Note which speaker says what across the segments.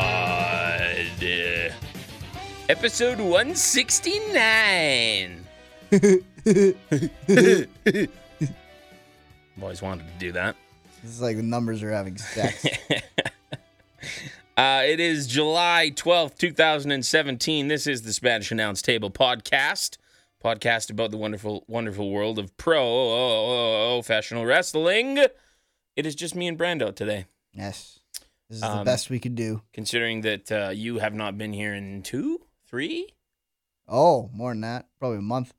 Speaker 1: SatPod, uh, episode 169. I've always wanted to do that.
Speaker 2: This is like the numbers are having sex.
Speaker 1: Uh, it is July 12th, 2017. This is the Spanish Announce Table podcast, podcast about the wonderful, wonderful world of oh, pro professional oh, wrestling. It is just me and Brando today,
Speaker 2: yes. This is the
Speaker 1: Um,
Speaker 2: best we could do.
Speaker 1: considering that uh, you have not been here in two, three.
Speaker 2: Oh, more than that. Probably a month.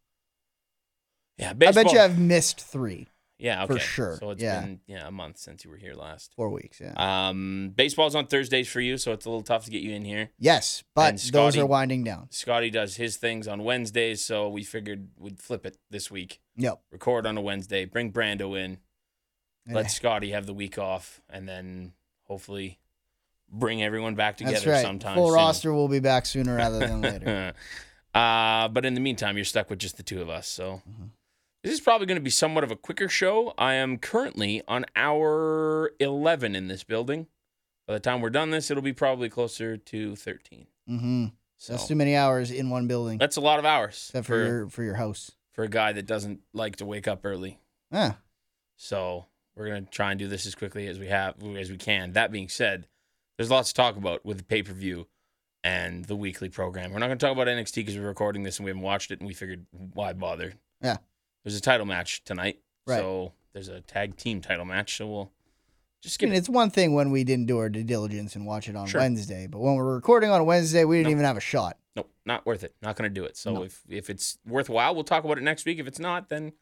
Speaker 1: Yeah,
Speaker 2: I bet you
Speaker 1: baseball-
Speaker 2: I've missed three,
Speaker 1: Yeah,
Speaker 2: for
Speaker 1: okay.
Speaker 2: sure,
Speaker 1: So it's
Speaker 2: yeah.
Speaker 1: been yeah a month since you were here last.
Speaker 2: four weeks. Yeah.
Speaker 1: Um, baseball's on Thursdays for you, so it's a little tough to get you in here.
Speaker 2: yes, but
Speaker 1: and
Speaker 2: those
Speaker 1: Scotty-
Speaker 2: are winding down.
Speaker 1: Scotty does his things on Wednesdays, so we figured we'd flip it this week.
Speaker 2: Yep.
Speaker 1: Record on a Wednesday, bring Brando in, let Scotty have the week off, and then hopefully bring everyone back together
Speaker 2: That's right.
Speaker 1: sometime
Speaker 2: Full
Speaker 1: soon.
Speaker 2: roster will be back sooner rather than later.
Speaker 1: uh, but in the meantime, you're stuck with just the two of us. So
Speaker 2: Mhm.
Speaker 1: this is probably going to be somewhat of a quicker show. I am currently on hour 11 in this building. By the time we're done this, it'll be probably closer to 13.
Speaker 2: hmm
Speaker 1: So
Speaker 2: That's too many hours in one building,
Speaker 1: that's a lot of hours
Speaker 2: except for,
Speaker 1: for,
Speaker 2: your for your house.
Speaker 1: for a guy that doesn't like to wake up early.
Speaker 2: Ah,
Speaker 1: So we're gonna try and do this as quickly as we have as we can. That being said, there's lots to talk about with the pay per view and the weekly program. We're not gonna talk about NXT because we're recording this and we haven't watched it, and we figured why bother?
Speaker 2: Yeah.
Speaker 1: There's a title match tonight,
Speaker 2: Right.
Speaker 1: so there's a tag team title match. So we'll just
Speaker 2: I
Speaker 1: skip
Speaker 2: mean,
Speaker 1: it.
Speaker 2: it's one thing when we didn't do our due diligence and watch it on
Speaker 1: Sure.
Speaker 2: Wednesday, but when we're recording on Wednesday, we didn't
Speaker 1: No.
Speaker 2: even have a shot.
Speaker 1: Nope, not worth it. Not gonna do it. So
Speaker 2: No.
Speaker 1: if if it's worthwhile, we'll talk about it next week. If it's not, then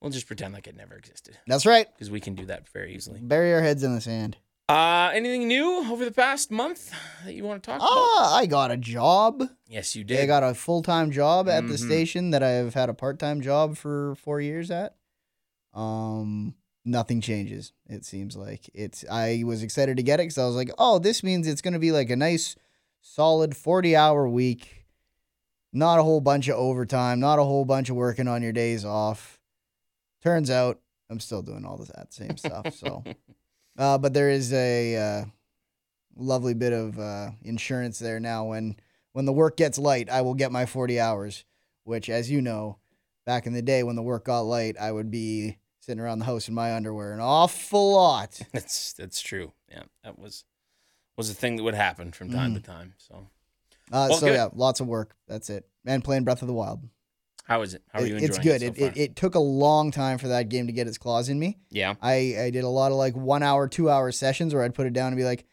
Speaker 1: we'll just pretend like it never existed
Speaker 2: That's right.
Speaker 1: because we can do that very easily.
Speaker 2: Bury our heads in the sand.
Speaker 1: Uh, anything new over the past month that you want to talk about?
Speaker 2: Ah, I got a job.
Speaker 1: Yes, you
Speaker 2: I
Speaker 1: did.
Speaker 2: got a full time job at the
Speaker 1: Mhm.
Speaker 2: station that I have had a part time job for four years at. Um, nothing changes. It seems like it's. I was excited to get it because I was like, oh, this means it's going to be like a nice, solid forty hour week. Not a whole bunch of overtime. Not a whole bunch of working on your days off. Turns out I'm still doing all of that same stuff. So, uh, but there is a uh, lovely bit of uh, insurance there now when when the work gets light, I will get my 40 hours, which, as you know, back in the day when the work got light, I would be sitting around the house in my underwear an awful lot.
Speaker 1: That's that's true. Yeah, that was was a thing that would happen from time to time. So,
Speaker 2: Uh,
Speaker 1: Well,
Speaker 2: so,
Speaker 1: good.
Speaker 2: yeah, lots of work. That's it. And playing Breath of the Wild.
Speaker 1: how is it? How are
Speaker 2: It-
Speaker 1: you enjoying
Speaker 2: it's good.
Speaker 1: It,
Speaker 2: It,
Speaker 1: so
Speaker 2: it,
Speaker 1: far?
Speaker 2: it took a long time for that game to get its claws in me.
Speaker 1: yeah,
Speaker 2: I, I did a lot of like one hour, two hour sessions where I'd put it down and be like,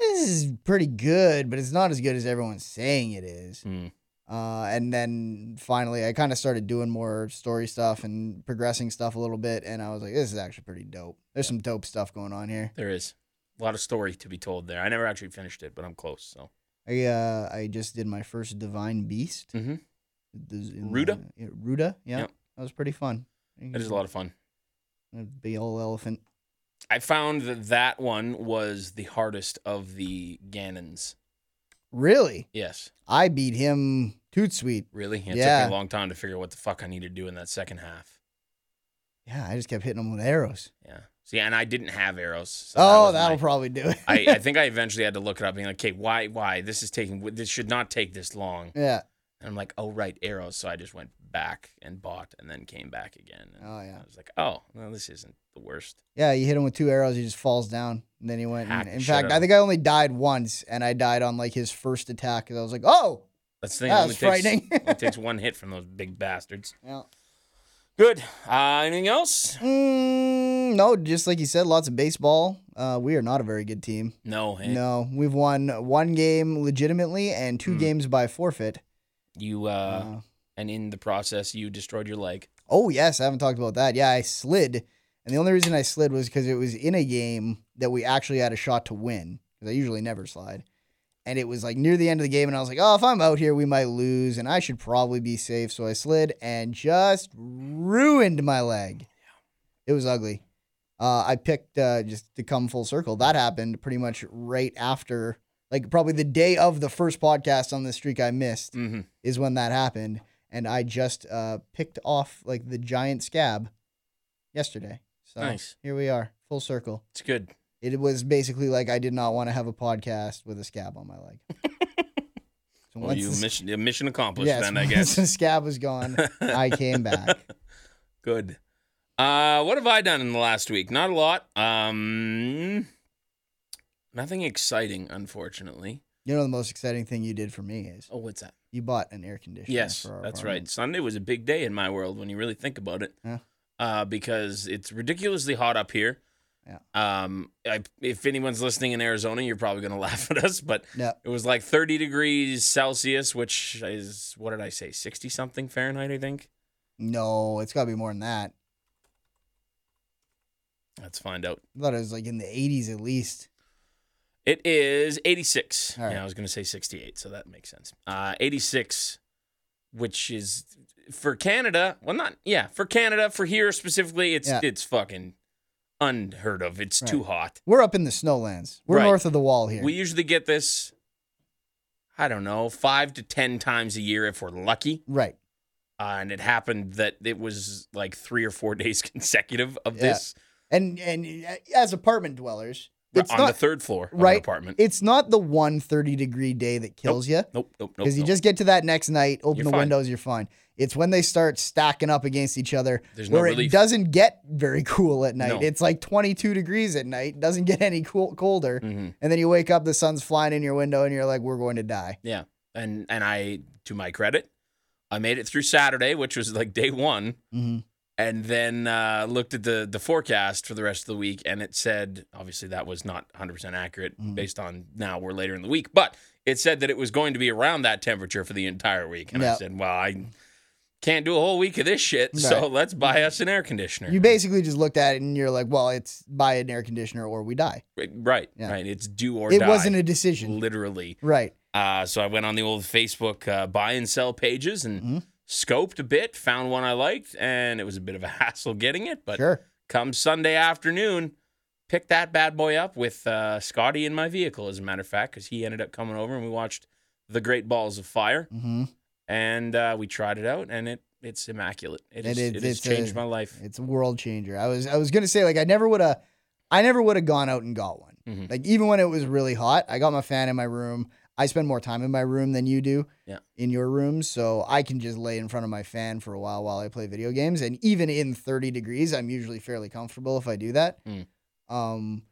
Speaker 2: this is pretty good, but it's not as good as everyone's saying it is.
Speaker 1: Mm.
Speaker 2: Uh, and then finally, I kind of started doing more story stuff and progressing stuff a little bit. And I was like, this is actually pretty dope. There's some dope stuff going on here.
Speaker 1: there is a lot of story to be told there. I never actually finished it, but I'm close. So,
Speaker 2: I uh, I just did my first Divine Beast.
Speaker 1: Mhm.
Speaker 2: This- in
Speaker 1: Ruda?
Speaker 2: the- yeah, Ruda, yeah.
Speaker 1: Yep.
Speaker 2: That was pretty fun.
Speaker 1: it is
Speaker 2: Mm.
Speaker 1: a lot of fun.
Speaker 2: Big old elephant.
Speaker 1: I found that that one was the hardest of the Ganons.
Speaker 2: Really?
Speaker 1: Yes,
Speaker 2: I beat him toot sweet.
Speaker 1: really. It
Speaker 2: Yeah.
Speaker 1: took me a long time to figure out what the fuck I need to do in that second half.
Speaker 2: Yeah, I just kept hitting him with arrows.
Speaker 1: Yeah. See, and I didn't have arrows. So
Speaker 2: oh,
Speaker 1: was
Speaker 2: that
Speaker 1: my-
Speaker 2: will probably do it.
Speaker 1: I, I think I eventually had to look it up, being like, "Okay, why, why this is taking? This should not take this long."
Speaker 2: yeah.
Speaker 1: And I'm like, oh, right, arrows. So I just went back and bought and then came back again. And
Speaker 2: Oh, yeah.
Speaker 1: I was like, oh, no, this isn't the worst.
Speaker 2: Yeah, you hit him with two arrows, he just falls down. And then he went. And,
Speaker 1: Hack the
Speaker 2: in
Speaker 1: shit
Speaker 2: fact,
Speaker 1: out
Speaker 2: I
Speaker 1: of
Speaker 2: think I only died once, and I died on like his first attack. And I was like, oh,
Speaker 1: That's the thing.
Speaker 2: That
Speaker 1: it
Speaker 2: was
Speaker 1: only
Speaker 2: frightening.
Speaker 1: Takes, only takes one hit from those big bastards.
Speaker 2: yeah.
Speaker 1: Good. Uh, anything else?
Speaker 2: Mm, no, just like you said, lots of baseball. Uh, we are not a very good team.
Speaker 1: No. eh?
Speaker 2: No, we've won one game legitimately and two
Speaker 1: Mm.
Speaker 2: games by forfeit.
Speaker 1: You uh,
Speaker 2: Uh,
Speaker 1: and in the process, you destroyed your leg.
Speaker 2: oh yes, I haven't talked about that. Yeah, I slid, and the only reason I slid was because it was in a game that we actually had a shot to win. Because I usually never slide, and it was like near the end of the game and I was like, "Oh, if I'm out here, we might lose and I should probably be safe." So I slid and just ruined my leg. It was ugly. Uh, I picked uh, just to come full circle. That happened pretty much right after, like probably the day of the first podcast on the streak I missed
Speaker 1: Mm-hmm.
Speaker 2: is when that happened, and I just uh, picked off like the giant scab yesterday. So
Speaker 1: Nice.
Speaker 2: here we are, full circle.
Speaker 1: It's good.
Speaker 2: It was basically like I did not want to have a podcast with a scab on my leg. so
Speaker 1: Well, you
Speaker 2: the sc-
Speaker 1: mission, mission accomplished
Speaker 2: yes,
Speaker 1: then, I
Speaker 2: once
Speaker 1: guess.
Speaker 2: the scab was gone, I came back.
Speaker 1: Good. Uh, what have I done in the last week? Not a lot. Um, nothing exciting, unfortunately.
Speaker 2: You know, the most exciting thing you did for me is
Speaker 1: Oh, what's that?
Speaker 2: you bought an air conditioner.
Speaker 1: Yes,
Speaker 2: for our
Speaker 1: that's right.
Speaker 2: apartment.
Speaker 1: Sunday was a big day in my world when you really think about it.
Speaker 2: Yeah.
Speaker 1: Uh, because it's ridiculously hot up here.
Speaker 2: Yeah.
Speaker 1: Um, I, if anyone's listening in Arizona, you're probably going to laugh at us, but
Speaker 2: No,
Speaker 1: it was like 30 degrees Celsius, which is, what did I say, 60 something Fahrenheit, I think?
Speaker 2: no, it's got to be more than that.
Speaker 1: Let's find out.
Speaker 2: I thought it was like in the 80s at least.
Speaker 1: It is 86.
Speaker 2: All right.
Speaker 1: Yeah, I was going to say 68, so that makes sense. Uh, 86, which is for Canada. Well, not yeah, for Canada. For here specifically, it's
Speaker 2: Yeah.
Speaker 1: it's fucking unheard of. It's too hot.
Speaker 2: We're up in the snowlands. We're
Speaker 1: Right.
Speaker 2: north of the wall here.
Speaker 1: We usually get this. I don't know, five to ten times a year if we're lucky.
Speaker 2: right.
Speaker 1: Uh, and it happened that it was like three or four days consecutive of
Speaker 2: Yeah.
Speaker 1: this
Speaker 2: And and uh, as apartment dwellers, it's
Speaker 1: on
Speaker 2: not
Speaker 1: the third floor of
Speaker 2: right.
Speaker 1: an apartment.
Speaker 2: it's not the one 30 degree day that kills you.
Speaker 1: nope, nope, nope.
Speaker 2: Because you
Speaker 1: nope.
Speaker 2: just get to that next night, open
Speaker 1: You're
Speaker 2: the
Speaker 1: fine.
Speaker 2: windows, you're fine. It's when they start stacking up against each other
Speaker 1: There's no
Speaker 2: where it
Speaker 1: relief.
Speaker 2: doesn't get very cool at
Speaker 1: No.
Speaker 2: night. It's like 22 degrees at night, doesn't get any cool, colder.
Speaker 1: Mhm.
Speaker 2: And then you wake up, the sun's flying in your window, and you're like, we're going to die.
Speaker 1: Yeah. And and I to my credit, I made it through Saturday, which was like day 1,
Speaker 2: Mm-hmm.
Speaker 1: and then uh, looked at the the forecast for the rest of the week and it said obviously that was not 100% accurate
Speaker 2: Mhm.
Speaker 1: based on now we're later in the week, but it said that it was going to be around that temperature for the entire week and I
Speaker 2: Yeah.
Speaker 1: said, "Well, I can't do a whole week of this shit, so
Speaker 2: Right.
Speaker 1: let's buy us an air conditioner."
Speaker 2: You basically just looked at it and you're like, well, it's buy an air conditioner or we die.
Speaker 1: right,
Speaker 2: Yeah.
Speaker 1: right. It's do or
Speaker 2: it
Speaker 1: die.
Speaker 2: wasn't a decision.
Speaker 1: literally.
Speaker 2: Right.
Speaker 1: Uh, so I went on the old Facebook uh, buy and sell pages and
Speaker 2: Mhm.
Speaker 1: scoped a bit, found one I liked, and it was a bit of a hassle getting it. But
Speaker 2: sure.
Speaker 1: come Sunday afternoon, picked that bad boy up with uh, Scotty in my vehicle, as a matter of fact, because he ended up coming over and we watched The Great Balls of Fire,
Speaker 2: Mm-hmm.
Speaker 1: and uh, we tried it out, and it it's immaculate. It,
Speaker 2: It
Speaker 1: is,
Speaker 2: is-
Speaker 1: it has
Speaker 2: it's a-
Speaker 1: changed my life.
Speaker 2: It's a world changer. I was I was gonna say like I never would have, I never would have gone out and got one.
Speaker 1: Mhm.
Speaker 2: Like even when it was really hot, I got my fan in my room. I spend more time in my room than you do.
Speaker 1: Yeah.
Speaker 2: In your room, so I can just lay in front of my fan for a while while I play video games, and even in 30 degrees, I'm usually fairly comfortable if I do that.
Speaker 1: Mm.
Speaker 2: Um,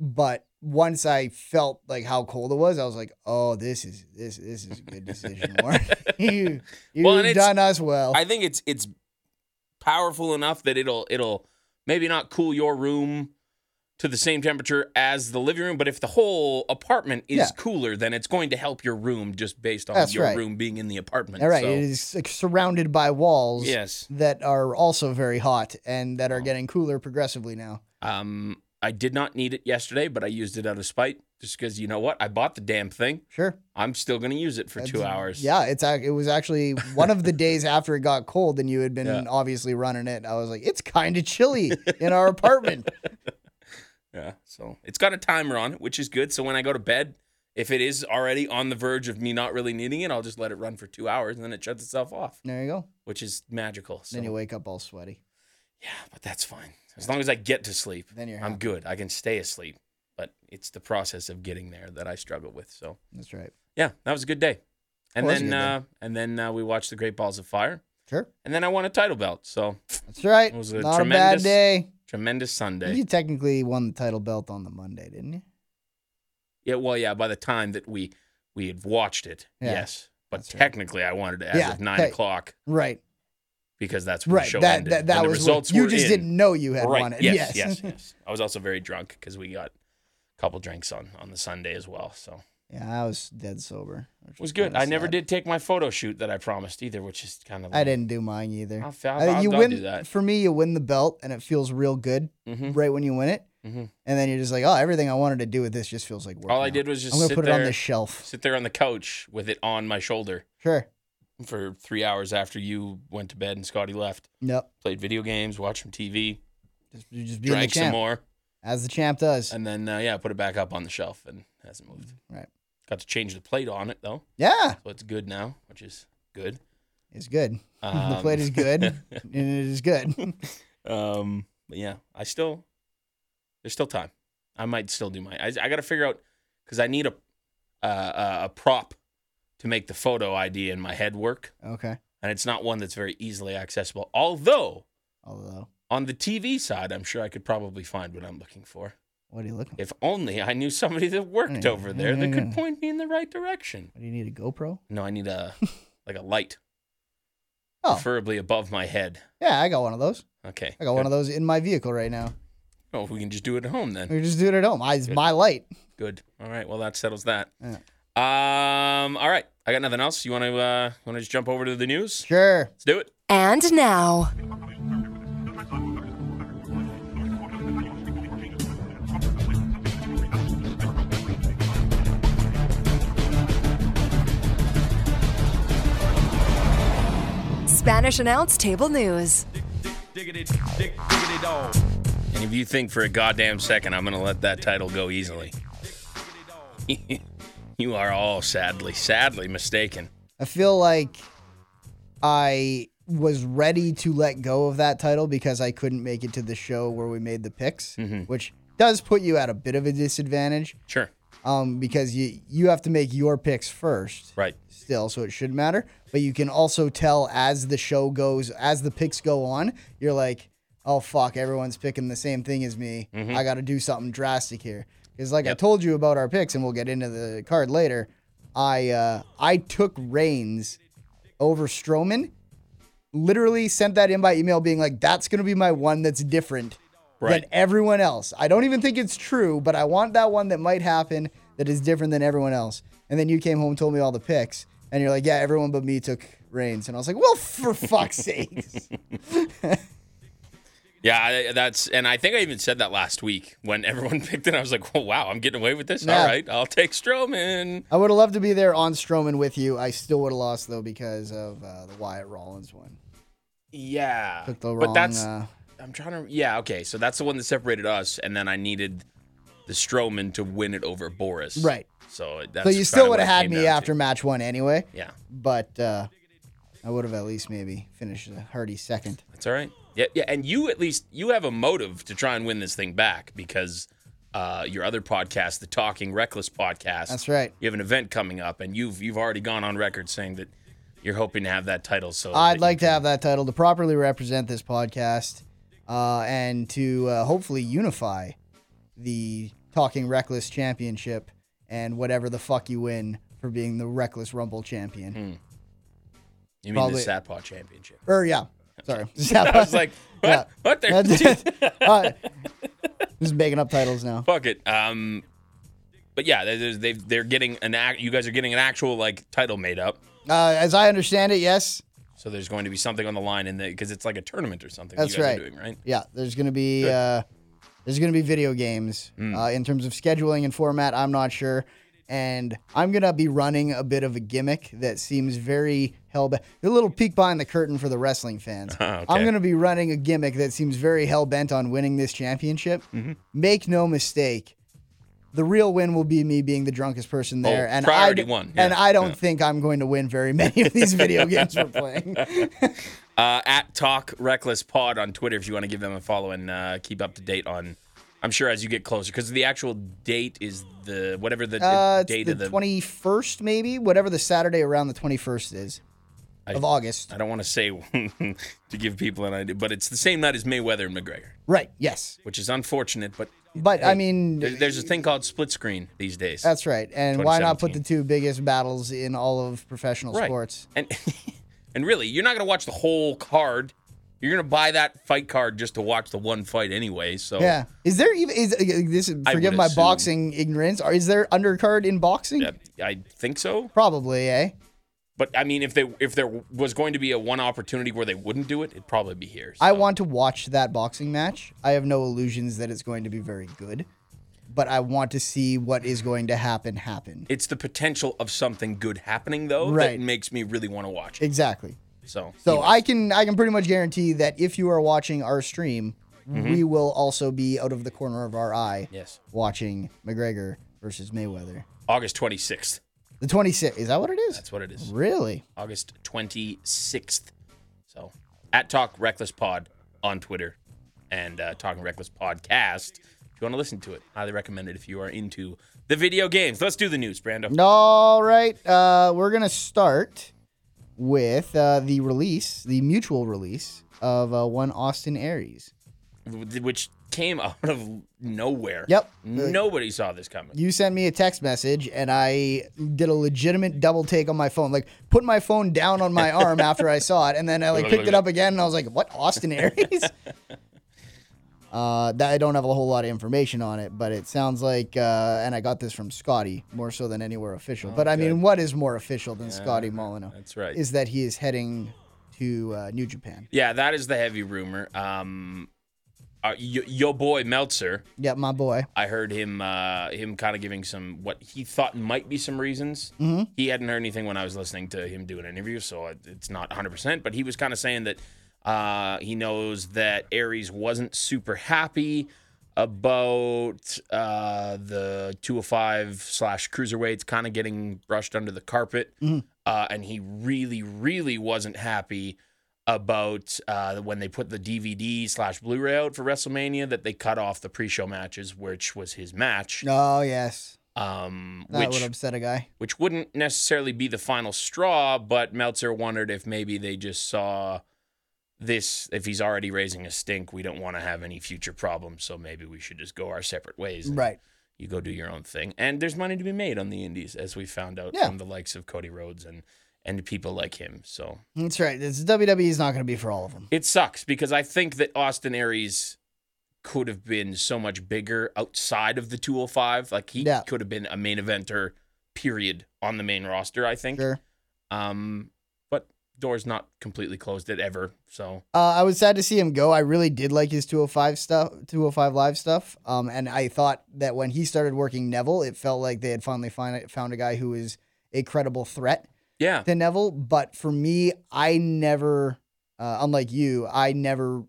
Speaker 2: but once I felt like how cold it was, I was like, "Oh, this is this this is a good decision, Warren. you you've
Speaker 1: Well, and it's-
Speaker 2: done us well."
Speaker 1: I think it's it's powerful enough that it'll it'll maybe not cool your room to the same temperature as the living room, but if the whole apartment is
Speaker 2: Yeah.
Speaker 1: cooler, then it's going to help your room just based on
Speaker 2: That's
Speaker 1: your
Speaker 2: right.
Speaker 1: room being in the apartment.
Speaker 2: All right,
Speaker 1: So,
Speaker 2: it is like, surrounded by walls
Speaker 1: yes.
Speaker 2: that are also very hot and that
Speaker 1: Oh.
Speaker 2: are getting cooler progressively now.
Speaker 1: Um, I did not need it yesterday, but I used it out of spite just because you know what? I bought the damn thing.
Speaker 2: Sure.
Speaker 1: I'm still going to use it for two
Speaker 2: That's-
Speaker 1: hours.
Speaker 2: Yeah, it's ac- it was actually one of the days after it got cold and you had been
Speaker 1: Yeah.
Speaker 2: obviously running it. I was like, it's kind of chilly in our apartment.
Speaker 1: Yeah. So it's got a timer on it, which is good. So when I go to bed, if it is already on the verge of me not really needing it, I'll just let it run for two hours and then it shuts itself off.
Speaker 2: There you go.
Speaker 1: which is magical. So,
Speaker 2: Then you wake up all sweaty.
Speaker 1: yeah, but that's fine. As long as I get to sleep,
Speaker 2: Then you're
Speaker 1: I'm
Speaker 2: happy.
Speaker 1: good. I can stay asleep, but it's the process of getting there that I struggle with. So,
Speaker 2: That's right.
Speaker 1: yeah, that was a good day. And
Speaker 2: Oh, that's a
Speaker 1: then
Speaker 2: good day.
Speaker 1: uh, and then uh, we watched the Great Balls of Fire,
Speaker 2: Sure.
Speaker 1: and then I won a title belt. So,
Speaker 2: That's right.
Speaker 1: It was a
Speaker 2: Not a bad
Speaker 1: tremendous
Speaker 2: day.
Speaker 1: tremendous Sunday.
Speaker 2: You technically won the title belt on the Monday, didn't you?
Speaker 1: Yeah, well, yeah, by the time that we we had watched it,
Speaker 2: Yeah,
Speaker 1: yes. But
Speaker 2: that's right.
Speaker 1: technically, I wanted it as
Speaker 2: Yeah,
Speaker 1: of nine
Speaker 2: hey.
Speaker 1: o'clock
Speaker 2: Right.
Speaker 1: because that's when the
Speaker 2: Right.
Speaker 1: show
Speaker 2: That,
Speaker 1: ended.
Speaker 2: that that
Speaker 1: when
Speaker 2: was
Speaker 1: the
Speaker 2: what-
Speaker 1: results
Speaker 2: you
Speaker 1: were
Speaker 2: just
Speaker 1: in.
Speaker 2: didn't know you had
Speaker 1: right.
Speaker 2: won it.
Speaker 1: Yes, yes,
Speaker 2: yes.
Speaker 1: yes, I was also very drunk because we got a couple drinks on on the Sunday as well. So
Speaker 2: Yeah, I was dead sober. which
Speaker 1: it was good.
Speaker 2: kinda
Speaker 1: I never
Speaker 2: sad.
Speaker 1: did take my photo shoot that I promised either, which is kind of
Speaker 2: I didn't do mine either.
Speaker 1: I'll,
Speaker 2: I think you
Speaker 1: will
Speaker 2: win
Speaker 1: do that.
Speaker 2: for me. You win the belt, and it feels real good
Speaker 1: Mhm.
Speaker 2: right when you win it.
Speaker 1: Mhm.
Speaker 2: and then you're just like, oh, everything I wanted to do with this just feels like work.
Speaker 1: All I
Speaker 2: now.
Speaker 1: did was just
Speaker 2: I'm gonna
Speaker 1: sit
Speaker 2: put
Speaker 1: there,
Speaker 2: it on the shelf.
Speaker 1: sit there on the couch with it on my shoulder
Speaker 2: Sure.
Speaker 1: for three hours after you went to bed and Scotty left.
Speaker 2: Yep.
Speaker 1: Played video games, watched some TV,
Speaker 2: Just, you just being the
Speaker 1: drank some
Speaker 2: champ,
Speaker 1: more,
Speaker 2: as the champ does.
Speaker 1: and then uh, yeah, put it back up on the shelf and hasn't moved.
Speaker 2: Right.
Speaker 1: Got to change the plate on it though,
Speaker 2: Yeah,
Speaker 1: so it's good now, which is good.
Speaker 2: it's good.
Speaker 1: Um,
Speaker 2: the plate is good, and it is good.
Speaker 1: Um, but yeah, I still there's still time. I might still do my. I, I got to figure out because I need a uh, uh, a prop to make the photo idea in my head work,
Speaker 2: okay.
Speaker 1: and it's not one that's very easily accessible. Although
Speaker 2: Although,
Speaker 1: on the TV side, I'm sure I could probably find what I'm looking for.
Speaker 2: what are you looking? for?
Speaker 1: If only I knew somebody that worked
Speaker 2: Yeah,
Speaker 1: over there that could point me in the right direction.
Speaker 2: What do you need a GoPro?
Speaker 1: No, I need a like a light,
Speaker 2: Oh.
Speaker 1: preferably above my head.
Speaker 2: Yeah, I got one of those.
Speaker 1: Okay,
Speaker 2: I got one of those in my vehicle right now.
Speaker 1: Oh, we can just do it at home then.
Speaker 2: We just do it at home. I, it's my light.
Speaker 1: Good. All right. Well, that settles that.
Speaker 2: Yeah.
Speaker 1: Um. All right. I got nothing else. You want to uh, want to just jump over to the news?
Speaker 2: Sure.
Speaker 1: Let's do it.
Speaker 3: And now, Spanish Announce Table News.
Speaker 4: diggity, dig, diggity dog.
Speaker 1: And if you think for a goddamn second I'm going to let that title go easily, you are all sadly, sadly mistaken.
Speaker 2: I feel like I was ready to let go of that title because I couldn't make it to the show where we made the picks, which does put you at a bit of a disadvantage
Speaker 1: Sure.
Speaker 2: um, because you you have to make your picks first
Speaker 1: Right.
Speaker 2: still, so it should matter. But you can also tell as the show goes, as the picks go on, you're like, oh fuck, everyone's picking the same thing as me. I got to do something drastic here. Because like I told you about our picks, and we'll get into the card later. I uh, I took Reigns over Strowman. Literally sent that in by email, being like, "That's gonna be my one that's different
Speaker 1: Right.
Speaker 2: than everyone else." I don't even think it's true, but I want that one that might happen that is different than everyone else. And then you came home, and told me all the picks, and you're like, "Yeah, everyone but me took Reigns," and I was like, "Well, for fuck's sakes!"
Speaker 1: Yeah. I, that's and I think I even said that last week when everyone picked it. I was like, oh, wow, I'm getting away with this.
Speaker 2: Yeah.
Speaker 1: All right, I'll take Strowman.
Speaker 2: I would have loved to be there on Strowman with you. I still would have lost though because of uh, the Wyatt Rollins one.
Speaker 1: Yeah.
Speaker 2: Took the wrong.
Speaker 1: but that's
Speaker 2: uh,
Speaker 1: I'm trying to. Yeah, okay. So that's the one that separated us, and then I needed the Strowman to win it over Boris.
Speaker 2: Right.
Speaker 1: So that's
Speaker 2: so you
Speaker 1: kinda
Speaker 2: still would
Speaker 1: what it
Speaker 2: have had
Speaker 1: came
Speaker 2: me
Speaker 1: down
Speaker 2: after
Speaker 1: to.
Speaker 2: match one anyway.
Speaker 1: Yeah,
Speaker 2: but uh, I would have at least maybe finished a hearty second.
Speaker 1: that's all right. Yeah, yeah. And you at least you have a motive to try and win this thing back because uh, your other podcast, the Talking Reckless podcast,
Speaker 2: That's right.
Speaker 1: You have an event coming up, and you've you've already gone on record saying that you're hoping to have that title. So that
Speaker 2: I'd
Speaker 1: you
Speaker 2: like to have that title to properly represent this podcast uh, and to uh, hopefully unify the Talking Reckless Championship and whatever the fuck you win for being the Reckless Rumble champion.
Speaker 1: you mean the
Speaker 2: probably-
Speaker 1: Satpaw Championship.
Speaker 2: Or, yeah. Sorry.
Speaker 1: Hmm. I was like, what?
Speaker 2: Yeah.
Speaker 1: What?
Speaker 2: That's-
Speaker 1: the
Speaker 2: uh, just making up titles now.
Speaker 1: Fuck it. Um, but yeah, they- they- they've they're getting an act. You guys are getting an actual like title made up.
Speaker 2: Uh, as I understand it, yes.
Speaker 1: So there's going to be something on the line in the because it's like a tournament or something.
Speaker 2: That's
Speaker 1: that you guys
Speaker 2: right.
Speaker 1: Are doing right.
Speaker 2: Yeah, there's gonna be uh, there's gonna be video games
Speaker 1: Hmm.
Speaker 2: uh, in terms of scheduling and format. I'm not sure, and I'm gonna be running a bit of a gimmick that seems very hell bent. A little peek behind the curtain for the wrestling fans.
Speaker 1: Ah, okay.
Speaker 2: I'm gonna be running a gimmick that seems very hell bent on winning this championship.
Speaker 1: Mm-hmm.
Speaker 2: Make no mistake. The real win will be me being the drunkest person there, and I
Speaker 1: Oh, priority
Speaker 2: d-
Speaker 1: one,
Speaker 2: and
Speaker 1: yeah,
Speaker 2: I don't think I'm going to win very many of these video games we're playing.
Speaker 1: Uh, at Talk Reckless Pod on Twitter if you want to give them a follow and uh, keep up to date on. I'm sure as you get closer because the actual date is the whatever the
Speaker 2: Uh,
Speaker 1: date
Speaker 2: it's the
Speaker 1: of the.
Speaker 2: 21st, maybe whatever the Saturday around the 21st is
Speaker 1: I-
Speaker 2: of August.
Speaker 1: I don't want to say to give people an idea, but it's the same night as Mayweather and McGregor,
Speaker 2: Right. Yes.
Speaker 1: which is unfortunate. But
Speaker 2: But I
Speaker 1: hey,
Speaker 2: mean,
Speaker 1: there- there's a thing called split screen these days.
Speaker 2: that's right. And why not put the
Speaker 1: 2017.
Speaker 2: two biggest battles in all of professional
Speaker 1: Right.
Speaker 2: sports?
Speaker 1: And and really, you're not gonna watch the whole card. You're gonna buy that fight card just to watch the one fight anyway. So
Speaker 2: Yeah. Is there even is uh, this? is-
Speaker 1: I
Speaker 2: Forgive
Speaker 1: would
Speaker 2: my
Speaker 1: assume-
Speaker 2: boxing ignorance. Or is there undercard in boxing?
Speaker 1: Yeah, I think so.
Speaker 2: Probably, eh?
Speaker 1: But I mean, if they if there was going to be a one opportunity where they wouldn't do it, it'd probably be here.
Speaker 2: I
Speaker 1: so.
Speaker 2: want to watch that boxing match. I have no illusions that it's going to be very good, but I want to see what is going to happen happen.
Speaker 1: It's the potential of something good happening though that
Speaker 2: Right.
Speaker 1: makes me really want to watch it.
Speaker 2: Exactly.
Speaker 1: So
Speaker 2: So I can I can pretty much guarantee that if you are watching our stream, we will also be out of the corner of our eye
Speaker 1: Mm-hmm. yes,
Speaker 2: watching McGregor versus Mayweather.
Speaker 1: August twenty sixth.
Speaker 2: The 26th, is that what it is?
Speaker 1: That's what it is.
Speaker 2: really?
Speaker 1: August 26th. So at Talk Reckless Pod on Twitter and uh, Talking Reckless Podcast. If you want to listen to it, highly recommend it if you are into the video games. Let's do the news, Brando.
Speaker 2: All right. Uh, we're going to start with uh, the release, the mutual release of uh, one Austin Aries.
Speaker 1: Which came out of nowhere.
Speaker 2: Yep.
Speaker 1: Nobody saw this coming.
Speaker 2: You sent me a text message and I did a legitimate double take on my phone. Like put my phone down on my arm after I saw it and then I like picked it up again and I was like, "What Austin Aries?" Uh, that I don't have a whole lot of information on it, but it sounds like, uh, and I got this from Scotty more so than anywhere official. but I mean, what is more official than Scotty Molyneux?
Speaker 1: that's right.
Speaker 2: Is that he is heading to uh, New Japan?
Speaker 1: Yeah, that is the heavy rumor. Um, uh, y- yo boy Meltzer,
Speaker 2: Yeah, my boy.
Speaker 1: I heard him uh, him kind of giving some what he thought might be some reasons. He hadn't heard anything when I was listening to him do an interview, so it- it's not 100%. But he was kind of saying that uh, he knows that Aries wasn't super happy about uh, the 205 slash cruiserweights kind of getting brushed under the carpet. Uh, and he really, really wasn't happy about uh, when they put the DVD slash Blu-ray out for WrestleMania that they cut off the pre-show matches, which was his match,
Speaker 2: Oh yes,
Speaker 1: um,
Speaker 2: that
Speaker 1: which
Speaker 2: would upset a guy.
Speaker 1: which wouldn't necessarily be the final straw, but Meltzer wondered if maybe they just saw this if he's already raising a stink, we don't want to have any future problems, so maybe we should just go our separate ways. and
Speaker 2: Right.
Speaker 1: You go do your own thing, and there's money to be made on the indies, as we found out
Speaker 2: Yeah.
Speaker 1: from the likes of Cody Rhodes and and people like him. So
Speaker 2: That's right. This WWE is not going to be for all of them.
Speaker 1: it sucks because I think that Austin Aries could have been so much bigger outside of the 205. Like he
Speaker 2: Yeah.
Speaker 1: could have been a main eventer, period, on the main roster. I think.
Speaker 2: Sure.
Speaker 1: Um, but door's not completely closed it ever. So
Speaker 2: Uh, I was sad to see him go. I really did like his 205 stuff, 205 live stuff. Um, and I thought that when he started working Neville, it felt like they had finally find, found a guy who was a credible threat
Speaker 1: yeah,
Speaker 2: to Neville. But for me, I never, uh, unlike you, I never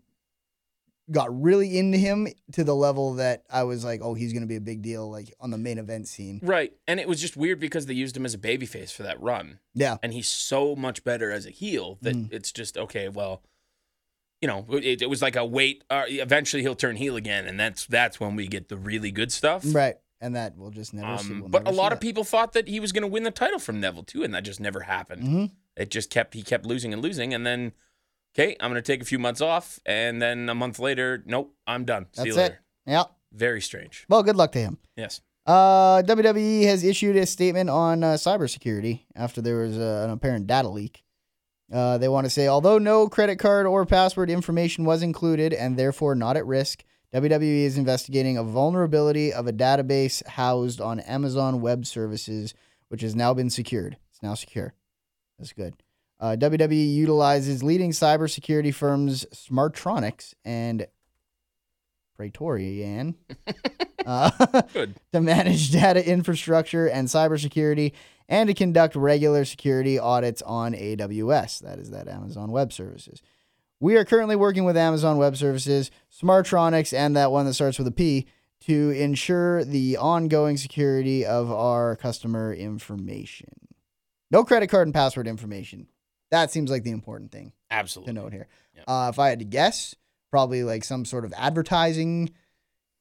Speaker 2: got really into him to the level that I was like, oh, he's going to be a big deal, like on the main event scene.
Speaker 1: right. And it was just weird because they used him as a babyface for that run.
Speaker 2: Yeah.
Speaker 1: and he's so much better as a heel that
Speaker 2: Mm.
Speaker 1: it's just okay. Well, you know, it, it was like a wait. Uh, eventually, he'll turn heel again, and that's that's when we get the really good stuff.
Speaker 2: Right. And that we'll just never see.
Speaker 1: Um,
Speaker 2: We'll
Speaker 1: but a
Speaker 2: never see
Speaker 1: lot of
Speaker 2: that.
Speaker 1: people thought that he was going to win the title from Neville too, and that just never happened.
Speaker 2: Mm-hmm.
Speaker 1: It just kept he kept losing and losing, and then okay, I'm going to take a few months off, and then a month later, nope, I'm done. See you
Speaker 2: That's it.
Speaker 1: later.
Speaker 2: Yeah.
Speaker 1: Very strange.
Speaker 2: Well, good luck to him.
Speaker 1: Yes.
Speaker 2: Uh, WWE has issued a statement on uh, cybersecurity after there was uh, an apparent data leak. Uh, they want to say, although no credit card or password information was included and therefore not at risk, WWE is investigating a vulnerability of a database housed on Amazon Web Services, which has now been secured. It's now secure. That's good. Uh, WWE utilizes leading cybersecurity firms Smartronics and Praetorian. uh,
Speaker 1: Good.
Speaker 2: to manage data infrastructure and cybersecurity, and to conduct regular security audits on AWS. That is that Amazon Web Services. We are currently working with Amazon Web Services, Smartronics, and that one that starts with a P to ensure the ongoing security of our customer information. No credit card and password information. That seems like the important thing to
Speaker 1: Absolutely.
Speaker 2: note here. Uh, if I had to guess, probably like some sort of advertising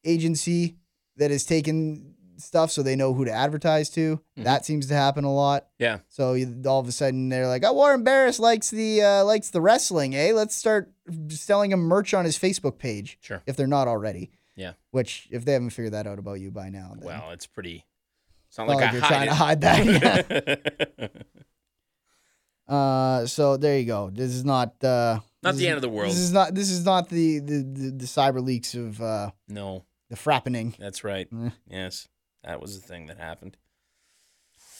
Speaker 2: agency that has taken stuff so they know who to advertise to. That seems to happen a lot.
Speaker 1: Mm-hmm. Yeah.
Speaker 2: So you- all of a sudden they're like, "Oh, Warren Barris likes the uh, likes the wrestling, eh? Let's start selling him merch on his Facebook page."
Speaker 1: Sure.
Speaker 2: If they're not already.
Speaker 1: Yeah.
Speaker 2: Which, if they haven't figured that out about you by now, then
Speaker 1: Well, it's pretty. It's not
Speaker 2: not
Speaker 1: like,
Speaker 2: like
Speaker 1: I
Speaker 2: you're
Speaker 1: hide
Speaker 2: trying
Speaker 1: it.
Speaker 2: to hide that. Yeah.
Speaker 1: That's
Speaker 2: Uh, so there you go. This is not uh,
Speaker 1: Not
Speaker 2: this
Speaker 1: the
Speaker 2: is-
Speaker 1: end of the world.
Speaker 2: This is not this is not the the the, the cyber leaks of uh,
Speaker 1: no,
Speaker 2: the frappening.
Speaker 1: that's right.
Speaker 2: Mm.
Speaker 1: Yes, that was the thing that happened.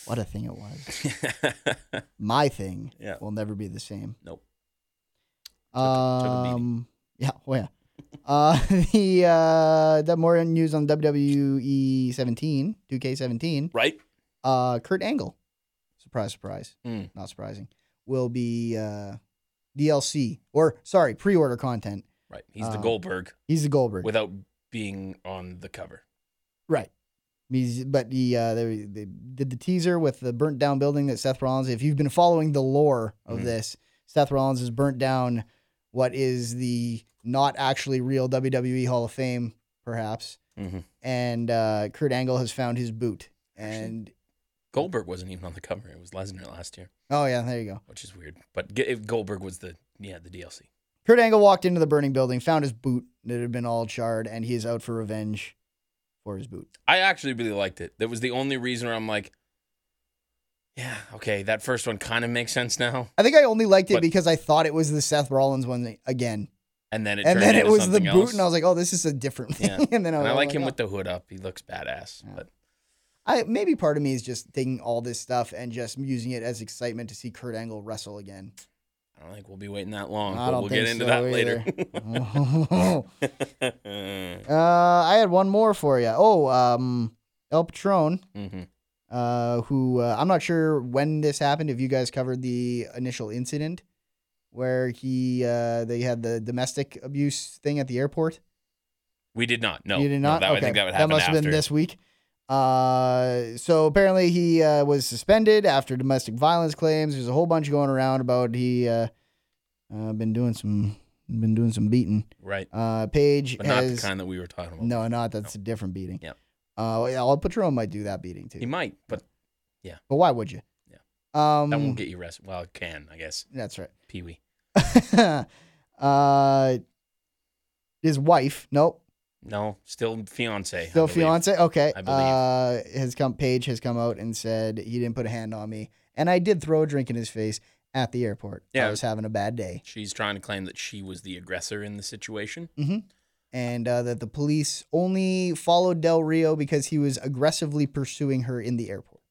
Speaker 2: What a thing it was. My thing
Speaker 1: Yeah.
Speaker 2: will never be the same.
Speaker 1: nope. took a beating.
Speaker 2: Um, yeah, oh yeah. Uh, the uh, the more news on E WWE 17, 2K17.
Speaker 1: Right?
Speaker 2: Uh, Kurt Angle, surprise, surprise,
Speaker 1: Mm.
Speaker 2: not surprising, will be uh, DLC or sorry, pre-order content.
Speaker 1: Right. He's the
Speaker 2: Uh,
Speaker 1: Goldberg
Speaker 2: He's the Goldberg,
Speaker 1: without being on the cover.
Speaker 2: right? He's but he uh, they, they did the teaser with the burnt down building that Seth Rollins. If you've been following the lore of
Speaker 1: Mhm.
Speaker 2: this, Seth Rollins has burnt down what is the not actually real WWE Hall of Fame, perhaps.
Speaker 1: Mm-hmm. Oh,
Speaker 2: and uh, Kurt Angle has found his boot. And
Speaker 1: Goldberg wasn't even on the cover. It was Lesnar last year,
Speaker 2: oh yeah, there you go.
Speaker 1: which is weird. But G- if Goldberg was the yeah the DLC.
Speaker 2: Kurt Angle walked into the burning building, found his boot that had been all charred, and he is out for revenge for his boot.
Speaker 1: I actually really liked it. That was the only reason where I'm like, yeah, okay, that first one kind of makes sense now.
Speaker 2: I think I only liked it
Speaker 1: But-
Speaker 2: because I thought it was the Seth Rollins one again,
Speaker 1: And then it
Speaker 2: and
Speaker 1: turned
Speaker 2: then it
Speaker 1: into
Speaker 2: was the
Speaker 1: something
Speaker 2: boot,
Speaker 1: else.
Speaker 2: and I was like, "Oh, this is a different thing."
Speaker 1: Yeah.
Speaker 2: and then I,
Speaker 1: And
Speaker 2: was
Speaker 1: I
Speaker 2: all
Speaker 1: like him
Speaker 2: "Oh."
Speaker 1: with the hood up. He looks badass. But
Speaker 2: I, maybe part of me is just taking all this stuff and just using it as excitement to see Kurt Angle wrestle again.
Speaker 1: I don't think we'll be waiting that long.
Speaker 2: I
Speaker 1: but
Speaker 2: don't
Speaker 1: we'll
Speaker 2: think
Speaker 1: get into
Speaker 2: so
Speaker 1: that later.
Speaker 2: uh, I had one more for you. Oh, um, El Patron
Speaker 1: hmm
Speaker 2: uh, who uh, I'm not sure when this happened. If you guys covered the initial incident where he uh, they had the domestic abuse thing at the airport,
Speaker 1: We did not. No,
Speaker 2: you did
Speaker 1: No,
Speaker 2: not.
Speaker 1: that,
Speaker 2: okay,
Speaker 1: I think that would happen
Speaker 2: must have
Speaker 1: after.
Speaker 2: been this week. Uh, so apparently he uh, was suspended after domestic violence claims. There's a whole bunch going around about he uh, uh, been doing some been doing some beating.
Speaker 1: right,
Speaker 2: Uh, Paige
Speaker 1: but not the
Speaker 2: has
Speaker 1: kind that we were talking about.
Speaker 2: no, not that's a different beating.
Speaker 1: Yep.
Speaker 2: Uh, yeah, Al Patron might do that beating too.
Speaker 1: he might, but
Speaker 2: But why would you?
Speaker 1: Yeah.
Speaker 2: Um,
Speaker 1: that won't get you arrested. Well, it can, I guess.
Speaker 2: That's right.
Speaker 1: Pee wee.
Speaker 2: uh, his wife, nope,
Speaker 1: No, still fiance. I
Speaker 2: still
Speaker 1: believe.
Speaker 2: fiance. Okay,
Speaker 1: I
Speaker 2: Uh, has come. Paige has come out and said he didn't put a hand on me, and I did throw a drink in his face at the airport.
Speaker 1: Yeah.
Speaker 2: I was having a bad day,
Speaker 1: She's trying to claim that she was the aggressor in the situation.
Speaker 2: Mm-hmm. and uh, that the police only followed Del Rio because he was aggressively pursuing her in the airport,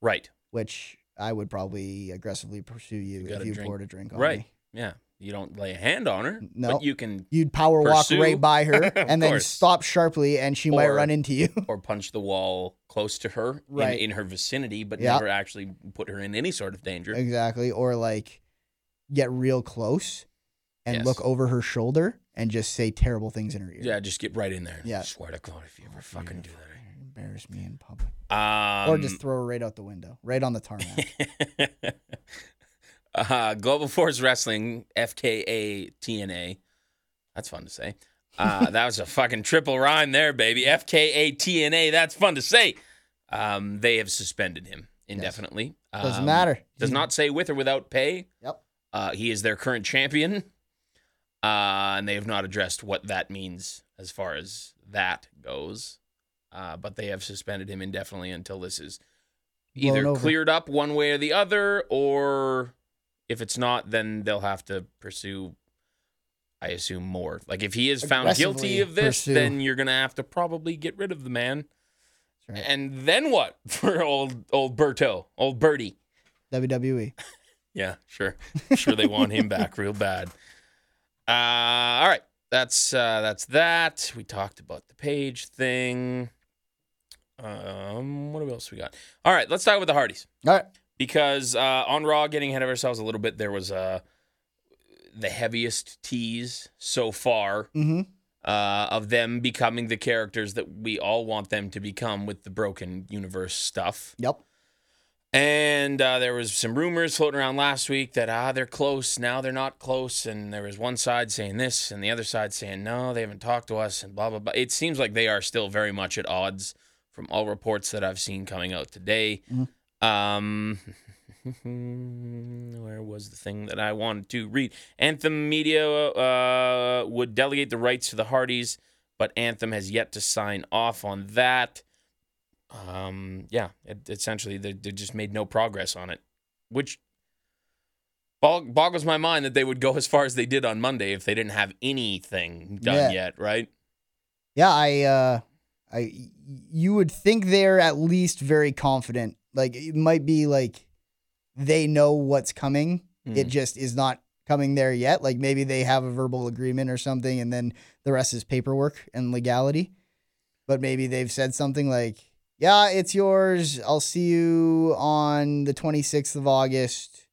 Speaker 1: Right.
Speaker 2: which. I would probably aggressively pursue you,
Speaker 1: got
Speaker 2: if
Speaker 1: a
Speaker 2: you
Speaker 1: drink.
Speaker 2: poured a drink on
Speaker 1: Right.
Speaker 2: me.
Speaker 1: Yeah. You don't lay a hand on her.
Speaker 2: No.
Speaker 1: But you can
Speaker 2: You'd power walk
Speaker 1: Pursue.
Speaker 2: right by her
Speaker 1: Of
Speaker 2: and then
Speaker 1: course.
Speaker 2: stop sharply, and she might
Speaker 1: Or-
Speaker 2: run into you.
Speaker 1: or punch the wall close to her
Speaker 2: Right.
Speaker 1: in, in her vicinity, but
Speaker 2: Yeah.
Speaker 1: never actually put her in any sort of danger.
Speaker 2: Exactly. Or like get real close and
Speaker 1: Yes.
Speaker 2: look over her shoulder and just say terrible things in her ear.
Speaker 1: Yeah, just get right in there.
Speaker 2: Yeah.
Speaker 1: Swear to God, if you ever fucking do that. eh?
Speaker 2: Embarrass me in public.
Speaker 1: Um,
Speaker 2: or just throw her right out the window, right on the tarmac.
Speaker 1: uh, Global Force Wrestling, FKA TNA. That's fun to say. Uh, that was a fucking triple rhyme there, baby. FKA TNA. That's fun to say. Um, they have suspended him indefinitely.
Speaker 2: Doesn't
Speaker 1: Um,
Speaker 2: matter.
Speaker 1: Does not say with or without pay.
Speaker 2: Hmm. Yep.
Speaker 1: Uh, he is their current champion. Uh, and they have not addressed what that means as far as that goes. Uh, but they have suspended him indefinitely until this is either
Speaker 2: Blown over.
Speaker 1: cleared up one way or the other, or if it's not, then they'll have to pursue, I assume, more. Like if he is found guilty
Speaker 2: Aggressively
Speaker 1: of this,
Speaker 2: pursue.
Speaker 1: then you're going to have to probably get rid of the man.
Speaker 2: That's right.
Speaker 1: And then what for old old Berto, old Bertie?
Speaker 2: WWE.
Speaker 1: Yeah, sure. Sure they want him back real bad. Uh all right. That's uh that's that. We talked about the page thing. Um what else we got? All right, let's talk about the Hardys
Speaker 2: All right.
Speaker 1: because uh on Raw getting ahead of ourselves a little bit, there was uh the heaviest tease so far
Speaker 2: Mm-hmm.
Speaker 1: uh, of them becoming the characters that we all want them to become with the broken universe stuff.
Speaker 2: Yep.
Speaker 1: And uh, there was some rumors floating around last week that ah they're close now they're not close and there was one side saying this and the other side saying no they haven't talked to us and blah blah blah. It seems like they are still very much at odds from all reports that I've seen coming out today. Um, where was the thing that I wanted to read? Anthem Media uh, would delegate the rights to the Hardys, but Anthem has yet to sign off on that. Um, yeah, it, essentially, they, they just made no progress on it, which bog- boggles my mind that they would go as far as they did on Monday if they didn't have anything done
Speaker 2: Yeah.
Speaker 1: yet, right?
Speaker 2: Yeah, I, uh, I, you would think they're at least very confident Like it might be like they know what's coming. It
Speaker 1: Mhm.
Speaker 2: just is not coming there yet. Like maybe they have a verbal agreement or something, and then the rest is paperwork and legality. But maybe they've said something like, "Yeah, it's yours. I'll see you on the 26th of August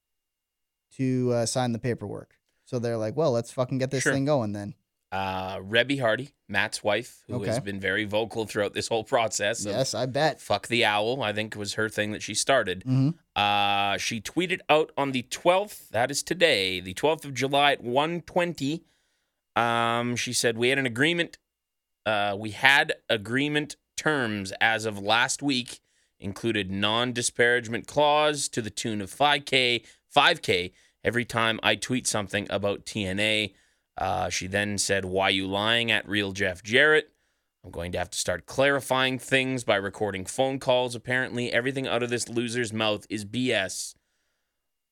Speaker 2: to uh, sign the paperwork." So they're like, "Well, let's fucking get this
Speaker 1: Sure.
Speaker 2: thing going then."
Speaker 1: Uh, Rebby Hardy, Matt's wife, who has
Speaker 2: Okay.
Speaker 1: been very vocal throughout this whole process. of
Speaker 2: Yes, I bet.
Speaker 1: Fuck the owl, I think was her thing that she started.
Speaker 2: hmm
Speaker 1: Uh, she tweeted out on the 12th, that is today, the 12th of July at 1:20. Um, she said we had an agreement. Uh, we had agreement terms as of last week included non-disparagement clause to the tune of 5k, 5k every time I tweet something about TNA. Uh, she then said, "Why you lying at real Jeff Jarrett?" I'm going to have to start clarifying things by recording phone calls. Apparently, everything out of this loser's mouth is BS.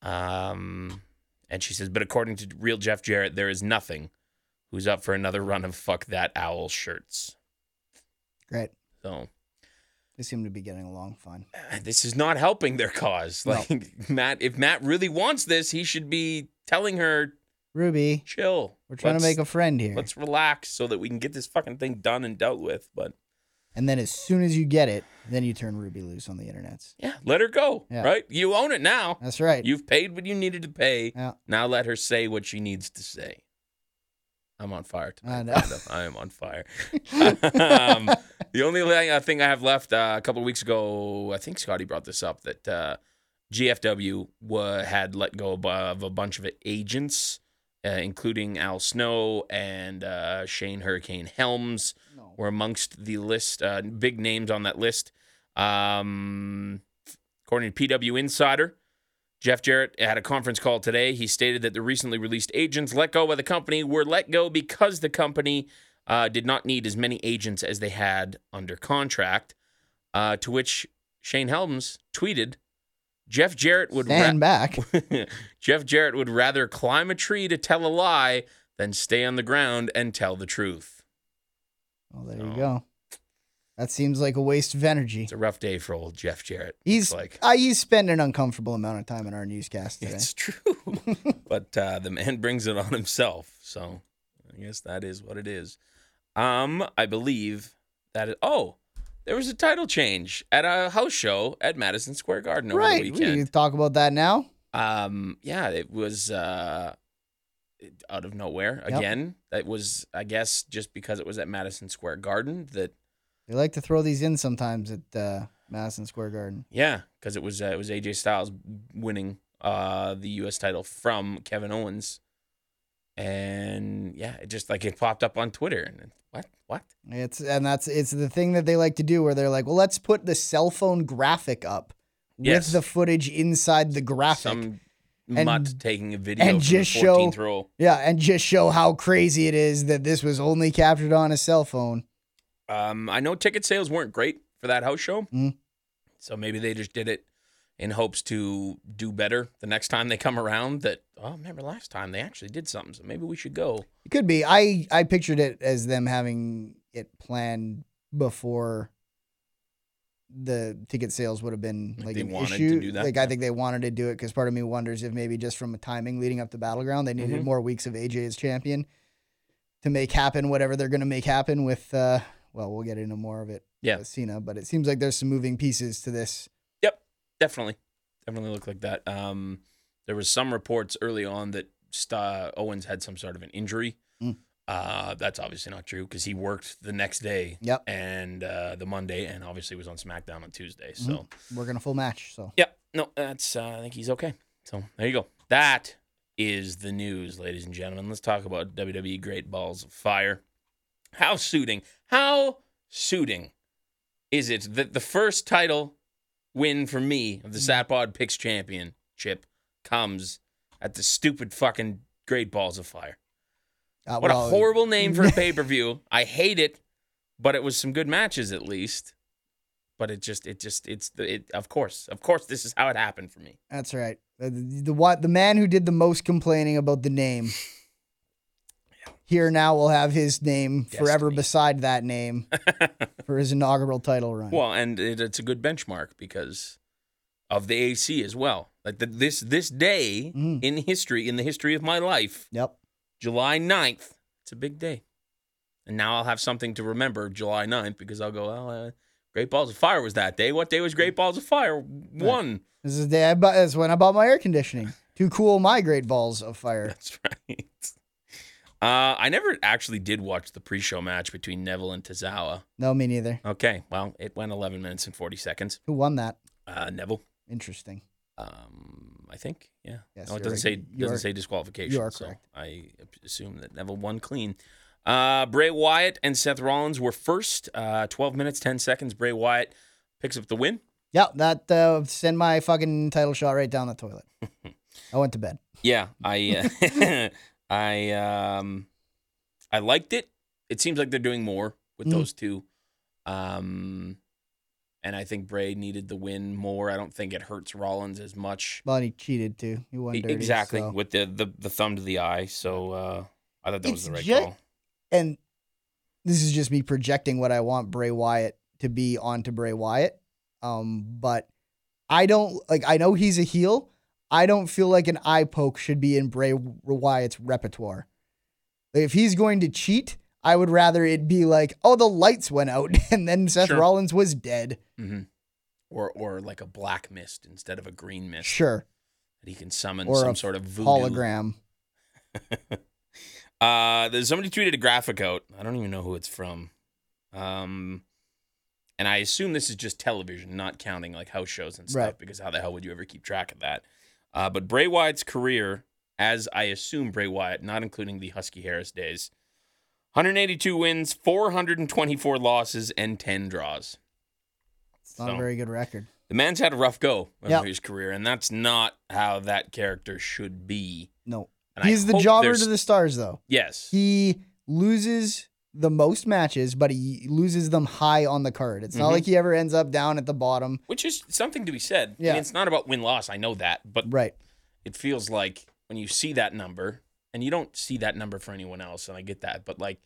Speaker 1: Um, and she says, but according to real Jeff Jarrett, there is nothing. Who's up for another run of fuck that owl shirts?
Speaker 2: Great.
Speaker 1: So
Speaker 2: They seem to be getting along fine.
Speaker 1: uh, this is not helping their cause.
Speaker 2: No.
Speaker 1: Like Matt, if Matt really wants this, he should be telling her,
Speaker 2: Ruby,
Speaker 1: chill.
Speaker 2: we're trying to make a friend here.
Speaker 1: Let's relax so that we can get this fucking thing done and dealt with. But
Speaker 2: And then as soon as you get it, then you turn Ruby loose on the internets.
Speaker 1: yeah, let her go.
Speaker 2: Yeah.
Speaker 1: Right? You own it now.
Speaker 2: That's right.
Speaker 1: You've paid what you needed to pay.
Speaker 2: Yeah.
Speaker 1: Now let her say what she needs to say. I'm on fire tonight.
Speaker 2: I
Speaker 1: I,
Speaker 2: know.
Speaker 1: I am on fire. um, the only li- uh, thing I have left uh, a couple of weeks ago, I think Scotty brought this up that uh, GFW wa had let go of, of a bunch of agents, uh, including Al Snow and uh, Shane Hurricane Helms
Speaker 2: No.
Speaker 1: were amongst the list, uh, big names on that list. Um, according to PW Insider, Jeff Jarrett had a conference call today. He stated that the recently released agents let go by the company were let go because the company uh, did not need as many agents as they had under contract. Uh, to which Shane Helms tweeted, Jeff Jarrett would ra-
Speaker 2: Stand back.
Speaker 1: Jeff Jarrett would rather climb a tree to tell a lie than stay on the ground and tell the truth.
Speaker 2: Well, Oh, there you
Speaker 1: No.
Speaker 2: go. That seems like a waste of energy.
Speaker 1: It's a rough day for old Jeff Jarrett.
Speaker 2: He's
Speaker 1: it's like
Speaker 2: I he's spend an uncomfortable amount of time in our newscast today.
Speaker 1: it's true, but uh, the man brings it on himself. So I guess that is what it is. Um, I believe that. It, oh, there was a title change at a house show at Madison Square Garden over
Speaker 2: right.
Speaker 1: the
Speaker 2: We
Speaker 1: weekend.
Speaker 2: can talk about that now.
Speaker 1: Um, yeah, it was uh, it- out of nowhere
Speaker 2: Yep.
Speaker 1: again. It was, I guess, just because it was at Madison Square Garden that
Speaker 2: They like to throw these in sometimes at uh, Madison Square Garden.
Speaker 1: Yeah, because it was uh, it was AJ Styles winning uh, the U.S. title from Kevin Owens, and yeah, it just like it popped up on Twitter and then, what what
Speaker 2: It's and that's it's the thing that they like to do where they're like, well, let's put the cell phone graphic up
Speaker 1: Yes.
Speaker 2: with the footage inside the graphic.
Speaker 1: some
Speaker 2: And-
Speaker 1: mutt taking a video
Speaker 2: and
Speaker 1: from
Speaker 2: just
Speaker 1: the
Speaker 2: show-
Speaker 1: 14th roll.
Speaker 2: Yeah, and just show how crazy it is that this was only captured on a cell phone.
Speaker 1: Um, I know ticket sales weren't great for that house show,
Speaker 2: Mm.
Speaker 1: so maybe they just did it in hopes to do better the next time they come around. That oh, remember last time they actually did something, so maybe we should go.
Speaker 2: It could be. I I pictured it as them having it planned before the ticket sales would have been
Speaker 1: Like
Speaker 2: like
Speaker 1: they
Speaker 2: an
Speaker 1: wanted to
Speaker 2: issue.
Speaker 1: do that,
Speaker 2: like I
Speaker 1: yeah.
Speaker 2: think they wanted to do it because part of me wonders if maybe just from a timing leading up to Battleground, they needed
Speaker 1: Mhm.
Speaker 2: more weeks of AJ as champion to make happen whatever they're going to make happen with. uh Well, we'll get into more of it.
Speaker 1: Yeah.
Speaker 2: with Cena. But it seems like there's some moving pieces to this.
Speaker 1: Definitely, definitely looked like that. Um, there was some reports early on that Sta Owens had some sort of an injury.
Speaker 2: Mm.
Speaker 1: Uh, that's obviously not true because he worked the next day
Speaker 2: Yep,
Speaker 1: and uh, the Monday, and obviously was on SmackDown on Tuesday. So,
Speaker 2: we're gonna full match. So
Speaker 1: yeah, no, that's uh, I think he's okay. So there you go. That is the news, ladies and gentlemen. Let's talk about WWE Great Balls of Fire. How suiting, how suiting is it that the first title win for me of the Sapod Picks Championship comes at the stupid fucking Great Balls of Fire?
Speaker 2: uh,
Speaker 1: What a
Speaker 2: well,
Speaker 1: horrible name for a pay per view. I hate it, but it was some good matches at least. But it just, it just, it's the, it, of course, of course, this is how it happened for me.
Speaker 2: That's right. The, the, the what the man who did the most complaining about the name here now will have his name forever
Speaker 1: Destiny.
Speaker 2: beside that name for his inaugural title run.
Speaker 1: Well, and it, it's a good benchmark because of the AC as well. Like the, this this day
Speaker 2: Mhm.
Speaker 1: in history, in the history of my life,
Speaker 2: Yep.
Speaker 1: July 9th, it's a big day. And now I'll have something to remember July 9th because I'll go, well, uh, Great Balls of Fire was that day. What day was Great Balls of Fire? One.
Speaker 2: This is the day I bought. That's when I bought my air conditioning to cool my great balls of fire.
Speaker 1: That's right. Uh, I never actually did watch the pre-show match between Neville and Tazawa.
Speaker 2: No, me neither.
Speaker 1: Okay, well, it went 11 minutes and 40 seconds.
Speaker 2: Who won that?
Speaker 1: Uh, Neville,
Speaker 2: Interesting.
Speaker 1: um, I think, yeah.
Speaker 2: Yes,
Speaker 1: no, it
Speaker 2: you're
Speaker 1: doesn't say
Speaker 2: right. You
Speaker 1: doesn't
Speaker 2: are-
Speaker 1: say disqualification.
Speaker 2: you are
Speaker 1: so
Speaker 2: correct.
Speaker 1: I assume that Neville won clean. Uh, Bray Wyatt and Seth Rollins were first. Uh, 12 minutes 10 seconds. Bray Wyatt picks up the win.
Speaker 2: Yeah, that uh, send my fucking title shot right down the toilet. I went to bed.
Speaker 1: Yeah, I uh, I um I liked it. It seems like they're doing more with
Speaker 2: Mm.
Speaker 1: those two. Um and I think Bray needed the win more. I don't think it hurts Rollins as much.
Speaker 2: Well, and he cheated too. He won
Speaker 1: E-
Speaker 2: dirty,
Speaker 1: exactly,
Speaker 2: so-
Speaker 1: with the, the the thumb to the eye. So uh I thought that was
Speaker 2: It's
Speaker 1: the right
Speaker 2: ju-
Speaker 1: call.
Speaker 2: And this is just me projecting what I want Bray Wyatt to be onto Bray Wyatt. Um, but I don't like. I know he's a heel. I don't feel like an eye poke should be in Bray Wyatt's repertoire. Like, if he's going to cheat, I would rather it be like, oh, the lights went out, and then Seth
Speaker 1: Sure.
Speaker 2: Rollins was dead.
Speaker 1: hmm Or or like a black mist instead of a green mist.
Speaker 2: Sure,
Speaker 1: That he can summon
Speaker 2: Or
Speaker 1: some
Speaker 2: a
Speaker 1: sort of voodoo.
Speaker 2: hologram.
Speaker 1: Uh, there's somebody tweeted a graphic out. I don't even know who it's from. Um, and I assume this is just television, not counting like house shows and stuff,
Speaker 2: Right.
Speaker 1: because how the hell would you ever keep track of that? Uh, but Bray Wyatt's career, as I assume Bray Wyatt, not including the Husky Harris days, 182 wins, 424 losses, and 10 draws.
Speaker 2: It's not a
Speaker 1: So-
Speaker 2: very good record.
Speaker 1: The man's had a rough go of
Speaker 2: Yeah.
Speaker 1: his career, and that's not how that character should be.
Speaker 2: No,
Speaker 1: And I
Speaker 2: he's the
Speaker 1: hope
Speaker 2: jobber
Speaker 1: there's-
Speaker 2: to the stars, though.
Speaker 1: yes.
Speaker 2: he loses the most matches, but he loses them high on the card. It's not
Speaker 1: Mhm.
Speaker 2: like he ever ends up down at the bottom.
Speaker 1: which is something to be said. I mean,
Speaker 2: Yeah.
Speaker 1: it's not about win loss. I know that, but
Speaker 2: Right.
Speaker 1: it feels like when you see that number, and you don't see that number for anyone else, and I get that, but like,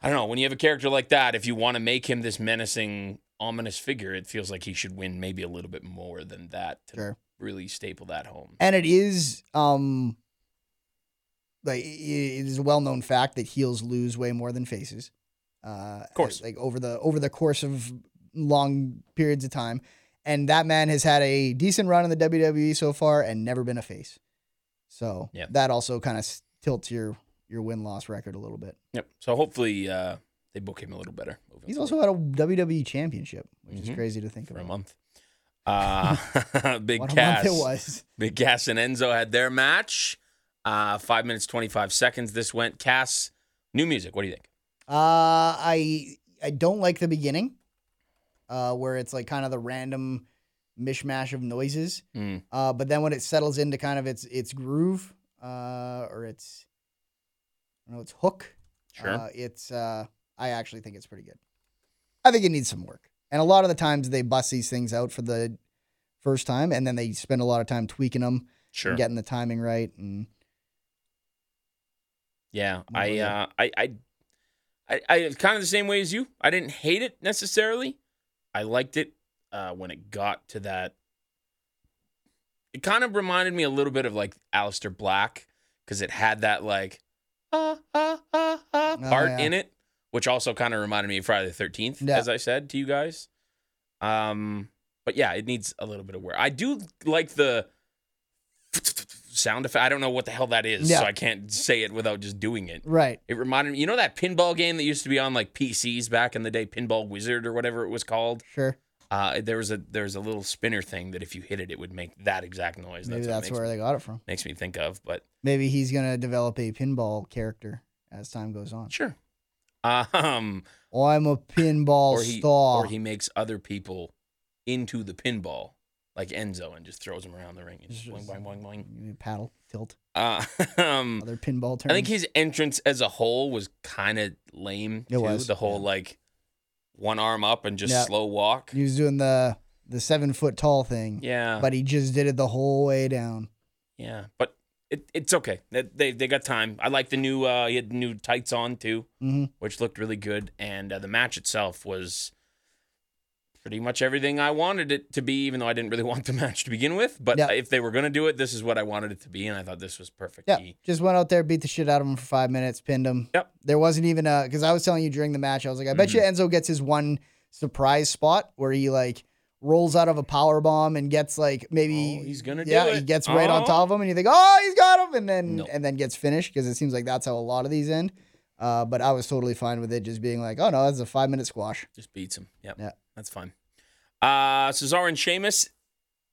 Speaker 1: I don't know. When you have a character like that, if you want to make him this menacing, ominous figure, it feels like he should win maybe a little bit more than that to
Speaker 2: Sure.
Speaker 1: really staple that home.
Speaker 2: And it is um like i- it is a well-known fact that heels lose way more than faces. Uh of
Speaker 1: course.
Speaker 2: like over the over the course of long periods of time. And that man has had a decent run in the WWE so far and never been a face. So
Speaker 1: Yeah.
Speaker 2: that also kind of tilts your your win-loss record a little bit.
Speaker 1: Yep. So hopefully uh, they book him a little better. moving
Speaker 2: He's
Speaker 1: forward.
Speaker 2: also had a WWE championship, which
Speaker 1: Mhm.
Speaker 2: is crazy to think
Speaker 1: for a
Speaker 2: about.
Speaker 1: month. Uh, big
Speaker 2: what
Speaker 1: Cass.
Speaker 2: a month it was.
Speaker 1: Big Cass and Enzo had their match. Uh, five minutes, 25 seconds. This went Cass. New music. What do you think?
Speaker 2: Uh, I I don't like the beginning, uh, where it's like kind of the random mishmash of noises.
Speaker 1: Mm.
Speaker 2: Uh, but then when it settles into kind of its its groove, uh, or its, I don't know, its hook.
Speaker 1: Sure.
Speaker 2: Uh, it's uh, I actually think it's pretty good. I think it needs some work, and a lot of the times they bust these things out for the first time, and then they spend a lot of time tweaking them,
Speaker 1: sure. Yeah.
Speaker 2: getting the timing right, and
Speaker 1: I,
Speaker 2: Yeah.
Speaker 1: uh, I, I, I, I, kind of the same way as you. I didn't hate it necessarily. I liked it uh, when it got to that. It kind of reminded me a little bit of like Alistair Black because it had that like ah, ah, ah, ah
Speaker 2: Oh,
Speaker 1: part
Speaker 2: yeah.
Speaker 1: in it, which also kind of reminded me of Friday the 13th,
Speaker 2: Yeah.
Speaker 1: as I said to you guys. Um, but yeah, it needs a little bit of wear. I do like the sound effect. I don't know what the hell that is,
Speaker 2: Yeah.
Speaker 1: so I can't say it without just doing it.
Speaker 2: right.
Speaker 1: It reminded me, you know, that pinball game that used to be on like PCs back in the day, Pinball Wizard or whatever it was called.
Speaker 2: Sure.
Speaker 1: Uh, there was a there was a little spinner thing that if you hit it, it would make that exact noise.
Speaker 2: Maybe
Speaker 1: what it
Speaker 2: that's
Speaker 1: makes,
Speaker 2: where they got it from.
Speaker 1: makes me think of. But
Speaker 2: Maybe he's gonna develop a pinball character as time goes on. Oh,
Speaker 1: sure, um,
Speaker 2: I'm a pinball
Speaker 1: or he
Speaker 2: star.
Speaker 1: or he makes other people into the pinball, like Enzo, and just throws them around the ring and just boing boing boing boing.
Speaker 2: You paddle, tilt,
Speaker 1: Uh, um,
Speaker 2: other pinball terms.
Speaker 1: I think his entrance as a whole was kind of lame.
Speaker 2: It
Speaker 1: too.
Speaker 2: was,
Speaker 1: the whole
Speaker 2: yeah.
Speaker 1: like one arm up and just
Speaker 2: Yeah.
Speaker 1: slow walk.
Speaker 2: he was doing the the seven foot tall thing.
Speaker 1: Yeah,
Speaker 2: But he just did it the whole way down.
Speaker 1: yeah, but it, it's okay. They, they they got time. I like the new. Uh, he had new tights on too,
Speaker 2: Mhm.
Speaker 1: which looked really good, and uh, the match itself was pretty much everything I wanted it to be, even though I didn't really want the match to begin with. But
Speaker 2: Yeah.
Speaker 1: if they were going to do it, this is what I wanted it to be, and I thought this was perfect.
Speaker 2: Yeah,
Speaker 1: He-
Speaker 2: just went out there, beat the shit out of him for five minutes, pinned him.
Speaker 1: Yep. Mm-hmm.
Speaker 2: There wasn't even a because I was telling you during the match, I was like, I bet you Enzo gets his one surprise spot where he like rolls out of a power bomb and gets like maybe
Speaker 1: Oh, he's gonna do
Speaker 2: yeah he
Speaker 1: it.
Speaker 2: gets right on
Speaker 1: Oh.
Speaker 2: top of him and you think oh he's got him and then
Speaker 1: No.
Speaker 2: and then gets finished because it seems like that's how a lot of these end. Uh, but I was totally fine with it just being like, oh no, that's a five minute squash.
Speaker 1: Just beats him. Yep.
Speaker 2: Yeah.
Speaker 1: That's fine. Uh, Cesaro and Sheamus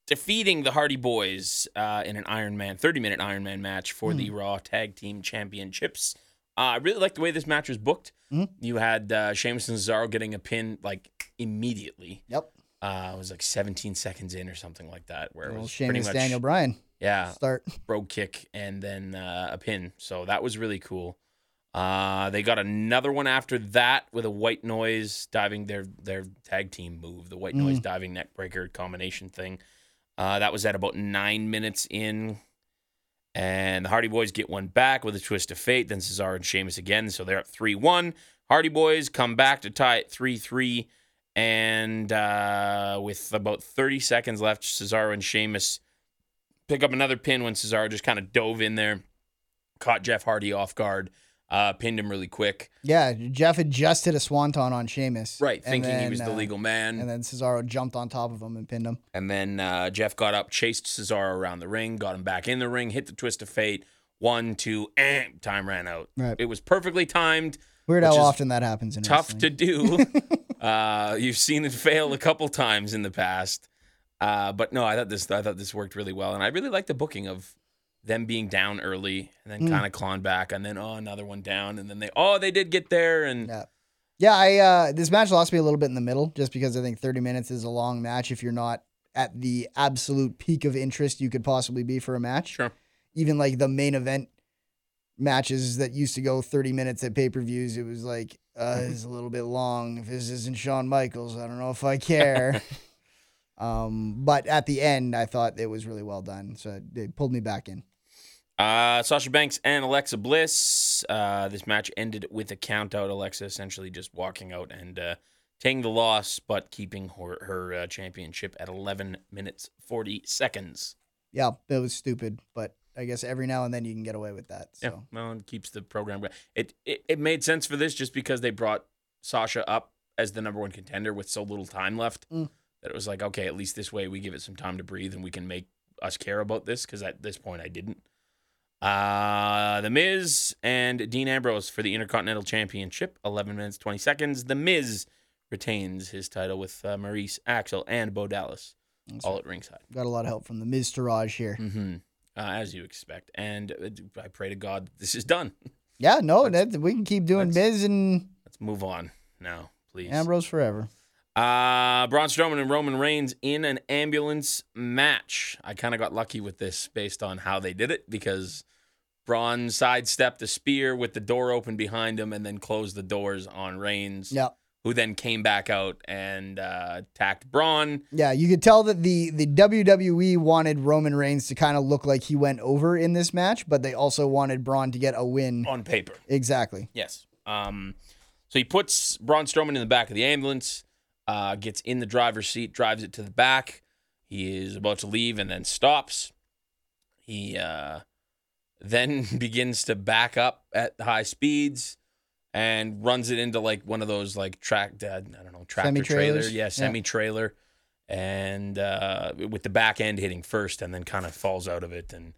Speaker 1: defeating the Hardy Boys uh, in an Iron Man, 30 minute Iron Man match for
Speaker 2: Hmm.
Speaker 1: the Raw Tag Team Championships. Uh, I really like the way this match was booked.
Speaker 2: Mhm.
Speaker 1: You had uh, Sheamus and Cesaro getting a pin like immediately.
Speaker 2: Yep.
Speaker 1: Uh, it was like 17 seconds in or something like that, where it
Speaker 2: Well,
Speaker 1: was pretty
Speaker 2: Seamus
Speaker 1: much
Speaker 2: Daniel Bryan
Speaker 1: yeah,
Speaker 2: start.
Speaker 1: brogue kick and then uh, a pin. So that was really cool. Uh, they got another one after that with a white noise diving their their tag team move, the white noise diving neck breaker combination thing. Uh, that was at about nine minutes in, and the Hardy Boys get one back with a twist of fate. Then Cesaro and Sheamus again, so they're up three one. Hardy Boys come back to tie it three three, and uh, with about thirty seconds left, Cesaro and Sheamus pick up another pin when Cesaro just kind of dove in there, caught Jeff Hardy off guard, uh, pinned him really quick.
Speaker 2: Yeah, Jeff had just hit a swanton on Sheamus. and
Speaker 1: thinking he
Speaker 2: then,
Speaker 1: was the
Speaker 2: uh,
Speaker 1: legal man.
Speaker 2: And then Cesaro jumped on top of him and pinned him.
Speaker 1: And then uh, Jeff got up, chased Cesaro around the ring, got him back in the ring, hit the twist of fate. One, two, and time ran out.
Speaker 2: Right.
Speaker 1: It was perfectly timed,
Speaker 2: Weird
Speaker 1: Which
Speaker 2: how
Speaker 1: is
Speaker 2: often that happens in
Speaker 1: tough
Speaker 2: wrestling.
Speaker 1: to do. uh, you've seen it fail a couple times in the past, uh, but no, I thought this I thought this worked really well, and I really liked the booking of them being down early and then
Speaker 2: Mm.
Speaker 1: kind of clawing back, and then oh another one down, and then they oh they did get there, and
Speaker 2: Yeah. Yeah, I uh, this match lost me a little bit in the middle just because I think 30 minutes is a long match if you're not at the absolute peak of interest you could possibly be for a match.
Speaker 1: Sure.
Speaker 2: Even like the main event matches that used to go 30 minutes at pay-per-views, it was like uh it's a little bit long. If this isn't Shawn Michaels, I don't know if I care. um but at the end I thought it was really well done. So it, it pulled me back in.
Speaker 1: Uh, Sasha Banks and Alexa Bliss. Uh, this match ended with a count out. Alexa essentially just walking out and uh, taking the loss, but keeping her, her uh, championship at 11 minutes 40 seconds.
Speaker 2: Yeah, it was stupid, but I guess every now and then you can get away with that. So
Speaker 1: Yeah, well, it keeps the program. go- It, it it made sense for this just because they brought Sasha up as the number one contender with so little time left
Speaker 2: Mm.
Speaker 1: that it was like, okay, at least this way we give it some time to breathe and we can make us care about this because at this point I didn't. Uh, the Miz and Dean Ambrose for the Intercontinental Championship, 11 minutes 20 seconds. The Miz retains his title with uh, Maurice Axel and Bo Dallas
Speaker 2: That's
Speaker 1: all at ringside.
Speaker 2: Got a lot of help from the Miz Taraj here.
Speaker 1: hmm Uh, as you expect, and uh, I pray to God this is done.
Speaker 2: Yeah, no, that, we can keep doing
Speaker 1: that's-
Speaker 2: Miz and
Speaker 1: Let's move on now, please.
Speaker 2: Ambrose forever.
Speaker 1: Uh, Braun Strowman and Roman Reigns in an ambulance match. I kind of got lucky with this based on how they did it because Braun sidestepped the spear with the door open behind him and then closed the doors on Reigns,
Speaker 2: Yeah,
Speaker 1: who then came back out and uh, attacked Braun.
Speaker 2: yeah, you could tell that the the WWE wanted Roman Reigns to kind of look like he went over in this match, but they also wanted Braun to get a win.
Speaker 1: on paper.
Speaker 2: Exactly.
Speaker 1: Yes. Um, so he puts Braun Strowman in the back of the ambulance, uh, gets in the driver's seat, drives it to the back. He is about to leave and then stops. He uh, then begins to back up at high speeds and runs it into like one of those like track, uh, I don't know, tractor trailer,
Speaker 2: Semi-trailers?
Speaker 1: yeah,
Speaker 2: Yeah.
Speaker 1: semi trailer, and uh, with the back end hitting first, and then kind of falls out of it and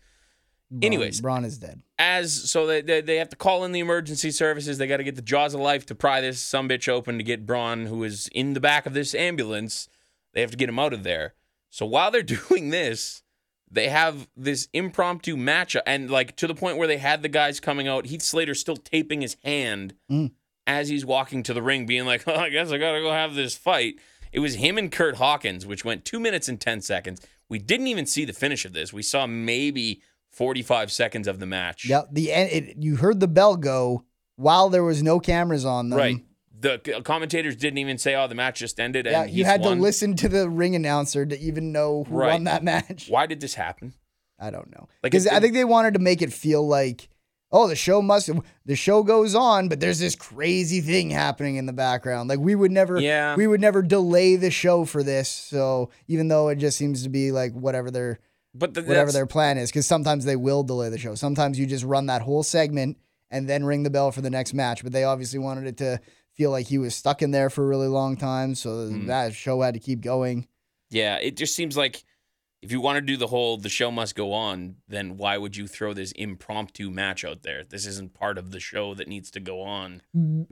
Speaker 2: Braun-
Speaker 1: Anyways.
Speaker 2: Braun is dead.
Speaker 1: as so they, they, they have to call in the emergency services. They got to get the jaws of life to pry this some bitch open to get Braun, who is in the back of this ambulance. They have to get him out of there. So while they're doing this, they have this impromptu matchup, and like to the point where they had the guys coming out. Heath Slater still taping his hand
Speaker 2: Mm.
Speaker 1: as he's walking to the ring, being like, "Oh, I guess I gotta go have this fight." It was him and Kurt Hawkins, which went two minutes and ten seconds. We didn't even see the finish of this. We saw maybe forty-five seconds of the match.
Speaker 2: Yeah, the end. It, you heard the bell go while there was no cameras on them.
Speaker 1: Right. The c- commentators didn't even say, "Oh, the match just ended."
Speaker 2: Um, Yeah,
Speaker 1: and
Speaker 2: you
Speaker 1: Heath
Speaker 2: had
Speaker 1: won."
Speaker 2: to listen to the ring announcer to even know who
Speaker 1: Right.
Speaker 2: won that match.
Speaker 1: Why did this happen?
Speaker 2: I don't know.
Speaker 1: Like,
Speaker 2: Because
Speaker 1: it-
Speaker 2: I think they wanted to make it feel like oh, the show must the show goes on, but there's this crazy thing happening in the background. Like we would never
Speaker 1: Yeah.
Speaker 2: we would never delay the show for this. So even though it just seems to be like whatever their
Speaker 1: But the,
Speaker 2: whatever
Speaker 1: that's-
Speaker 2: their plan is, because sometimes they will delay the show. Sometimes you just run that whole segment and then ring the bell for the next match. But they obviously wanted it to feel like he was stuck in there for a really long time, so
Speaker 1: Hmm.
Speaker 2: that show had to keep going.
Speaker 1: yeah, it just seems like if you want to do the whole the show must go on, then why would you throw this impromptu match out there? This isn't part of the show that needs to go on.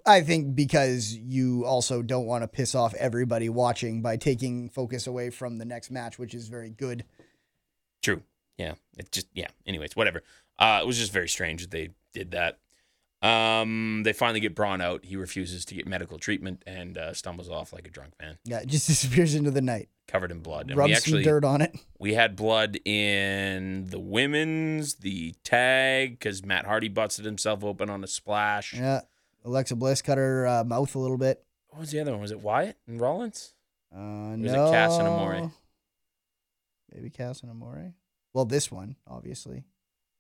Speaker 2: I think because you also don't want to piss off everybody watching by taking focus away from the next match, which is very good.
Speaker 1: True. Yeah. It just yeah. Anyways, whatever. Uh, it was just very strange that they did that. Um, they finally get Braun out. He refuses to get medical treatment and uh, stumbles off like a drunk man,
Speaker 2: Yeah, it just disappears into the night.
Speaker 1: covered in blood. And
Speaker 2: Rub
Speaker 1: we
Speaker 2: some
Speaker 1: actually
Speaker 2: dirt on it.
Speaker 1: we had blood in the women's the tag because Matt Hardy busted himself open on a splash.
Speaker 2: Yeah. Alexa Bliss cut her uh, mouth a little bit.
Speaker 1: What was the other one? Was it Wyatt and Rollins?
Speaker 2: Uh,
Speaker 1: was it
Speaker 2: no.
Speaker 1: Cass and Amore?
Speaker 2: Maybe Cass and Amore. Well, this one, obviously.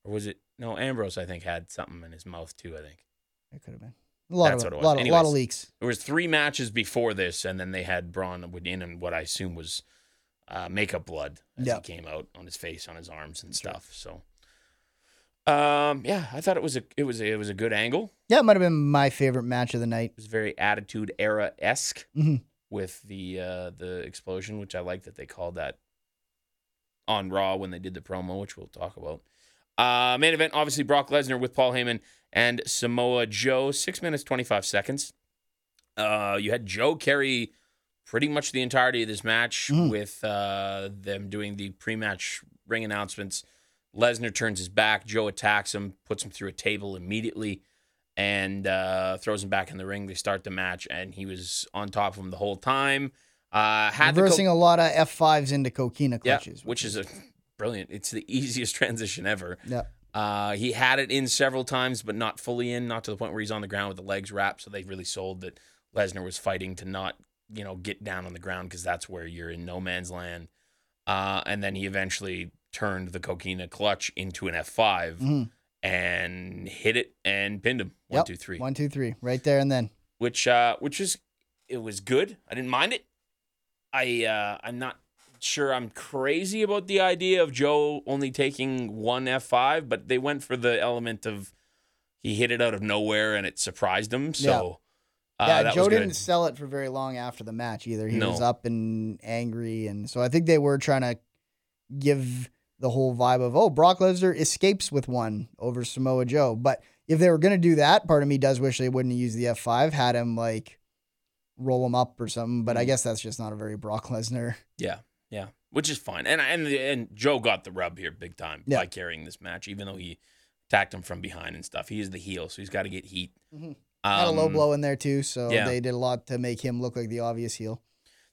Speaker 1: Or was it no Ambrose? I think had something in his mouth too. I think
Speaker 2: It could have been. A lot,
Speaker 1: That's
Speaker 2: of,
Speaker 1: what it was.
Speaker 2: lot, of, lot of
Speaker 1: Anyways.
Speaker 2: leaks.
Speaker 1: there was three matches before this, and then they had Braun within, and what I assume was uh, makeup blood as
Speaker 2: Yep.
Speaker 1: he came out on his face, on his arms, and stuff. So, um, yeah, I thought it was a it was a, it was a good angle.
Speaker 2: Yeah, it might have been my favorite match of the night.
Speaker 1: It was very Attitude Era esque
Speaker 2: Mhm.
Speaker 1: with the uh, the explosion, which I like that they called that on Raw when they did the promo, which we'll talk about. Uh, main event, obviously Brock Lesnar with Paul Heyman and Samoa Joe. Six minutes twenty five seconds. Uh, you had Joe carry pretty much the entirety of this match
Speaker 2: Mhm.
Speaker 1: with uh, them doing the pre match ring announcements. Lesnar turns his back. Joe attacks him, puts him through a table immediately, and uh, throws him back in the ring. They start the match, and he was on top of him the whole time. Uh, had the co-
Speaker 2: Reversing a lot of F5s into coquina clutches.
Speaker 1: yeah, which is a brilliant. It's the easiest transition ever.
Speaker 2: Yeah.
Speaker 1: Uh, he had it in several times, but not fully in, not to the point where he's on the ground with the legs wrapped. So they really sold that Lesnar was fighting to not, you know, get down on the ground because that's where you're in no man's land. Uh, and then he eventually turned the coquina clutch into an F5
Speaker 2: Mhm.
Speaker 1: and hit it and pinned him. One,
Speaker 2: Yep.
Speaker 1: two, three.
Speaker 2: One, two, three. Right there and then.
Speaker 1: Which, uh, which is, it was good. I didn't mind it. I, uh, I'm not sure I'm crazy about the idea of Joe only taking one F5, but they went for the element of he hit it out of nowhere and it surprised him. So uh,
Speaker 2: yeah,
Speaker 1: that
Speaker 2: Joe
Speaker 1: was good.
Speaker 2: didn't sell it for very long after the match either. He
Speaker 1: No.
Speaker 2: was up and angry, and so I think they were trying to give the whole vibe of oh, Brock Lesnar escapes with one over Samoa Joe. But if they were going to do that, part of me does wish they wouldn't have used the F five, had him like roll him up or something.
Speaker 1: Hmm.
Speaker 2: But I guess that's just not a very Brock Lesnar.
Speaker 1: Yeah, yeah, which is fine. And and and Joe got the rub here big time
Speaker 2: Yeah.
Speaker 1: by carrying this match, even though he attacked him from behind and stuff. He is the heel, so he's got to get heat.
Speaker 2: Mhm. Had a low
Speaker 1: Um,
Speaker 2: blow in there too, so
Speaker 1: yeah.
Speaker 2: they did a lot to make him look like the obvious heel.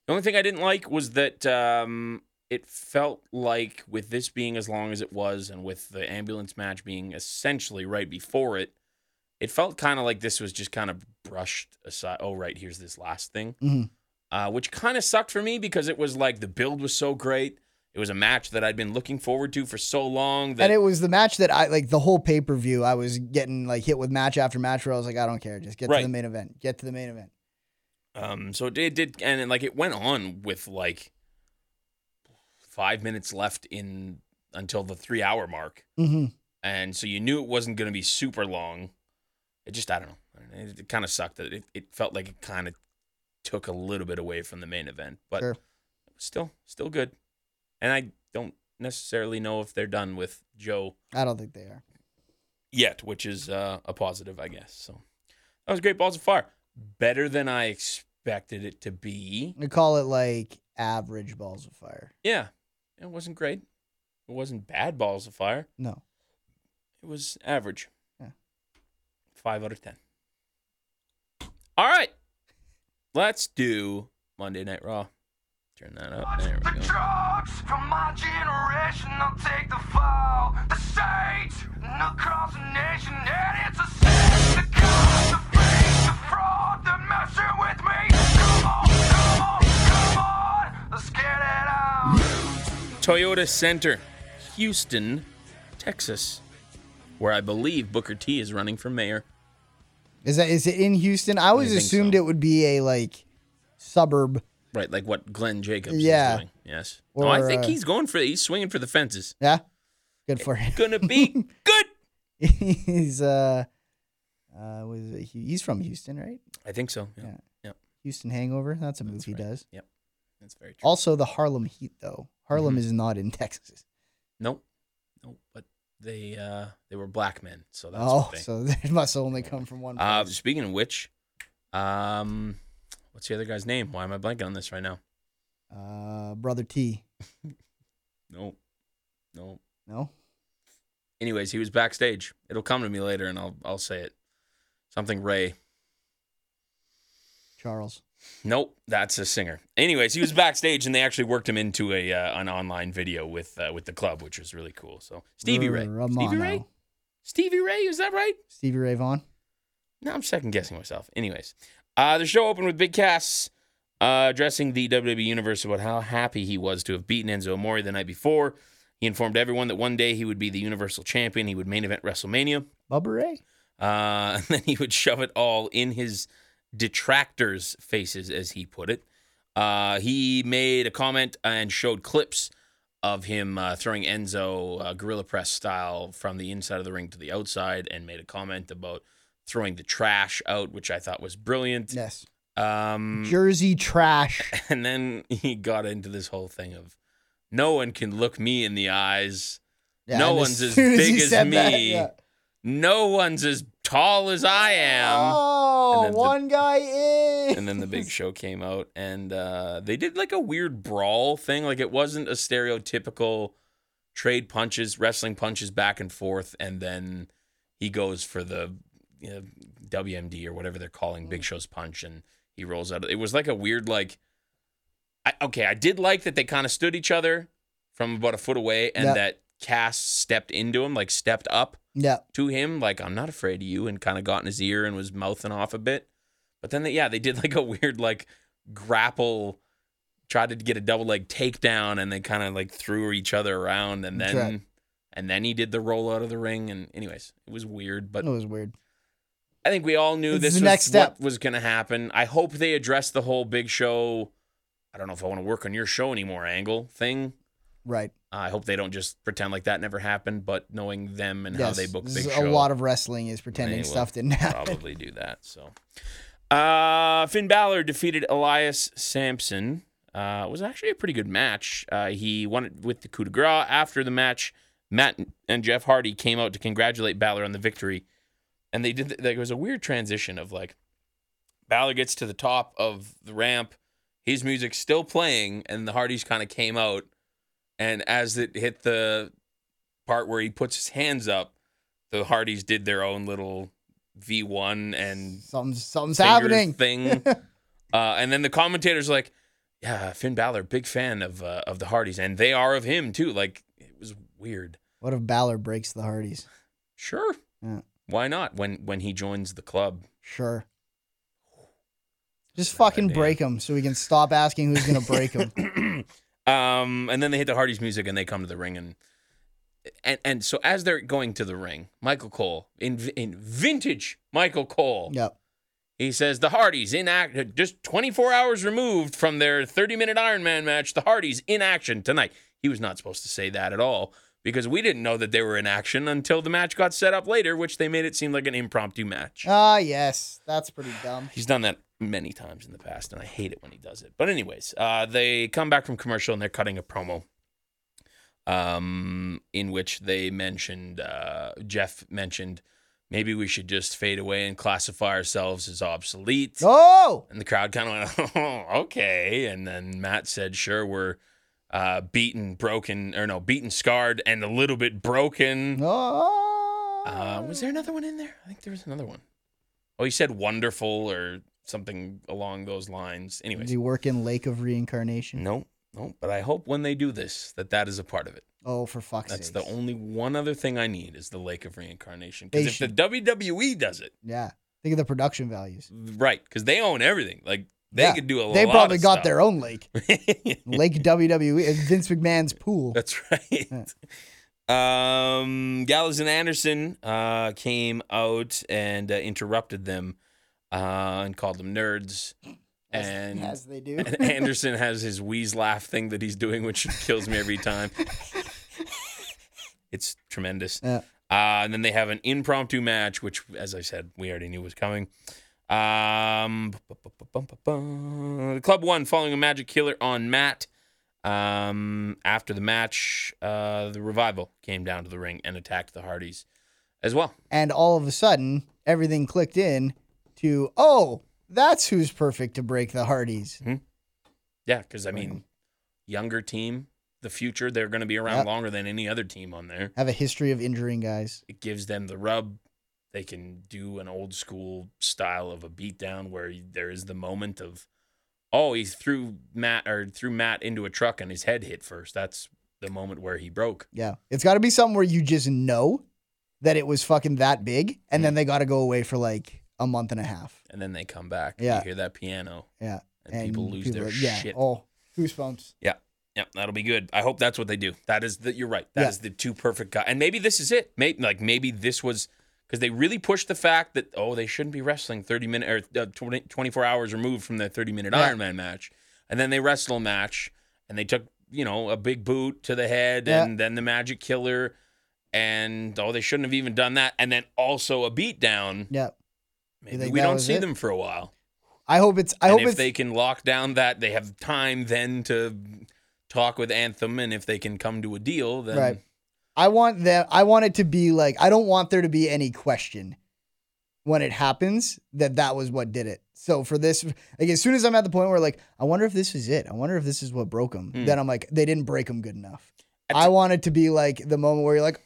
Speaker 1: The only thing I didn't like was that um, it felt like with this being as long as it was, and with the ambulance match being essentially right before it, it felt kind of like this was just kind of brushed aside. Oh, right, here's this last thing,
Speaker 2: Mhm.
Speaker 1: uh, which kind of sucked for me because it was like the build was so great. It was a match that I'd been looking forward to for so long that
Speaker 2: and it was the match that I like the whole pay per view. I was getting like hit with match after match where I was like, I don't care, just get
Speaker 1: Right.
Speaker 2: to the main event, get to the main event.
Speaker 1: Um, so it did, did and like it went on with like five minutes left in until the three hour mark,
Speaker 2: hmm
Speaker 1: and so you knew it wasn't going to be super long. It just I don't know, I don't know. it, it kind of sucked that it, it felt like it kind of took a little bit away from the main event, but
Speaker 2: Sure.
Speaker 1: still still good. And I don't necessarily know if they're done with Joe
Speaker 2: I don't think they are.
Speaker 1: yet, which is uh, a positive, I guess. So that was great balls of fire, better than I expected it to be.
Speaker 2: We call it like average balls of fire.
Speaker 1: Yeah. It wasn't great. It wasn't bad balls of fire.
Speaker 2: No,
Speaker 1: It was average.
Speaker 2: Yeah.
Speaker 1: Five out of ten. All right. Let's do Monday Night Raw. Turn that up. There we go.
Speaker 5: Drugs from my generation, I'll take the fall. The shades and across the nation, and it's a sin. The cause, the fake, the fraud, the messing with me. Come on, come on, come on, let's get it on.
Speaker 1: Toyota Center, Houston, Texas. where I believe Booker T is running for mayor.
Speaker 2: Is that is it in Houston? I always
Speaker 1: think
Speaker 2: assumed
Speaker 1: so.
Speaker 2: it would be a like suburb.
Speaker 1: Right, like what Glenn Jacobs
Speaker 2: Yeah.
Speaker 1: is doing. Yes. no, I
Speaker 2: Or,
Speaker 1: think
Speaker 2: uh,
Speaker 1: he's going for he's swinging for the fences.
Speaker 2: Yeah, good for him.
Speaker 1: Gonna be good.
Speaker 2: he's uh, uh, was it? Hu- he's from Houston, right?
Speaker 1: I think so. Yeah.
Speaker 2: Yeah.
Speaker 1: Yep.
Speaker 2: Houston Hangover. That's a move he
Speaker 1: right.
Speaker 2: does.
Speaker 1: Yep. That's very true.
Speaker 2: Also, the Harlem Heat, though. Harlem
Speaker 1: Mm-hmm.
Speaker 2: is not in Texas.
Speaker 1: Nope. Nope. But they uh they were black men, so that's
Speaker 2: oh,
Speaker 1: what they
Speaker 2: so they must only come from one.
Speaker 1: Uh,
Speaker 2: place.
Speaker 1: speaking of which, um, what's the other guy's name? Why am I blanking on this right now?
Speaker 2: Uh, brother T.
Speaker 1: No, no.
Speaker 2: No.
Speaker 1: Anyways, he was backstage. It'll come to me later, and I'll I'll say it. Something Ray.
Speaker 2: Charles.
Speaker 1: Nope, that's a singer. Anyways, he was backstage, and they actually worked him into a uh, an online video with uh, with the club, which was really cool. So Stevie Ray, Stevie Ray,
Speaker 2: Romano.
Speaker 1: Stevie Ray, is that right?
Speaker 2: Stevie Ray Vaughan.
Speaker 1: Now I'm second guessing myself. Anyways, uh, the show opened with Big Cass uh, addressing the WWE Universe about how happy he was to have beaten Enzo Amore the night before. He informed everyone that one day he would be the Universal Champion. He would main event WrestleMania.
Speaker 2: Bubba Ray.
Speaker 1: Uh, and then he would shove it all in his detractors' faces, as he put it. Uh, he made a comment and showed clips of him uh, throwing Enzo uh, gorilla press style from the inside of the ring to the outside, and made a comment about throwing the trash out, which I thought was brilliant.
Speaker 2: Yes.
Speaker 1: Um,
Speaker 2: Jersey trash.
Speaker 1: and then he got into this whole thing of no one can look me in the eyes.
Speaker 2: Yeah,
Speaker 1: No
Speaker 2: and
Speaker 1: one's as
Speaker 2: soon he
Speaker 1: big as
Speaker 2: said that,
Speaker 1: me.
Speaker 2: yeah.
Speaker 1: No one's as tall as I am. and
Speaker 2: oh,
Speaker 1: then the-
Speaker 2: one guy is.
Speaker 1: and then the big show came out and uh, they did like a weird brawl thing like it wasn't a stereotypical trade punches wrestling punches back and forth and then he goes for the you know, wmd or whatever they're calling big show's punch and he rolls out it was like a weird like I, okay i did like that they kind of stood each other from about a foot away and
Speaker 2: Yeah.
Speaker 1: that cass stepped into him like stepped up
Speaker 2: Yeah.
Speaker 1: to him, like, I'm not afraid of you, and kind of got in his ear and was mouthing off a bit. But then, they, yeah, they did like a weird, like, grapple, tried to get a double leg takedown, and they kind of like threw each other around. And
Speaker 2: That's
Speaker 1: then,
Speaker 2: right.
Speaker 1: and then he did the roll out of the ring. And, anyways, it was weird, but
Speaker 2: That was weird.
Speaker 1: I think we all knew
Speaker 2: It's
Speaker 1: this
Speaker 2: Oh. the
Speaker 1: was
Speaker 2: next step.
Speaker 1: what was going to happen. I hope they address the whole big show. I don't know if I want to work on your show anymore angle thing.
Speaker 2: Right.
Speaker 1: I hope they don't just pretend like that never happened, but knowing them and how
Speaker 2: yes.
Speaker 1: they book
Speaker 2: This
Speaker 1: big
Speaker 2: is
Speaker 1: show.
Speaker 2: A lot of wrestling is pretending
Speaker 1: will
Speaker 2: stuff didn't happen.
Speaker 1: probably do that. So, uh, Finn Balor defeated Elias Sampson. Uh, it was actually a pretty good match. Uh, he won it with the coup de grace. After the match, Matt and Jeff Hardy came out to congratulate Balor on the victory, and they did. th- There was a weird transition of like Balor gets to the top of the ramp, his music's still playing, and the Hardys kind of came out, and as it hit the part where he puts his hands up, the Hardys did their own little V1 and
Speaker 2: Something, something's
Speaker 1: finger
Speaker 2: happening.
Speaker 1: thing. uh, and then the commentators like, yeah, Finn Balor, big fan of uh, of the Hardys, and they are of him too. Like it was weird.
Speaker 2: What if Balor breaks the Hardys?
Speaker 1: Sure,
Speaker 2: Yeah.
Speaker 1: why not? When when he joins the club,
Speaker 2: Sure. Just
Speaker 1: Not a
Speaker 2: fucking
Speaker 1: damn.
Speaker 2: break them so we can stop asking who's gonna break them.
Speaker 1: um, and then they hit the Hardys music and they come to the ring and. And, and so as they're going to the ring, Michael Cole in in vintage Michael Cole,
Speaker 2: yep.
Speaker 1: He says the Hardys in act just 24 hours removed from their 30-minute Iron Man match. The Hardys in action tonight. He was not supposed to say that at all because we didn't know that they were in action until the match got set up later, which they made it seem like an impromptu match.
Speaker 2: Ah, yes. That's pretty dumb.
Speaker 1: He's done that many times in the past, and I hate it when he does it. But anyways, uh, they come back from commercial and they're cutting a promo, um, in which they mentioned uh, Jeff mentioned maybe we should just fade away and classify ourselves as obsolete.
Speaker 2: Oh,
Speaker 1: And the crowd kind of went, oh, okay. And then Matt said, sure, we're uh, beaten, broken, or no, beaten, scarred, and a little bit broken.
Speaker 2: oh.
Speaker 1: Uh, was there another one in there? I think there was another one. Oh, he said wonderful or something along those lines.
Speaker 2: Does
Speaker 1: Anyways,
Speaker 2: he work in Lake of Reincarnation?
Speaker 1: no, no, but I hope when they do this that that is a part of it.
Speaker 2: Oh, for fuck's sake.
Speaker 1: That's the only one other thing I need is the lake of reincarnation.
Speaker 2: They
Speaker 1: Because if
Speaker 2: should-
Speaker 1: the WWE does it,
Speaker 2: Yeah. Think of the production values.
Speaker 1: right, because they own everything. Like they
Speaker 2: Yeah.
Speaker 1: could do a
Speaker 2: They
Speaker 1: lot
Speaker 2: probably
Speaker 1: of
Speaker 2: got
Speaker 1: stuff.
Speaker 2: their own lake. Lake WWE, Vince E, uh, McMahon's pool.
Speaker 1: That's right. Um, Gallows and Anderson uh, came out and uh, interrupted them uh, and called them nerds. And
Speaker 2: as they do.
Speaker 1: and Anderson has his wheeze laugh thing that he's doing, which kills me every time. It's tremendous.
Speaker 2: Yeah.
Speaker 1: Uh, and then they have an impromptu match, which, as I said, we already knew was coming. Um, the club won following a magic killer on Matt. Um, after the match, uh, the revival came down to the ring and attacked the Hardys as well.
Speaker 2: And all of a sudden, everything clicked in to, oh, that's who's perfect to break the Hardys.
Speaker 1: Yeah, because I mean, younger team, the future, they're going to be around
Speaker 2: Yep.
Speaker 1: longer than any other team on there.
Speaker 2: Have a history of injuring guys.
Speaker 1: it gives them the rub. They can do an old school style of a beatdown where you- there is the moment of, oh, he threw Matt or threw Matt into a truck and his head hit first. That's the moment where he broke.
Speaker 2: Yeah. It's got to be something where you just know that it was fucking that big. And
Speaker 1: Mm.
Speaker 2: then they got to go away for like a month and a half.
Speaker 1: And then they come back.
Speaker 2: Yeah.
Speaker 1: You hear that piano
Speaker 2: Yeah.
Speaker 1: and, people lose
Speaker 2: people
Speaker 1: their
Speaker 2: are- yeah.
Speaker 1: shit.
Speaker 2: Oh, goosebumps.
Speaker 1: Yeah. Yep, that'll be good. I hope that's what they do. That is that you're right. That is
Speaker 2: Yeah.
Speaker 1: the two perfect guys. And maybe this is it. Maybe like maybe this was because they really pushed the fact that oh they shouldn't be wrestling 30 minute or uh, 20, 24 hours removed from their 30 minute
Speaker 2: Yeah.
Speaker 1: Iron Man match. And then they wrestle a match and they took, you know, a big boot to the head
Speaker 2: Yeah.
Speaker 1: and then the magic killer and oh they shouldn't have even done that and then also a beatdown.
Speaker 2: Yeah.
Speaker 1: Maybe
Speaker 2: think
Speaker 1: we
Speaker 2: that
Speaker 1: don't
Speaker 2: was
Speaker 1: see
Speaker 2: it?
Speaker 1: them for a while.
Speaker 2: I hope it's, I
Speaker 1: and
Speaker 2: hope
Speaker 1: if
Speaker 2: it's,
Speaker 1: they can lock down that they have time then to talk with Anthem, and if they can come to a deal, then
Speaker 2: Right. I want them, I want it to be like, I don't want there to be any question when it happens that that was what did it. So for this, like as soon as I'm at the point where like, I wonder if this is it. I wonder if this is what broke them.
Speaker 1: Hmm.
Speaker 2: Then I'm like, they didn't break them good enough.
Speaker 1: That's
Speaker 2: I
Speaker 1: a-
Speaker 2: want it to be like the moment where you're like,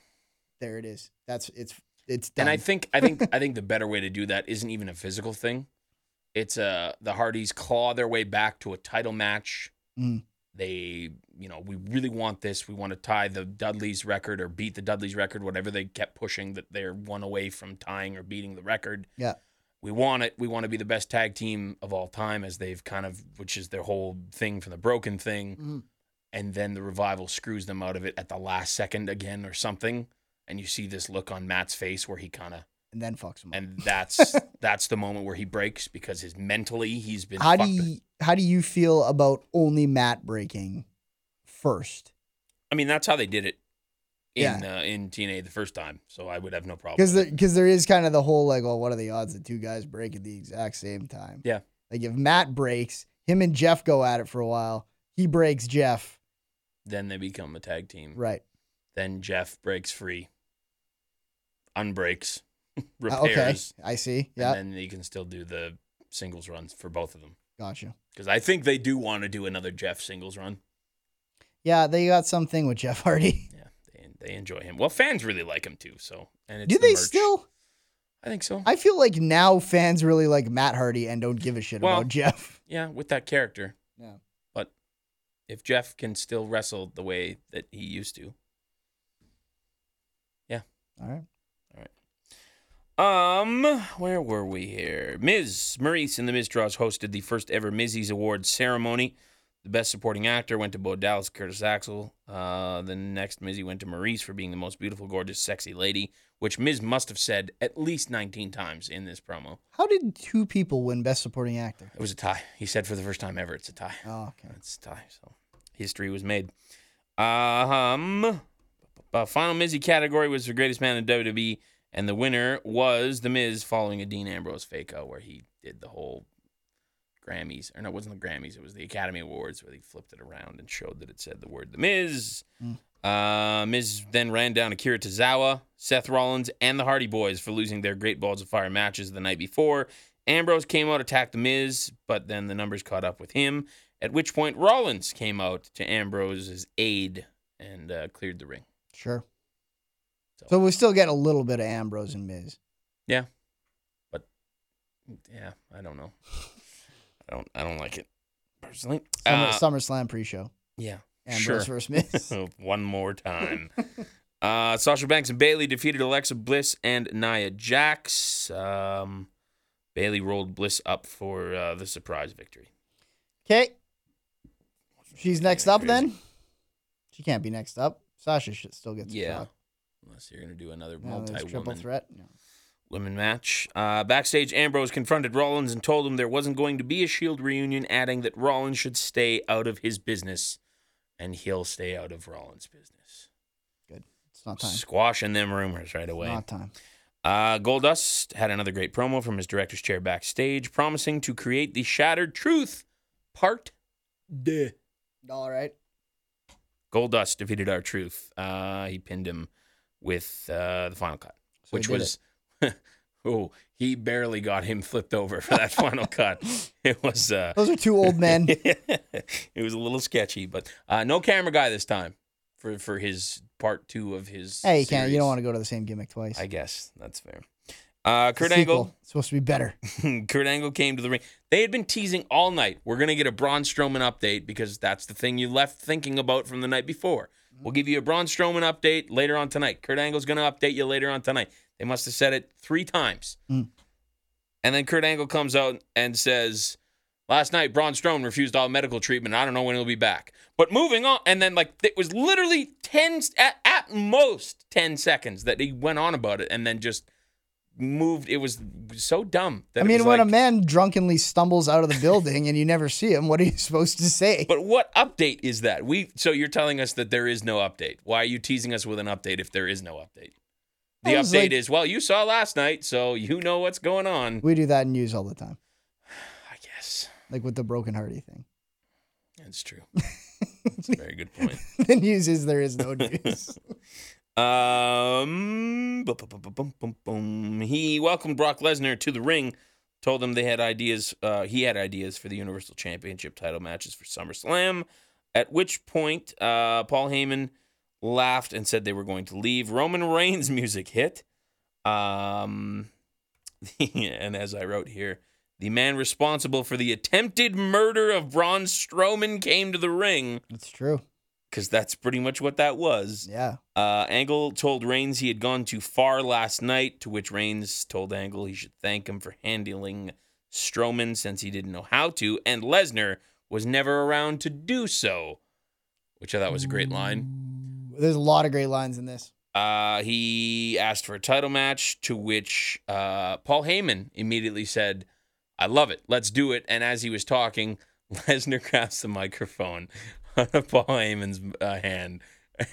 Speaker 2: there it is. That's it's it's done.
Speaker 1: and I think I think I think the better way to do that isn't even a physical thing. It's uh the Hardys claw their way back to a title match.
Speaker 2: Mm.
Speaker 1: They, you know, we really want this. We want to tie the Dudley's record or beat the Dudley's record, whatever they kept pushing that they're one away from tying or beating the record.
Speaker 2: Yeah.
Speaker 1: We want it. We want to be the best tag team of all time, as they've kind of, which is their whole thing from the broken thing.
Speaker 2: Mhm.
Speaker 1: and then the revival screws them out of it at the last second again or something and you see this look on Matt's face where he kind of
Speaker 2: and then fucks them.
Speaker 1: and that's that's the moment where he breaks because his mentally he's been
Speaker 2: how do
Speaker 1: fucked.
Speaker 2: you how do you feel about only Matt breaking first?
Speaker 1: I mean that's how they did it in
Speaker 2: Yeah.
Speaker 1: uh, in TNA the first time so I would have no problem
Speaker 2: Because
Speaker 1: with it.
Speaker 2: because there is kind of the whole like, well, what are the odds that two guys break at the exact same time?
Speaker 1: Yeah.
Speaker 2: Like if Matt breaks, him and Jeff go at it for a while. He breaks Jeff.
Speaker 1: then they become a tag team
Speaker 2: Right.
Speaker 1: then Jeff breaks free unbreaks
Speaker 2: Uh, okay.
Speaker 1: repairs
Speaker 2: I see. Yeah.
Speaker 1: and then you can still do the singles runs for both of them
Speaker 2: Gotcha.
Speaker 1: because I think they do want to do another Jeff singles run
Speaker 2: Yeah, they got something with Jeff Hardy.
Speaker 1: Yeah, they, they enjoy him. Well, fans really like him too. So, and it's
Speaker 2: do
Speaker 1: the
Speaker 2: they
Speaker 1: merch.
Speaker 2: still?
Speaker 1: I think so.
Speaker 2: I feel like now fans really like Matt Hardy and don't give a shit
Speaker 1: Well-
Speaker 2: about Jeff.
Speaker 1: yeah, with that character.
Speaker 2: Yeah.
Speaker 1: But if Jeff can still wrestle the way that he used to,
Speaker 2: All right.
Speaker 1: Um, where were we here? Ms. Maurice and the Miz Draws hosted the first ever Mizzies Awards ceremony. The best supporting actor went to Bo Dallas, Curtis Axel. Uh, the next Mizzy went to Maurice for being the most beautiful, gorgeous, sexy lady, which Miz must have said at least 19 times in this promo.
Speaker 2: How did two people win Best Supporting Actor?
Speaker 1: It was a tie. He said for the first time ever, it's a tie.
Speaker 2: Oh, okay.
Speaker 1: It's a tie. So history was made. Um, uh, final Mizzy category was the greatest man in WWE, and the winner was The Miz, following a Dean Ambrose fake out where he did the whole Grammys, or no, it wasn't the Grammys. It was the Academy Awards where he flipped it around and showed that it said the word The Miz. Uh, Miz then ran down Akira Tozawa, Seth Rollins, and the Hardy Boys for losing their Great Balls of Fire matches the night before. Ambrose came out, attacked The Miz, but then the numbers caught up with him, at which point Rollins came out to Ambrose's aid and uh, cleared the ring.
Speaker 2: Sure.
Speaker 1: So-
Speaker 2: So we still get a little bit of Ambrose and Miz.
Speaker 1: Yeah, I don't know. I don't I don't like it personally.
Speaker 2: Summer,
Speaker 1: Uh,
Speaker 2: SummerSlam pre-show.
Speaker 1: yeah. sure.
Speaker 2: Ambrose versus Miz.
Speaker 1: One more time. uh, Sasha Banks and Bailey defeated Alexa Bliss and Nia Jax. Um, Bailey rolled Bliss up for uh, the surprise victory.
Speaker 2: Okay. She's next up
Speaker 1: Crazy.
Speaker 2: then. She can't be next up. Sasha should still gets a
Speaker 1: Yeah.
Speaker 2: shot.
Speaker 1: Unless you're going to do another
Speaker 2: Now there's
Speaker 1: multi
Speaker 2: triple
Speaker 1: woman
Speaker 2: threat. No.
Speaker 1: women match. Uh, backstage, Ambrose confronted Rollins and told him there wasn't going to be a Shield E reunion, adding that Rollins should stay out of his business and he'll stay out of Rollins' business.
Speaker 2: It's not time.
Speaker 1: Squashing them rumors right away.
Speaker 2: Not time.
Speaker 1: Uh, Goldust had another great promo from his director's chair backstage, promising to create the Shattered Truth Part D.
Speaker 2: All right.
Speaker 1: Goldust defeated our Truth. Uh, he pinned him with uh, the final cut,
Speaker 2: he
Speaker 1: which
Speaker 2: did
Speaker 1: was oh, he barely got him flipped over for that final cut. It was uh,
Speaker 2: Those are two old men.
Speaker 1: it was a little sketchy, but uh, no camera guy this time for for his part two of his.
Speaker 2: hey, you can't. You don't
Speaker 1: series.
Speaker 2: want to go to the same gimmick twice.
Speaker 1: I guess that's fair. Uh,
Speaker 2: It's a
Speaker 1: Kurt Angle
Speaker 2: sequel. It's supposed to be better.
Speaker 1: Kurt Angle came to the ring. They had been teasing all night. We're gonna get a Braun Strowman update because that's the thing you left thinking about from the night before.
Speaker 2: Mm-hmm.
Speaker 1: We'll give you a Braun Strowman update later on tonight. Kurt Angle's gonna update you later on tonight. They must have said it three times.
Speaker 2: Mm.
Speaker 1: And then Kurt Angle comes out and says, "Last night Braun Strowman refused all medical treatment. I don't know when he'll be back." But moving on, and then like it was literally ten at, at most ten seconds that he went on about it, and then just moved. It was so dumb. That
Speaker 2: I
Speaker 1: it
Speaker 2: mean,
Speaker 1: was
Speaker 2: when a
Speaker 1: like-
Speaker 2: man drunkenly stumbles out of the building and you never see him, what are you supposed to say?
Speaker 1: But what update is that? We so you're telling us that there is no update. Why are you teasing us with an update if there is no update? The
Speaker 2: I was
Speaker 1: update
Speaker 2: like-
Speaker 1: is well, you saw last night, so you know what's going on.
Speaker 2: We do that in news all the time,
Speaker 1: I guess
Speaker 2: like with the broken hearty thing.
Speaker 1: that's true. That's a very good point.
Speaker 2: the news is there is no news.
Speaker 1: Um, bum, bum, bum, bum, bum, bum, bum. he welcomed Brock Lesnar to the ring, told him they had ideas. Uh, he had ideas for the Universal Championship title matches for SummerSlam. At which point, uh, Paul Heyman laughed and said they were going to leave. Roman Reigns' music hit. Um, and as I wrote here, the man responsible for the attempted murder of Braun Strowman came to the ring
Speaker 2: it's true.
Speaker 1: because that's pretty much what that was.
Speaker 2: Yeah.
Speaker 1: Uh, Angle told Reigns he had gone too far last night, to which Reigns told Angle he should thank him for handling Strowman since he didn't know how to, and Lesnar was never around to do so, which I thought was a great line.
Speaker 2: There's a lot of great lines in this.
Speaker 1: Uh, he asked for a title match, to which uh, Paul Heyman immediately said, I love it. Let's do it. And as he was talking, Lesnar grabs the microphone out of Paul Heyman's uh, hand,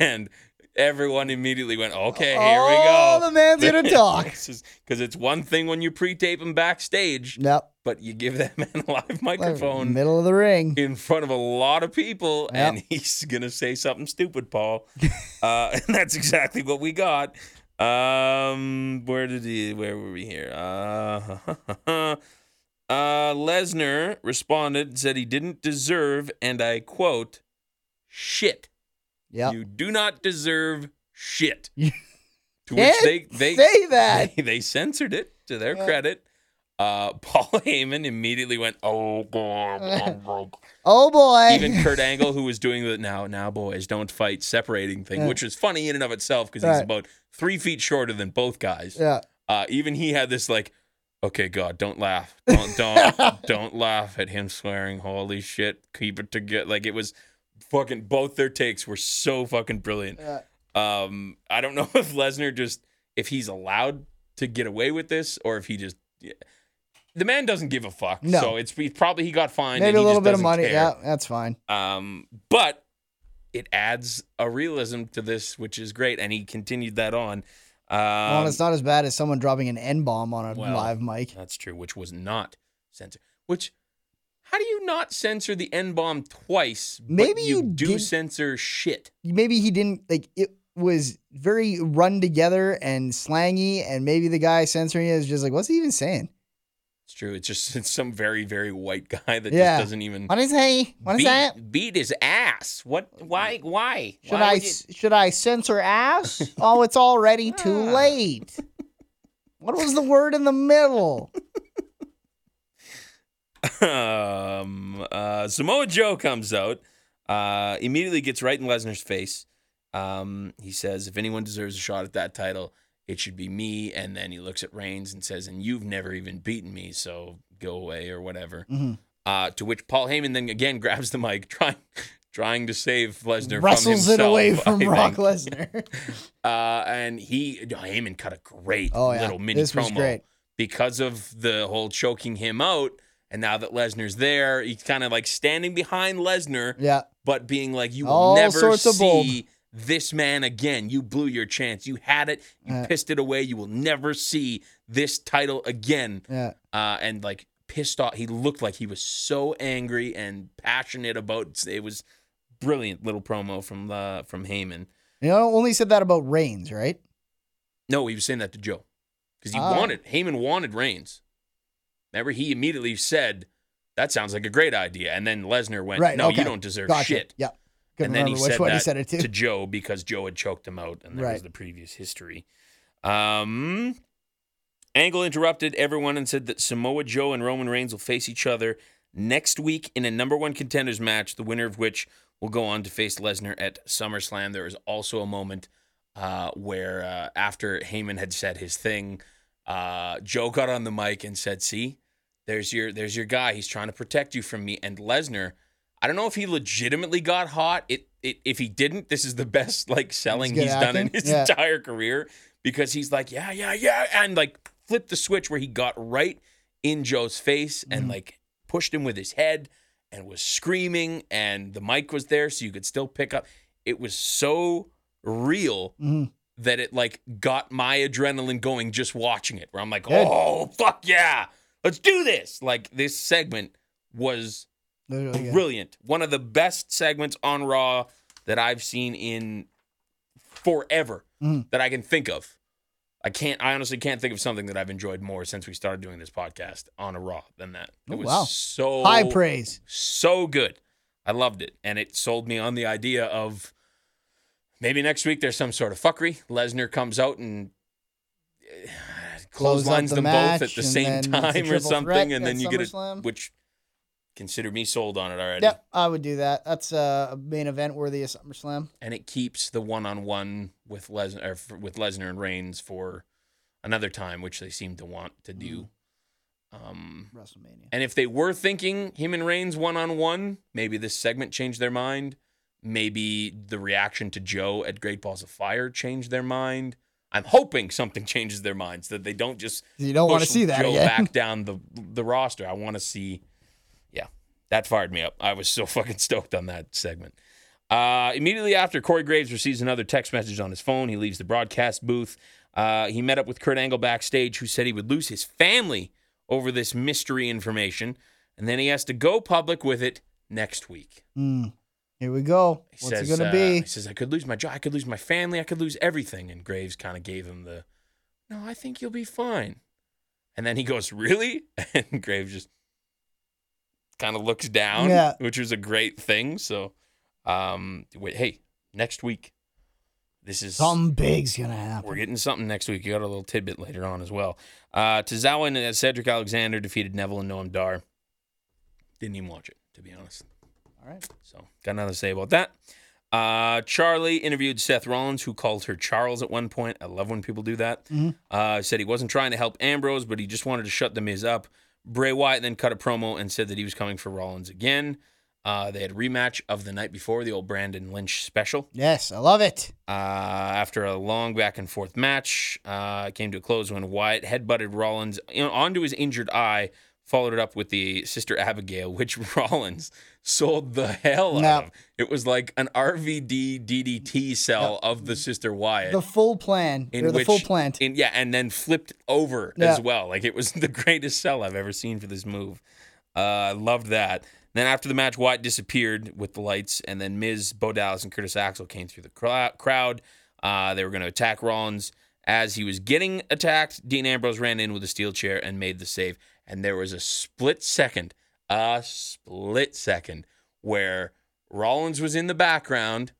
Speaker 1: and everyone immediately went, "Okay, here we
Speaker 2: Oh,
Speaker 1: go."
Speaker 2: the man's gonna talk.
Speaker 1: Because it's one thing when you pre-tape them backstage,
Speaker 2: Yep.
Speaker 1: but you give that man a live microphone
Speaker 2: Middle of the ring.
Speaker 1: in front of a lot of people,
Speaker 2: Yep.
Speaker 1: and he's gonna say something stupid, Paul. uh, and that's exactly what we got. Um, where did he? Where were we here? Uh, uh, Lesnar responded, said he didn't deserve, and I quote, "Shit,
Speaker 2: Yep.
Speaker 1: you do not deserve shit."
Speaker 2: You
Speaker 1: to
Speaker 2: can't say that.
Speaker 1: they, they censored it to their
Speaker 2: Yeah.
Speaker 1: credit. Uh, Paul Heyman immediately went, "Oh God."
Speaker 2: Oh boy.
Speaker 1: even Kurt Angle, who was doing the now, now boys don't fight separating thing,
Speaker 2: Yeah.
Speaker 1: which was funny in and of itself because he's
Speaker 2: Right.
Speaker 1: about three feet shorter than both guys.
Speaker 2: yeah.
Speaker 1: Uh, even he had this like, okay, God, don't laugh, don't, don't, don't laugh at him swearing. Holy shit, keep it together. Like it was fucking. Both their takes were so fucking brilliant.
Speaker 2: Yeah.
Speaker 1: Um, I don't know if Lesnar just if he's allowed to get away with this or if he just. yeah. The man doesn't give a fuck,
Speaker 2: No.
Speaker 1: so it's he probably he got fined. and
Speaker 2: Maybe a
Speaker 1: he
Speaker 2: little
Speaker 1: just
Speaker 2: bit of
Speaker 1: doesn't
Speaker 2: money.
Speaker 1: care.
Speaker 2: Yeah, that's fine.
Speaker 1: Um, but it adds a realism to this, which is great. And he continued that on. Um,
Speaker 2: well, it's not as bad as someone dropping an N bomb on a
Speaker 1: well,
Speaker 2: live mic.
Speaker 1: That's true, which was not censored. Which, how do you not censor the N bomb twice? but
Speaker 2: Maybe
Speaker 1: you,
Speaker 2: you
Speaker 1: do
Speaker 2: did-
Speaker 1: censor shit.
Speaker 2: Maybe he didn't like it was very run together and slangy, and maybe the guy censoring it is just like, what's he even saying?
Speaker 1: It's true. It's just it's some very very white guy that
Speaker 2: Yeah.
Speaker 1: just doesn't even
Speaker 2: What is he? What is that?
Speaker 1: beat, beat his ass. What? Why? Why?
Speaker 2: Should
Speaker 1: Why
Speaker 2: I
Speaker 1: would you-
Speaker 2: s should I censor ass? oh, it's already too
Speaker 1: Ah.
Speaker 2: late. What was the word in the middle?
Speaker 1: um, uh, Samoa Joe comes out, uh, immediately gets right in Lesnar's face. Um, he says, if anyone deserves a shot at that title, it should be me. And then he looks at Reigns and says, and you've never even beaten me, so go away or whatever.
Speaker 2: Mhm.
Speaker 1: Uh, to which Paul Heyman then again grabs the mic, trying trying to save Lesnar from
Speaker 2: Wrestles
Speaker 1: himself.
Speaker 2: it away from
Speaker 1: I
Speaker 2: Brock
Speaker 1: think.
Speaker 2: Lesnar.
Speaker 1: Uh, and he Heyman cut a great
Speaker 2: Oh, yeah.
Speaker 1: little mini
Speaker 2: This was
Speaker 1: promo
Speaker 2: great.
Speaker 1: because of the whole choking him out. And now that Lesnar's there, he's kind of like standing behind Lesnar,
Speaker 2: yeah.
Speaker 1: but being like, "You will
Speaker 2: All
Speaker 1: never
Speaker 2: sorts of bold.
Speaker 1: see this man again. You blew your chance. You had it. You
Speaker 2: Yeah.
Speaker 1: pissed it away. You will never see this title again."
Speaker 2: Yeah.
Speaker 1: uh, and like pissed off. He looked like he was so angry and passionate about it. Was brilliant little promo from uh, from Heyman.
Speaker 2: You know, only said that about Reigns, right?
Speaker 1: No, he was saying that to Joe because he
Speaker 2: Ah.
Speaker 1: wanted Heyman wanted Reigns. Remember, he immediately said, "That sounds like a great idea," and then Lesnar went,
Speaker 2: right.
Speaker 1: "No,
Speaker 2: okay.
Speaker 1: you don't deserve
Speaker 2: Gotcha.
Speaker 1: shit."
Speaker 2: Yeah.
Speaker 1: and
Speaker 2: Couldn't
Speaker 1: then he
Speaker 2: remember which
Speaker 1: said
Speaker 2: one
Speaker 1: that
Speaker 2: he said it to.
Speaker 1: to Joe because Joe had choked him out, and that was
Speaker 2: Right.
Speaker 1: the previous history. Um, Angle interrupted everyone and said that Samoa Joe and Roman Reigns will face each other next week in a number one contenders match, the winner of which will go on to face Lesnar at SummerSlam. There is also a moment uh, where, uh, after Heyman had said his thing, uh, Joe got on the mic and said, "See, there's your there's your guy. He's trying to protect you from me." And Lesnar, I don't know if he legitimately got hot. It, it if he didn't, this is the best like selling
Speaker 2: good
Speaker 1: he's done in
Speaker 2: acting.
Speaker 1: his
Speaker 2: Yeah.
Speaker 1: entire career because he's like, "Yeah, yeah, yeah," and like flipped the switch where he got right in Joe's face and like pushed him with his head and was screaming and the mic was there so you could still pick up. It was so real
Speaker 2: Mhm.
Speaker 1: that it like got my adrenaline going just watching it. Where I'm like,
Speaker 2: Good.
Speaker 1: oh fuck yeah, let's do this. Like this segment was
Speaker 2: Literally, yeah.
Speaker 1: brilliant. One of the best segments on Raw that I've seen in forever
Speaker 2: Mhm.
Speaker 1: that I can think of. I can't. I honestly can't think of something that I've enjoyed more since we started doing this podcast on a Raw than that. It
Speaker 2: Oh,
Speaker 1: was
Speaker 2: wow.
Speaker 1: so
Speaker 2: High praise.
Speaker 1: so good. I loved it. And it sold me on the idea of maybe next week there's some sort of fuckery. Lesnar comes out and eh,
Speaker 2: Close out
Speaker 1: clotheslines
Speaker 2: the
Speaker 1: them both at
Speaker 2: match,
Speaker 1: the
Speaker 2: and
Speaker 1: same
Speaker 2: then it's a
Speaker 1: time or
Speaker 2: triple threat
Speaker 1: something. And
Speaker 2: at
Speaker 1: then you get it,
Speaker 2: SummerSlam.
Speaker 1: which consider me sold on it already.
Speaker 2: Yep, I would do that. That's uh, a main event worthy of SummerSlam.
Speaker 1: And it keeps the one on one with Lesnar or f- with Lesnar and Reigns for another time, which they seem to want to
Speaker 2: Mm.
Speaker 1: do. Um,
Speaker 2: WrestleMania.
Speaker 1: And if they were thinking him and Reigns one on one, maybe this segment changed their mind. Maybe the reaction to Joe at Great Balls of Fire changed their mind. I'm hoping something changes their minds that they don't just
Speaker 2: You don't want to
Speaker 1: push
Speaker 2: see that
Speaker 1: Joe
Speaker 2: again.
Speaker 1: back down the the roster. I want to see. Yeah, that fired me up. I was so fucking stoked on that segment. Uh, immediately after, Corey Graves receives another text message on his phone. He leaves the broadcast booth. Uh, he met up with Kurt Angle backstage, who said he would lose his family over this mystery information, and then he has to go public with it next week.
Speaker 2: Hmm. Here we go.
Speaker 1: He
Speaker 2: What's
Speaker 1: says,
Speaker 2: it gonna
Speaker 1: uh,
Speaker 2: be?
Speaker 1: He says, I could lose my job, I could lose my family, I could lose everything. And Graves kind of gave him the, no, I think you'll be fine. And then he goes, really? And Graves just kind of looks down,
Speaker 2: Yeah.
Speaker 1: which was a great thing. So, um, wait, hey, next week, this is
Speaker 2: Something big's gonna
Speaker 1: we're
Speaker 2: happen.
Speaker 1: getting something next week. You got a little tidbit later on as well. Uh, Tozawa and Cedric Alexander defeated Neville and Noam Dar. Didn't even watch it, to be honest.
Speaker 2: All right.
Speaker 1: So, got nothing to say about that. Uh, Charlie interviewed Seth Rollins, who called her Charles at one point. I love when people do that.
Speaker 2: Mm-hmm.
Speaker 1: Uh, said he wasn't trying to help Ambrose, but he just wanted to shut the Miz up. Bray Wyatt then cut a promo and said that he was coming for Rollins again. Uh, they had a rematch of the night before, the old Brandon Lynch special.
Speaker 2: Yes, I love it.
Speaker 1: Uh, after a long back and forth match, uh, it came to a close when Wyatt headbutted Rollins in- onto his injured eye, followed it up with the Sister Abigail, which Rollins sold the hell out
Speaker 2: Yep.
Speaker 1: of. It was like an RVD DDT cell of the Sister Wyatt.
Speaker 2: The full plan.
Speaker 1: in
Speaker 2: or the
Speaker 1: which,
Speaker 2: full plant.
Speaker 1: in- yeah, and then flipped over
Speaker 2: Yeah.
Speaker 1: as well. Like it was the greatest sell I've ever seen for this move. Uh, I loved that. Then after the match, White disappeared with the lights, and then Miz, Bo Dallas, and Curtis Axel came through the cra- crowd. Uh, they were going to attack Rollins. As he was getting attacked, Dean Ambrose ran in with a steel chair and made the save. And there was a split second, a split second, where Rollins was in the background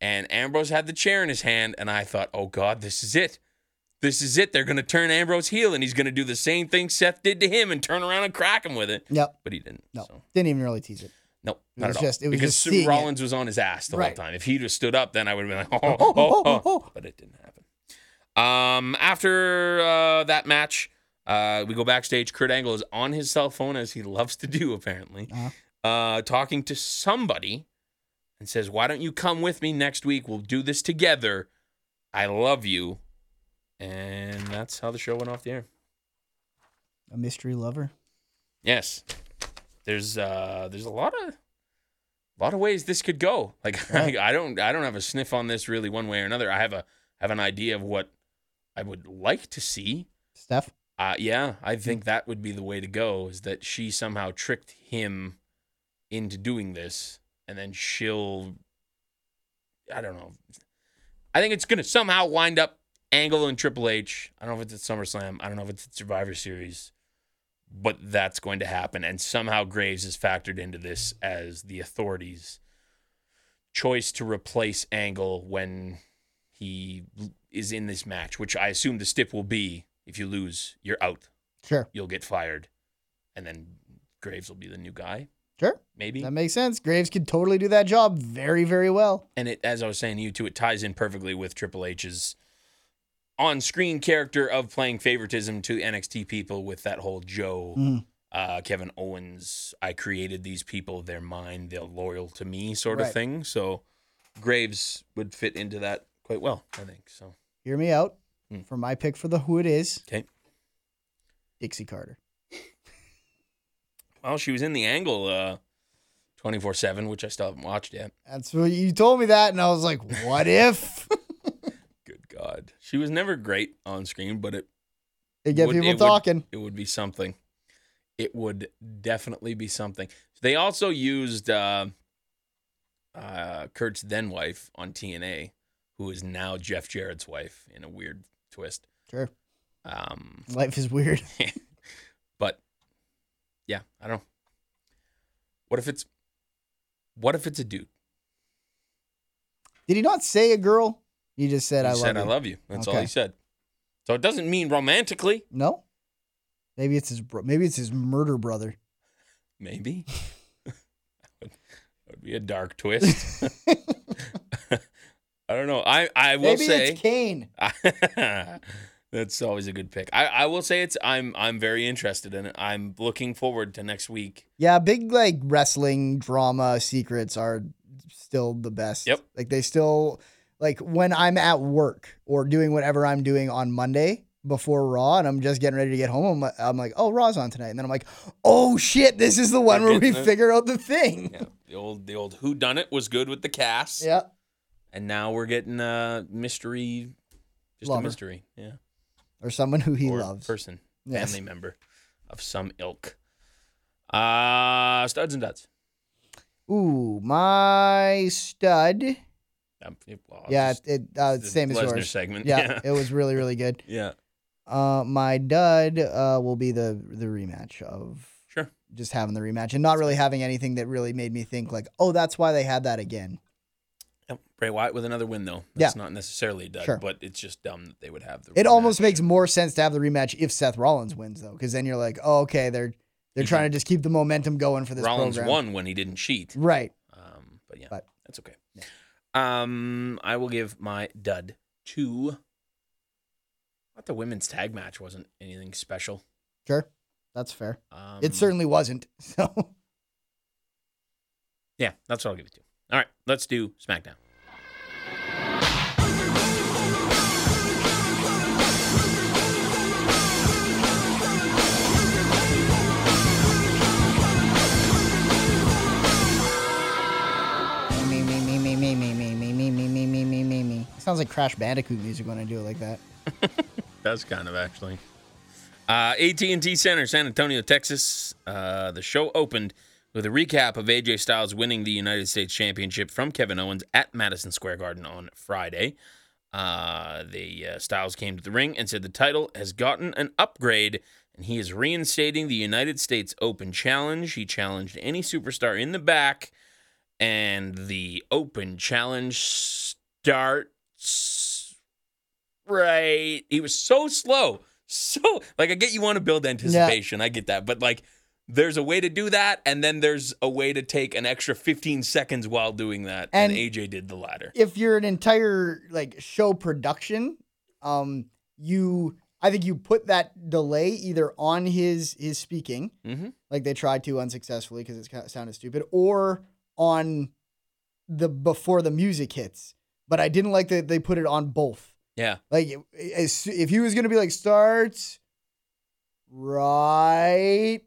Speaker 1: and Ambrose had the chair in his hand. And I thought, oh God, this is it. This is it. They're going to turn Ambrose heel and he's going to do the same thing Seth did to him and turn around and crack him with it.
Speaker 2: Yep.
Speaker 1: But he didn't.
Speaker 2: No,
Speaker 1: So.
Speaker 2: didn't even really tease it.
Speaker 1: Nope, not
Speaker 2: was
Speaker 1: at all.
Speaker 2: just- it was
Speaker 1: because
Speaker 2: just
Speaker 1: Sue
Speaker 2: seeing it.
Speaker 1: Rollins was on his ass the whole
Speaker 2: Right.
Speaker 1: time. If he'd have stood up, then I would have been like, oh,
Speaker 2: oh,
Speaker 1: oh,
Speaker 2: oh,
Speaker 1: oh,
Speaker 2: oh.
Speaker 1: but it didn't happen. Um, after uh, that match, uh, we go backstage. Kurt Angle is on
Speaker 2: Uh-huh.
Speaker 1: his cell phone as he loves to do, apparently, uh talking to somebody, and says, Why don't you come with me next week? We'll do this together. I love you. And that's how the show went off the air.
Speaker 2: A mystery lover.
Speaker 1: Yes. There's uh there's a lot of a lot of ways this could go. Like I don't I don't have a sniff on this really one way or another. I have a I have an idea of what I would like to see.
Speaker 2: Steph.
Speaker 1: Uh, yeah, I think that would be the way to go is that she somehow tricked him into doing this, and then she'll. I don't know. I think it's going to somehow wind up Angle and Triple H. I don't know if it's at SummerSlam. I don't know if it's at Survivor Series, but that's going to happen. And somehow Graves is factored into this as the authorities' choice to replace Angle when he l- is in this match, which I assume the stip will be if you lose, you're out.
Speaker 2: Sure.
Speaker 1: You'll get fired. And then Graves will be the new guy,
Speaker 2: Sure.
Speaker 1: maybe.
Speaker 2: That makes sense. Graves could totally do that job very, very well.
Speaker 1: and it, as I was saying to you too, it ties in perfectly with Triple H's on screen character of playing favoritism to NXT people with that whole Joe,
Speaker 2: Mhm.
Speaker 1: uh, Kevin Owens, I created these people, they're mine, they're loyal to me sort of
Speaker 2: Right.
Speaker 1: thing. So Graves would fit into that quite well, I think. So,
Speaker 2: Hear me out.
Speaker 1: Mm.
Speaker 2: For my pick for the who it is,
Speaker 1: okay.
Speaker 2: Dixie Carter.
Speaker 1: Well, she was in the angle 24 7, which I still haven't watched yet.
Speaker 2: That's what you told me that, and I was like, what if?
Speaker 1: Good God. She was never great on screen, but it
Speaker 2: It get
Speaker 1: would-
Speaker 2: people
Speaker 1: it would-
Speaker 2: talking.
Speaker 1: it would be something. It would definitely be something. They also used uh, uh, Kurt's then wife on TNA, who is now Jeff Jarrett's wife in a weird twist.
Speaker 2: Sure.
Speaker 1: Um,
Speaker 2: Life is weird.
Speaker 1: but yeah, I don't. know. What if it's what if it's a dude?
Speaker 2: Did he not say a girl? He just said,
Speaker 1: he
Speaker 2: I,
Speaker 1: said
Speaker 2: love
Speaker 1: I
Speaker 2: you.
Speaker 1: love you. That's all
Speaker 2: Okay.
Speaker 1: he said. So it doesn't mean romantically.
Speaker 2: No? Maybe it's his bro- maybe it's his murder brother.
Speaker 1: Maybe. that, would, that would be a dark twist. I don't know. I, I will
Speaker 2: maybe
Speaker 1: say
Speaker 2: it's Kane.
Speaker 1: that's always a good pick. I, I will say it's I'm I'm very interested in it. I'm looking forward to next week.
Speaker 2: Yeah, big like wrestling drama secrets are still the best.
Speaker 1: Yep.
Speaker 2: Like they still like when I'm at work or doing whatever I'm doing on Monday before Raw and I'm just getting ready to get home, I'm, I'm like, oh, Raw's on tonight. And then I'm like, oh shit, this is the one where we
Speaker 1: Forget the-
Speaker 2: figure out the thing.
Speaker 1: Yeah. The old the old Who Done It was good with the cast.
Speaker 2: Yeah.
Speaker 1: And now we're getting a mystery just
Speaker 2: Lover.
Speaker 1: a mystery. Yeah.
Speaker 2: Or someone who he
Speaker 1: or
Speaker 2: loves.
Speaker 1: person.
Speaker 2: Yes.
Speaker 1: Family member of some ilk. Uh studs and duds.
Speaker 2: Ooh, my stud.
Speaker 1: Um, it- well,
Speaker 2: yeah,
Speaker 1: just-
Speaker 2: it, it, uh,
Speaker 1: the
Speaker 2: same as
Speaker 1: Lesnar
Speaker 2: yours.
Speaker 1: segment.
Speaker 2: Yeah,
Speaker 1: Yeah.
Speaker 2: it was really, really good.
Speaker 1: Yeah.
Speaker 2: Uh, my dud uh, will be the the rematch of
Speaker 1: Sure.
Speaker 2: just having the rematch and not really having anything that really made me think like, oh, that's why they had that again.
Speaker 1: Yep. Bray Wyatt with another win though. That's
Speaker 2: Yeah.
Speaker 1: not necessarily a dud,
Speaker 2: Sure.
Speaker 1: but it's just dumb that they would have the
Speaker 2: It almost
Speaker 1: rematch.
Speaker 2: makes more sense to have the rematch if Seth Rollins wins though, because then you're like, oh, okay, they're they're
Speaker 1: Mhm.
Speaker 2: trying to just keep the momentum going for this
Speaker 1: Rollins
Speaker 2: program.
Speaker 1: won when he didn't cheat.
Speaker 2: Right.
Speaker 1: Um, but yeah,
Speaker 2: But-
Speaker 1: that's okay. Um, I will give my dud to. I thought the women's tag match wasn't anything special.
Speaker 2: Sure. That's fair.
Speaker 1: Um,
Speaker 2: it certainly wasn't. So
Speaker 1: yeah, that's what I'll give it to. All right, let's do SmackDown.
Speaker 2: me me me me me me me me me me me me me me me. It sounds like Crash Bandicoot music when I do it like that.
Speaker 1: That's kind of actually. Uh, AT&T Center, San Antonio, Texas. Uh, the show opened with a recap of AJ Styles winning the United States Championship from Kevin Owens at Madison Square Garden on Friday. Uh, the uh, Styles came to the ring and said the title has gotten an upgrade, and he is reinstating the United States Open Challenge. He challenged any superstar in the back, and the Open Challenge starts right. He was so slow, so like I get you want to build anticipation, I get that, but like. There's a way to do that, and then there's a way to take an extra 15 seconds while doing that. And,
Speaker 2: And-
Speaker 1: AJ did the latter.
Speaker 2: if you're an entire like show production, um, you I think you put that delay either on his his speaking,
Speaker 1: Mhm.
Speaker 2: like they tried to unsuccessfully because it's kind of sounded stupid, or on the before the music hits, but I didn't like that they put it on both.
Speaker 1: Yeah.
Speaker 2: Like as, if he was gonna be like starts right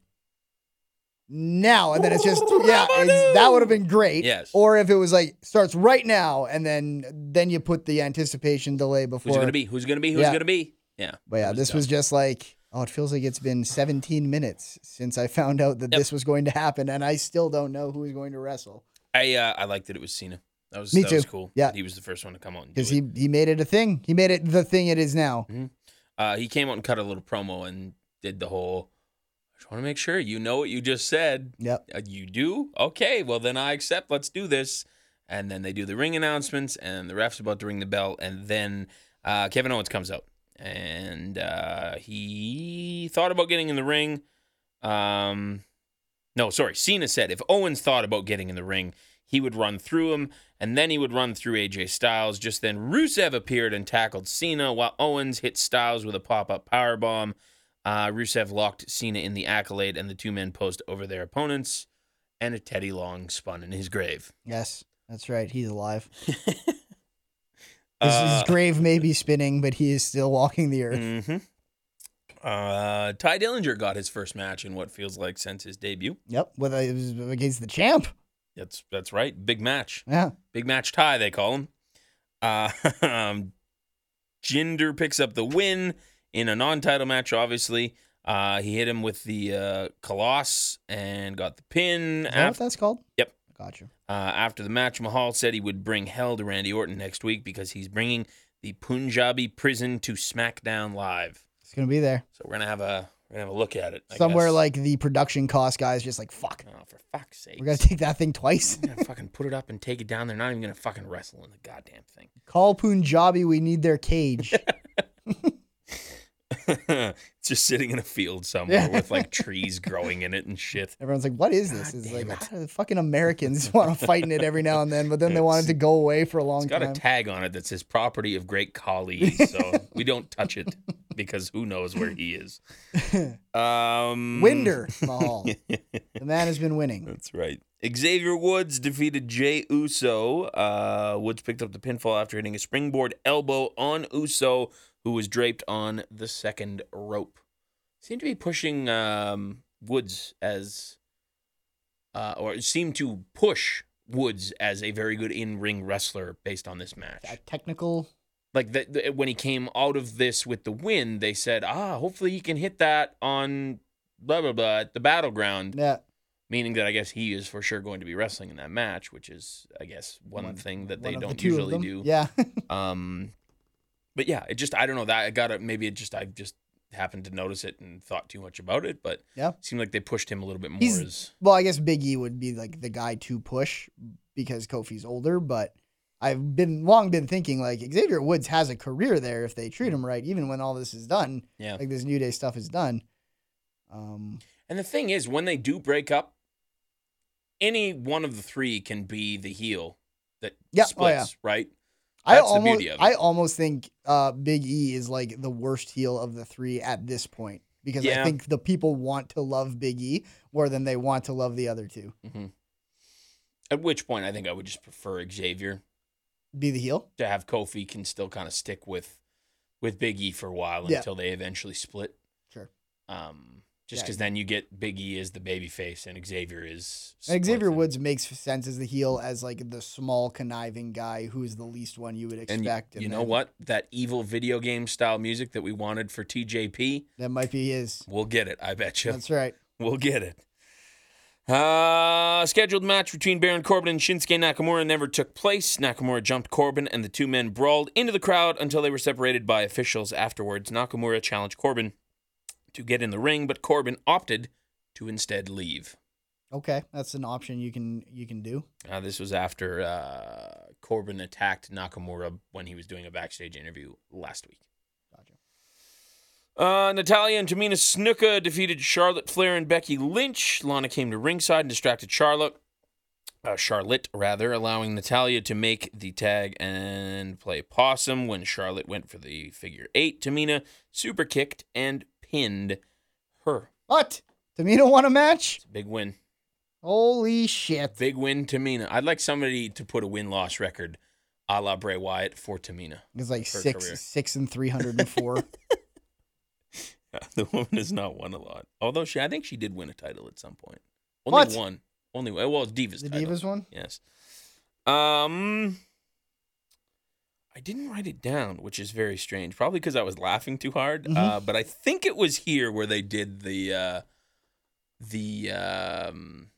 Speaker 2: now, and then it's just yeah, it's, that would have been great.
Speaker 1: Yes.
Speaker 2: Or if it was like starts right now, and then then you put the anticipation delay before.
Speaker 1: Who's it gonna be? Who's it gonna be? Who's it
Speaker 2: Yeah.
Speaker 1: gonna be? Yeah.
Speaker 2: But yeah,
Speaker 1: That
Speaker 2: this
Speaker 1: tough.
Speaker 2: was just like oh, it feels like it's been 17 minutes since I found out that
Speaker 1: Yep.
Speaker 2: this was going to happen, and I still don't know who's going to wrestle
Speaker 1: I uh, I liked that it was Cena. That was
Speaker 2: Me
Speaker 1: that was
Speaker 2: too.
Speaker 1: cool.
Speaker 2: Yeah.
Speaker 1: that he was the first one to come out and do
Speaker 2: because
Speaker 1: it.
Speaker 2: he he made it a thing. He made it the thing it is now.
Speaker 1: Uh, he came out and cut a little promo and did the whole. I just want to make sure you know what you just said.
Speaker 2: Yep.
Speaker 1: Uh, you do? Okay. Well, then I accept. Let's do this. And then they do the ring announcements, and the ref's about to ring the bell, and then uh, Kevin Owens comes out, and uh, he thought about getting in the ring. Um, no, sorry. Cena said if Owens thought about getting in the ring, he would run through him, and then he would run through AJ Styles. Just then, Rusev appeared and tackled Cena, while Owens hit Styles with a pop-up powerbomb. Uh, Rusev locked Cena in the accolade, and the two men posed over their opponents. And Teddy Long spun in his grave.
Speaker 2: Yes, that's right. He's alive. His,
Speaker 1: Uh,
Speaker 2: his grave may be spinning, but he is still walking the earth.
Speaker 1: mhm. Uh, Ty Dillinger got his first match in what feels like since his debut.
Speaker 2: Yep, with a, it was against the champ.
Speaker 1: That's that's right, big match.
Speaker 2: Yeah,
Speaker 1: Big match tie, they call him. Uh, um, Jinder picks up the win in a non-title match. Obviously, uh, he hit him with the uh, Coloss and got the pin.
Speaker 2: is that
Speaker 1: After,
Speaker 2: what that's called?
Speaker 1: Yep.
Speaker 2: Gotcha.
Speaker 1: uh, after the match, Mahal said he would bring hell to Randy Orton next week because he's bringing the Punjabi prison to SmackDown Live.
Speaker 2: It's gonna be there
Speaker 1: So we're gonna have a we're gonna have a look at it I
Speaker 2: somewhere.
Speaker 1: guess.
Speaker 2: Like the production cost guys, just like fuck.
Speaker 1: oh, for fuck's sake,
Speaker 2: We're gonna take that thing twice.
Speaker 1: They're gonna fucking put it up and take it down. They're not even gonna fucking wrestle in the goddamn thing.
Speaker 2: Call Punjabi. We need their cage.
Speaker 1: it's just sitting in a field somewhere
Speaker 2: Yeah.
Speaker 1: with like trees growing in it and shit.
Speaker 2: Everyone's like, "What is this?" It's like "Ah, the fucking Americans want to fight in it every now and then, but then they want it to go away for a long
Speaker 1: It's got
Speaker 2: time.
Speaker 1: a tag on it that says property of great Kali, so we don't touch it because who knows where he is. Um
Speaker 2: Winder Mahal, the man has been winning.
Speaker 1: That's right. Xavier Woods defeated Jay Uso. Uh, Woods picked up the pinfall after hitting a springboard elbow on Uso, who was draped on the second rope. Seemed to be pushing um, Woods as, uh, or seemed to push Woods as a very good in ring wrestler based on this match
Speaker 2: A technical
Speaker 1: like that the, when he came out of this with the win, they said, ah, hopefully he can hit that on blah blah blah at the battleground,
Speaker 2: yeah,
Speaker 1: meaning that I guess he is for sure going to be wrestling in that match, which is I guess one, thing that
Speaker 2: one
Speaker 1: they
Speaker 2: of
Speaker 1: don't
Speaker 2: two of
Speaker 1: usually
Speaker 2: them.
Speaker 1: do.
Speaker 2: Yeah,
Speaker 1: Um, but yeah, it just I don't know that I got it. Maybe it just I just happened to notice it and thought too much about it, but
Speaker 2: Yeah.
Speaker 1: it seemed like they pushed him a little bit more.
Speaker 2: He's-
Speaker 1: as,
Speaker 2: Well, I guess Big E would be like the guy to push because Kofi's older, but I've been long been thinking like Xavier Woods has a career there if they treat him right, even when all this is done,
Speaker 1: yeah.
Speaker 2: like this New Day stuff is done. Um,
Speaker 1: And the thing is, when they do break up, any one of the three can be the heel that
Speaker 2: Yeah, oh,
Speaker 1: splits,
Speaker 2: yeah.
Speaker 1: right?
Speaker 2: I
Speaker 1: That's the
Speaker 2: almost,
Speaker 1: beauty of it.
Speaker 2: I almost think uh, Big E is like the worst heel of the three at this point because
Speaker 1: Yeah.
Speaker 2: I think the people want to love Big E more than they want to love the other two.
Speaker 1: Mm-hmm. At which point, I think I would just prefer Xavier
Speaker 2: Be the heel.
Speaker 1: to have Kofi can still kind of stick with with Big E for a while
Speaker 2: Yeah.
Speaker 1: until they eventually split.
Speaker 2: Sure.
Speaker 1: Um, just
Speaker 2: Yeah.
Speaker 1: because then you get Big E as the baby face and Xavier is
Speaker 2: And Xavier
Speaker 1: split.
Speaker 2: Woods makes sense as the heel, as like the small conniving guy who is the least one you would
Speaker 1: And y-
Speaker 2: expect.
Speaker 1: you know
Speaker 2: then
Speaker 1: what? That evil video game style music that we wanted for TJP,
Speaker 2: That might be his.
Speaker 1: we'll get it. I bet you.
Speaker 2: That's right.
Speaker 1: We'll get it. Uh, scheduled match between Baron Corbin and Shinsuke Nakamura never took place. Nakamura jumped Corbin, and the two men brawled into the crowd until they were separated by officials afterwards. Nakamura challenged Corbin to get in the ring, but Corbin opted to instead leave.
Speaker 2: Okay, that's an option you can you can do.
Speaker 1: Uh, this was after uh, Corbin attacked Nakamura when he was doing a backstage interview last week.
Speaker 2: Gotcha.
Speaker 1: Uh, Natalia and Tamina Snuka defeated Charlotte Flair and Becky Lynch. Lana came to ringside and distracted Charlotte, uh, Charlotte rather, allowing Natalia to make the tag and play possum. When Charlotte went for the figure eight, Tamina super kicked and pinned her.
Speaker 2: But Tamina won a match.
Speaker 1: Big win.
Speaker 2: Holy shit.
Speaker 1: Big win, Tamina. I'd like somebody to put a win loss record a la Bray Wyatt for Tamina.
Speaker 2: It's like
Speaker 1: Her
Speaker 2: six,
Speaker 1: career.
Speaker 2: six and 304.
Speaker 1: the woman has not won a lot. Although she, I think she did win a title at some point. Only
Speaker 2: What?
Speaker 1: one. Only one. Well, it's Divas.
Speaker 2: the
Speaker 1: title.
Speaker 2: Divas one?
Speaker 1: Yes. Um, I didn't write it down, which is very strange. Probably because I was laughing too hard.
Speaker 2: Mhm.
Speaker 1: Uh, but I think it was here where they did the uh, the um,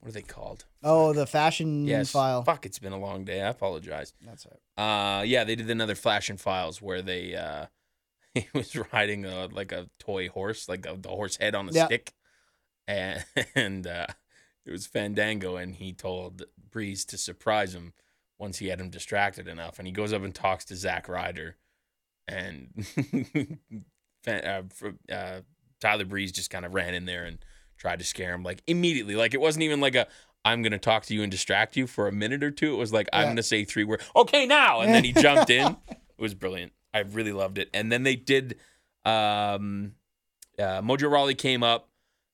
Speaker 1: what are they called?
Speaker 2: Oh, the fashion
Speaker 1: Yes.
Speaker 2: file.
Speaker 1: Fuck, it's been a long day. I apologize.
Speaker 2: That's right.
Speaker 1: Uh, yeah, they did another Flash and Files where they uh, he was riding a, like a toy horse, like a, the horse head on a
Speaker 2: Yeah.
Speaker 1: stick, and, and uh, it was Fandango, and he told Breeze to surprise him once he had him distracted enough, and he goes up and talks to Zack Ryder, and Fan- uh, fr- uh, Tyler Breeze just kind of ran in there and tried to scare him like immediately, like it wasn't even like a. I'm gonna talk to you and distract you for a minute or two. It was like I'm
Speaker 2: Yeah.
Speaker 1: gonna say three words. Okay, now, and then he jumped in. It was brilliant. I really loved it. And then they did. Um, uh, Mojo Rawley came up.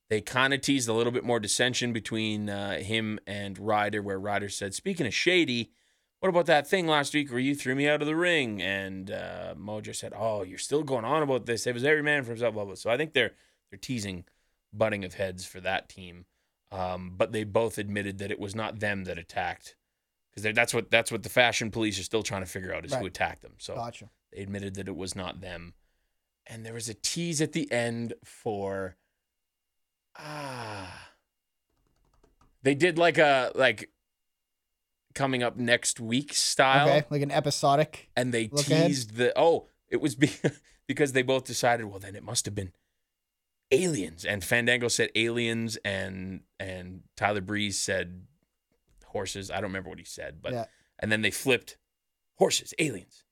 Speaker 1: They kind of teased a little bit more dissension between uh, him and Ryder, where Ryder said, "Speaking of shady, what about that thing last week where you threw me out of the ring?" And uh, Mojo said, "Oh, you're still going on about this. It was every man for himself." Blah blah. So I think they're they're teasing butting of heads for that team. Um, but they both admitted that it was not them that attacked, because that's what that's what the fashion police are still trying to figure out is
Speaker 2: Right.
Speaker 1: who attacked them. So
Speaker 2: Gotcha.
Speaker 1: they admitted that it was not them. And there was a tease at the end for ah they did like a like coming up next week style
Speaker 2: Okay, like an episodic.
Speaker 1: and they
Speaker 2: Look ahead.
Speaker 1: teased the oh it was be, because they both decided well then it must have been aliens and fandango said aliens and and tyler breeze said horses i don't remember what he said but
Speaker 2: yeah.
Speaker 1: and then they flipped horses, aliens,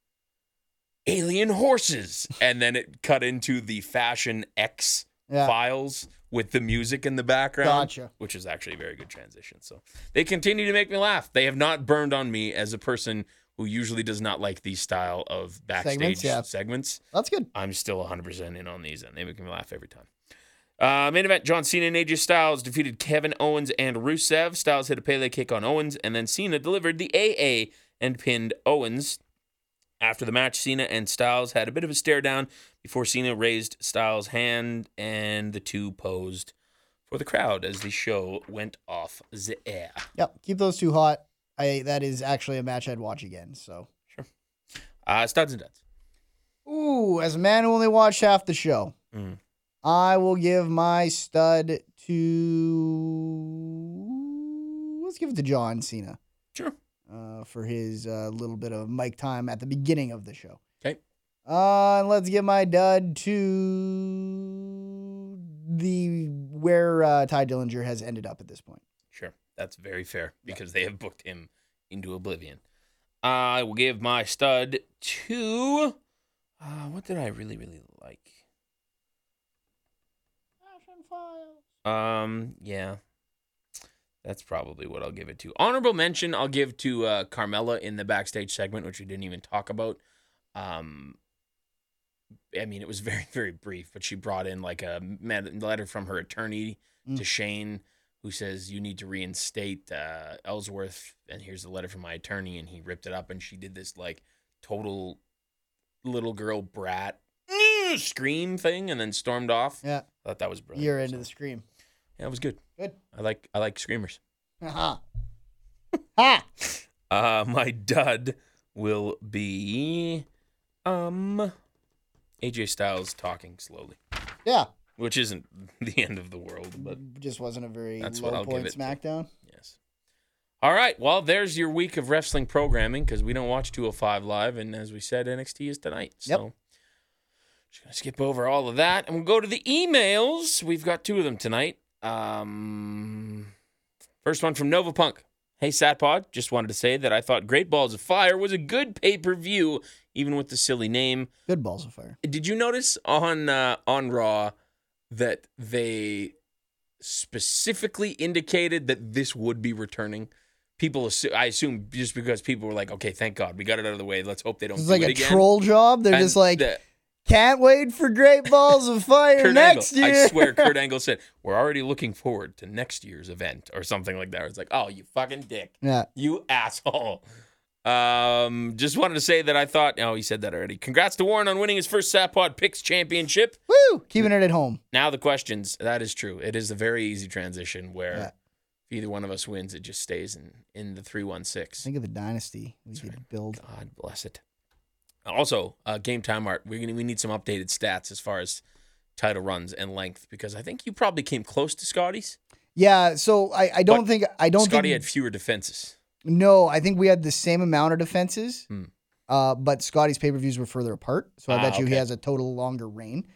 Speaker 1: alien horses. and then it cut into the Fashion X
Speaker 2: Yeah.
Speaker 1: files with the music in the background,
Speaker 2: Gotcha.
Speaker 1: which is actually a very good transition. So they continue to make me laugh. They have not burned on me as a person who usually does not like these style of backstage
Speaker 2: Segments, yeah.
Speaker 1: segments.
Speaker 2: That's good.
Speaker 1: I'm still 100% in on these, and they make me laugh every time. Uh, main event John Cena and AJ Styles defeated Kevin Owens and Rusev. Styles hit a Pele kick on Owens, and then Cena delivered the AA and pinned Owens. After the match, Cena and Styles had a bit of a stare down before Cena raised Styles' hand, and the two posed for the crowd as the show went off the air.
Speaker 2: Yep. Keep those two hot. I that is actually a match I'd watch again. So,
Speaker 1: Uh, studs and duds.
Speaker 2: ooh, as a man who only watched half the show,
Speaker 1: Mm.
Speaker 2: I will give my stud to let's give it to John Cena
Speaker 1: Sure.
Speaker 2: uh, for his uh, little bit of mic time at the beginning of the show.
Speaker 1: 'Kay.
Speaker 2: Uh, and let's give my dud to the where uh, Ty Dillinger has ended up at this point.
Speaker 1: Sure. That's very fair because they have booked him into oblivion. I will give my stud to. Uh, what did I really, really like? Um, yeah. That's probably what I'll give it to. Honorable mention I'll give to uh, Carmella in the backstage segment, which we didn't even talk about. Um, I mean, it was very, very brief, but she brought in like a med- letter from her attorney to
Speaker 2: Mm.
Speaker 1: Shane, who says, You need to reinstate uh, Ellsworth. And here's the letter from my attorney. And he ripped it up, and she did this like total little girl brat scream thing and then stormed off.
Speaker 2: Mm. Yeah,
Speaker 1: I thought that was brilliant.
Speaker 2: you're into
Speaker 1: so-
Speaker 2: the scream.
Speaker 1: Yeah, it was good.
Speaker 2: Good.
Speaker 1: I like I like screamers.
Speaker 2: Ha ha.
Speaker 1: Uh, my dud will be um AJ Styles talking slowly,
Speaker 2: Yeah.
Speaker 1: which isn't the end of the world, but
Speaker 2: just wasn't a very
Speaker 1: That's what
Speaker 2: low
Speaker 1: I'll give
Speaker 2: point
Speaker 1: it to.
Speaker 2: SmackDown.
Speaker 1: yes. All right, well, there's your week of wrestling programming because we don't watch 205 live, and as we said, NXT is tonight. So just gonna skip over all of that, and we'll go to the emails. We've got two of them tonight. Um, first one from Nova Punk. Hey, Satpod, just wanted to say that I thought Great Balls of Fire was a good pay per view, even with the silly name.
Speaker 2: Good balls of fire.
Speaker 1: Did you notice on uh, on Raw that they specifically indicated that this would be returning? People, assu- I assume, just because people were like, "Okay, thank God, we got it out of the way. Let's hope they don't
Speaker 2: It's
Speaker 1: do
Speaker 2: like
Speaker 1: it
Speaker 2: a
Speaker 1: again."
Speaker 2: troll job. They're
Speaker 1: And
Speaker 2: just like,
Speaker 1: the-
Speaker 2: Can't wait for Great Balls of Fire
Speaker 1: Kurt
Speaker 2: next
Speaker 1: Angle.
Speaker 2: year.
Speaker 1: I swear, Kurt Angle said, "We're already looking forward to next year's event or something like that." It's like, "Oh, you fucking dick,
Speaker 2: Yeah.
Speaker 1: you asshole." Um, just wanted to say that I thought. Oh, he said that already. Congrats to Warren on winning his first Sapod Picks Championship.
Speaker 2: Woo! Keeping it at home.
Speaker 1: Now the questions. That is true. It is a very easy transition where
Speaker 2: Yeah.
Speaker 1: if either one of us wins, it just stays in in the three one six.
Speaker 2: Think of the dynasty we could build.
Speaker 1: God bless it. Also, uh, game time art. We're gonna we need some updated stats as far as title runs and length because I think you probably came close to Scotty's.
Speaker 2: Yeah, so I, I don't
Speaker 1: But
Speaker 2: think I don't
Speaker 1: Scotty
Speaker 2: think
Speaker 1: had fewer defenses.
Speaker 2: no, I think we had the same amount of defenses.
Speaker 1: Hmm.
Speaker 2: Uh, but Scotty's pay per views were further apart, so I
Speaker 1: Ah,
Speaker 2: bet you he
Speaker 1: okay.
Speaker 2: has a total longer reign.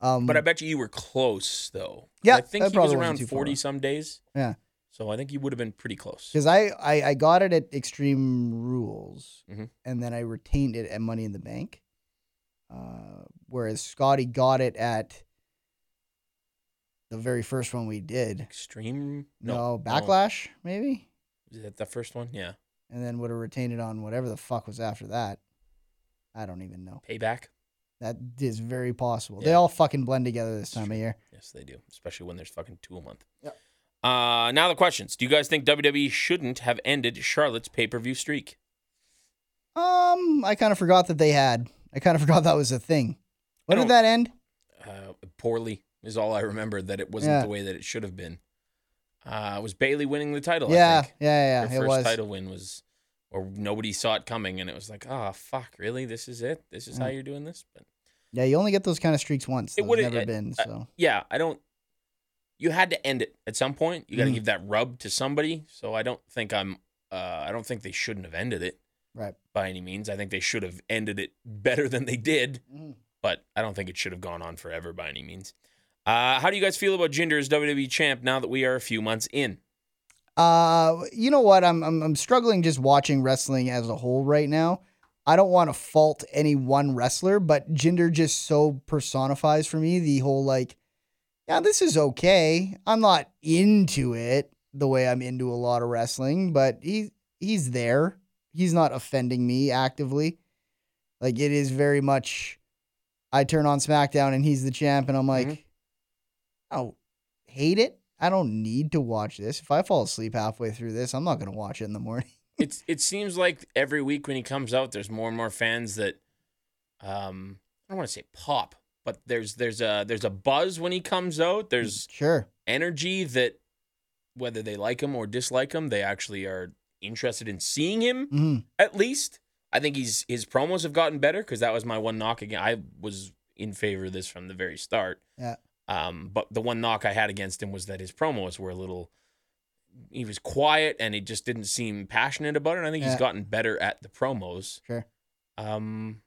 Speaker 2: Um,
Speaker 1: But I bet you you were close though.
Speaker 2: Yeah,
Speaker 1: I think
Speaker 2: that
Speaker 1: he was
Speaker 2: probably wasn't
Speaker 1: around
Speaker 2: too far
Speaker 1: forty
Speaker 2: off.
Speaker 1: some days.
Speaker 2: Yeah.
Speaker 1: So I think you would have been pretty close.
Speaker 2: because I, I I got it at Extreme Rules,
Speaker 1: Mhm.
Speaker 2: and then I retained it at Money in the Bank. Uh, whereas Scotty got it at the very first one we did.
Speaker 1: Extreme?
Speaker 2: No, Backlash maybe,
Speaker 1: Is that the first one? Yeah.
Speaker 2: and then would have retained it on whatever the fuck was after that. I don't even know.
Speaker 1: Payback.
Speaker 2: That is very possible. They
Speaker 1: Yeah.
Speaker 2: all fucking blend together this
Speaker 1: It's
Speaker 2: time
Speaker 1: true.
Speaker 2: of year.
Speaker 1: Yes, they do, especially when there's fucking two a month.
Speaker 2: Yep.
Speaker 1: Uh, now the questions. Do you guys think WWE shouldn't have ended Charlotte's pay per view streak?
Speaker 2: Um, I kind of forgot that they had. I kind of forgot that was a thing. When
Speaker 1: don't-
Speaker 2: did that end?
Speaker 1: Uh, poorly is all I remember that it wasn't
Speaker 2: Yeah.
Speaker 1: the way that it should have been. Uh, it was Bailey winning the title? I
Speaker 2: yeah,
Speaker 1: think.
Speaker 2: yeah, yeah,
Speaker 1: Her
Speaker 2: It
Speaker 1: first
Speaker 2: was.
Speaker 1: title win was, or nobody saw it coming, and it was like, oh fuck, really? This is it? This is how
Speaker 2: Yeah.
Speaker 1: you're doing this? But
Speaker 2: Yeah, you only get those kind of streaks once.
Speaker 1: It
Speaker 2: It would
Speaker 1: would've-
Speaker 2: never
Speaker 1: it-
Speaker 2: been
Speaker 1: uh,
Speaker 2: so.
Speaker 1: yeah, I don't. You had to end it at some point. You got to
Speaker 2: Mhm.
Speaker 1: give that rub to somebody. So I don't think I'm. Uh, I don't think they shouldn't have ended it.
Speaker 2: Right.
Speaker 1: by any means. I think they should have ended it better than they did, but I don't think it should have gone on forever by any means. Uh, how do you guys feel about Jinder as WWE champ now that we are a few months in?
Speaker 2: Uh, you know what? I'm, I'm I'm struggling just watching wrestling as a whole right now. I don't want to fault any one wrestler, but Jinder just so personifies for me the whole like, yeah, this is okay. I'm not into it the way I'm into a lot of wrestling, but he he's there. He's not offending me actively. Like it is very much. I turn on SmackDown and he's the champ, and I'm like,
Speaker 1: Mhm.
Speaker 2: oh, hate it. I don't need to watch this. If I fall asleep halfway through this, I'm not going to watch it in the morning.
Speaker 1: It's it seems like every week when he comes out, there's more and more fans that, um, I don't want to say pop, but there's there's a there's a buzz when he comes out. There's
Speaker 2: Sure.
Speaker 1: energy that whether they like him or dislike him, they actually are interested in seeing him.
Speaker 2: hmm
Speaker 1: at least. I think he's his promos have gotten better because that was my one knock again. I was in favor of this from the very start.
Speaker 2: Yeah.
Speaker 1: Um, but the one knock I had against him was that his promos were a little. He was quiet and he just didn't seem passionate about it. And I think he's
Speaker 2: Yeah.
Speaker 1: gotten better at the promos.
Speaker 2: Sure.
Speaker 1: Um,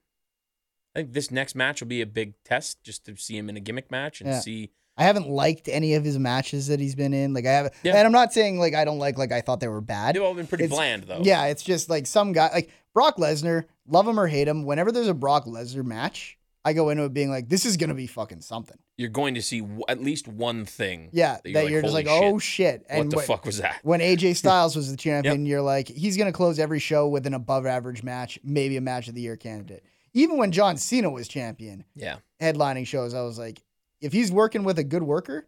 Speaker 1: I think this next match will be a big test just to see him in a gimmick match and
Speaker 2: Yeah.
Speaker 1: see.
Speaker 2: I haven't liked any of his matches that he's been in. Like I haven't,
Speaker 1: Yeah.
Speaker 2: and I'm not saying like I don't like like I thought they were
Speaker 1: They've
Speaker 2: bad.
Speaker 1: all been pretty
Speaker 2: It's-
Speaker 1: bland though.
Speaker 2: Yeah, it's just like some guy like Brock Lesnar, love him or hate him. Whenever there's a Brock Lesnar match, I go into it being like, this is gonna be fucking something.
Speaker 1: You're going to see w- at least one thing.
Speaker 2: Yeah,
Speaker 1: That you're
Speaker 2: that
Speaker 1: like,
Speaker 2: you're just
Speaker 1: "Holy
Speaker 2: like,
Speaker 1: shit,
Speaker 2: oh shit.
Speaker 1: What the
Speaker 2: when-
Speaker 1: fuck was that?
Speaker 2: When AJ Styles was the champion, you're like, he's gonna close every show with an above average match, maybe a match of the year candidate. Even when John Cena was champion,
Speaker 1: Yeah.
Speaker 2: headlining shows, I was like, if he's working with a good worker,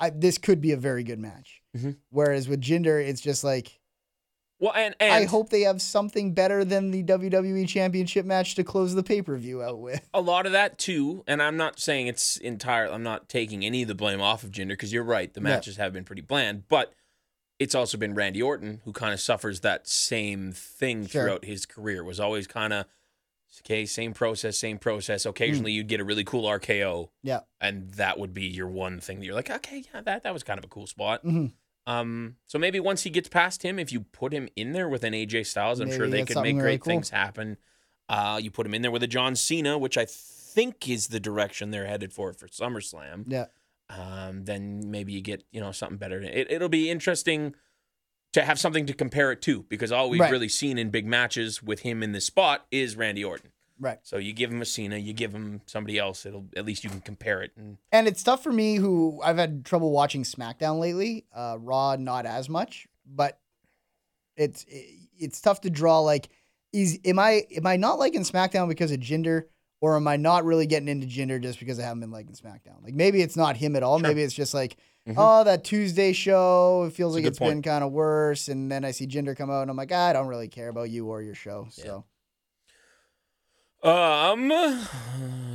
Speaker 2: I, this could be a very good match.
Speaker 1: Mhm.
Speaker 2: Whereas with Jinder, it's just like,
Speaker 1: Well, and, and
Speaker 2: I hope they have something better than the WWE Championship match to close the pay per view out with.
Speaker 1: a lot of that too, and I'm not saying it's entire. I'm not taking any of the blame off of Jinder because you're right. The
Speaker 2: No.
Speaker 1: matches have been pretty bland, but it's also been Randy Orton who kind of suffers that same thing
Speaker 2: Sure.
Speaker 1: throughout his career. Was always kind of okay, same process, same process. Occasionally,
Speaker 2: Hmm.
Speaker 1: you'd get a really cool RKO,
Speaker 2: Yeah.
Speaker 1: and that would be your one thing that you're like, okay, yeah, that that was kind of a cool spot.
Speaker 2: Mhm.
Speaker 1: Um, so maybe once he gets past him, if you put him in there with an AJ Styles, I'm sure
Speaker 2: Maybe
Speaker 1: they
Speaker 2: that's
Speaker 1: could
Speaker 2: something
Speaker 1: make
Speaker 2: really
Speaker 1: great
Speaker 2: cool.
Speaker 1: things happen. Uh, you put him in there with a John Cena, which I think is the direction they're headed for for SummerSlam.
Speaker 2: Yeah.
Speaker 1: Um, then maybe you get you know something better. It, it'll be interesting to have something to compare it to because all we've
Speaker 2: Right.
Speaker 1: really seen in big matches with him in this spot is Randy Orton.
Speaker 2: Right.
Speaker 1: So you give him a Cena, you give him somebody else. It'll at least you can compare it. And
Speaker 2: And it's tough for me, who I've had trouble watching SmackDown lately. Uh, Raw, not as much, but it's it's tough to draw. Like, is am I am I not liking SmackDown because of gender, Or am I not really getting into gender just because I haven't been liking SmackDown? Like maybe it's not him at all. Maybe it's just like, oh, that Tuesday show. It feels
Speaker 1: Mm-hmm. It's a
Speaker 2: like
Speaker 1: good
Speaker 2: it's been kind of worse. And then I see gender come out, and I'm like, "Ah, I don't really care about you or your show. So
Speaker 1: Um,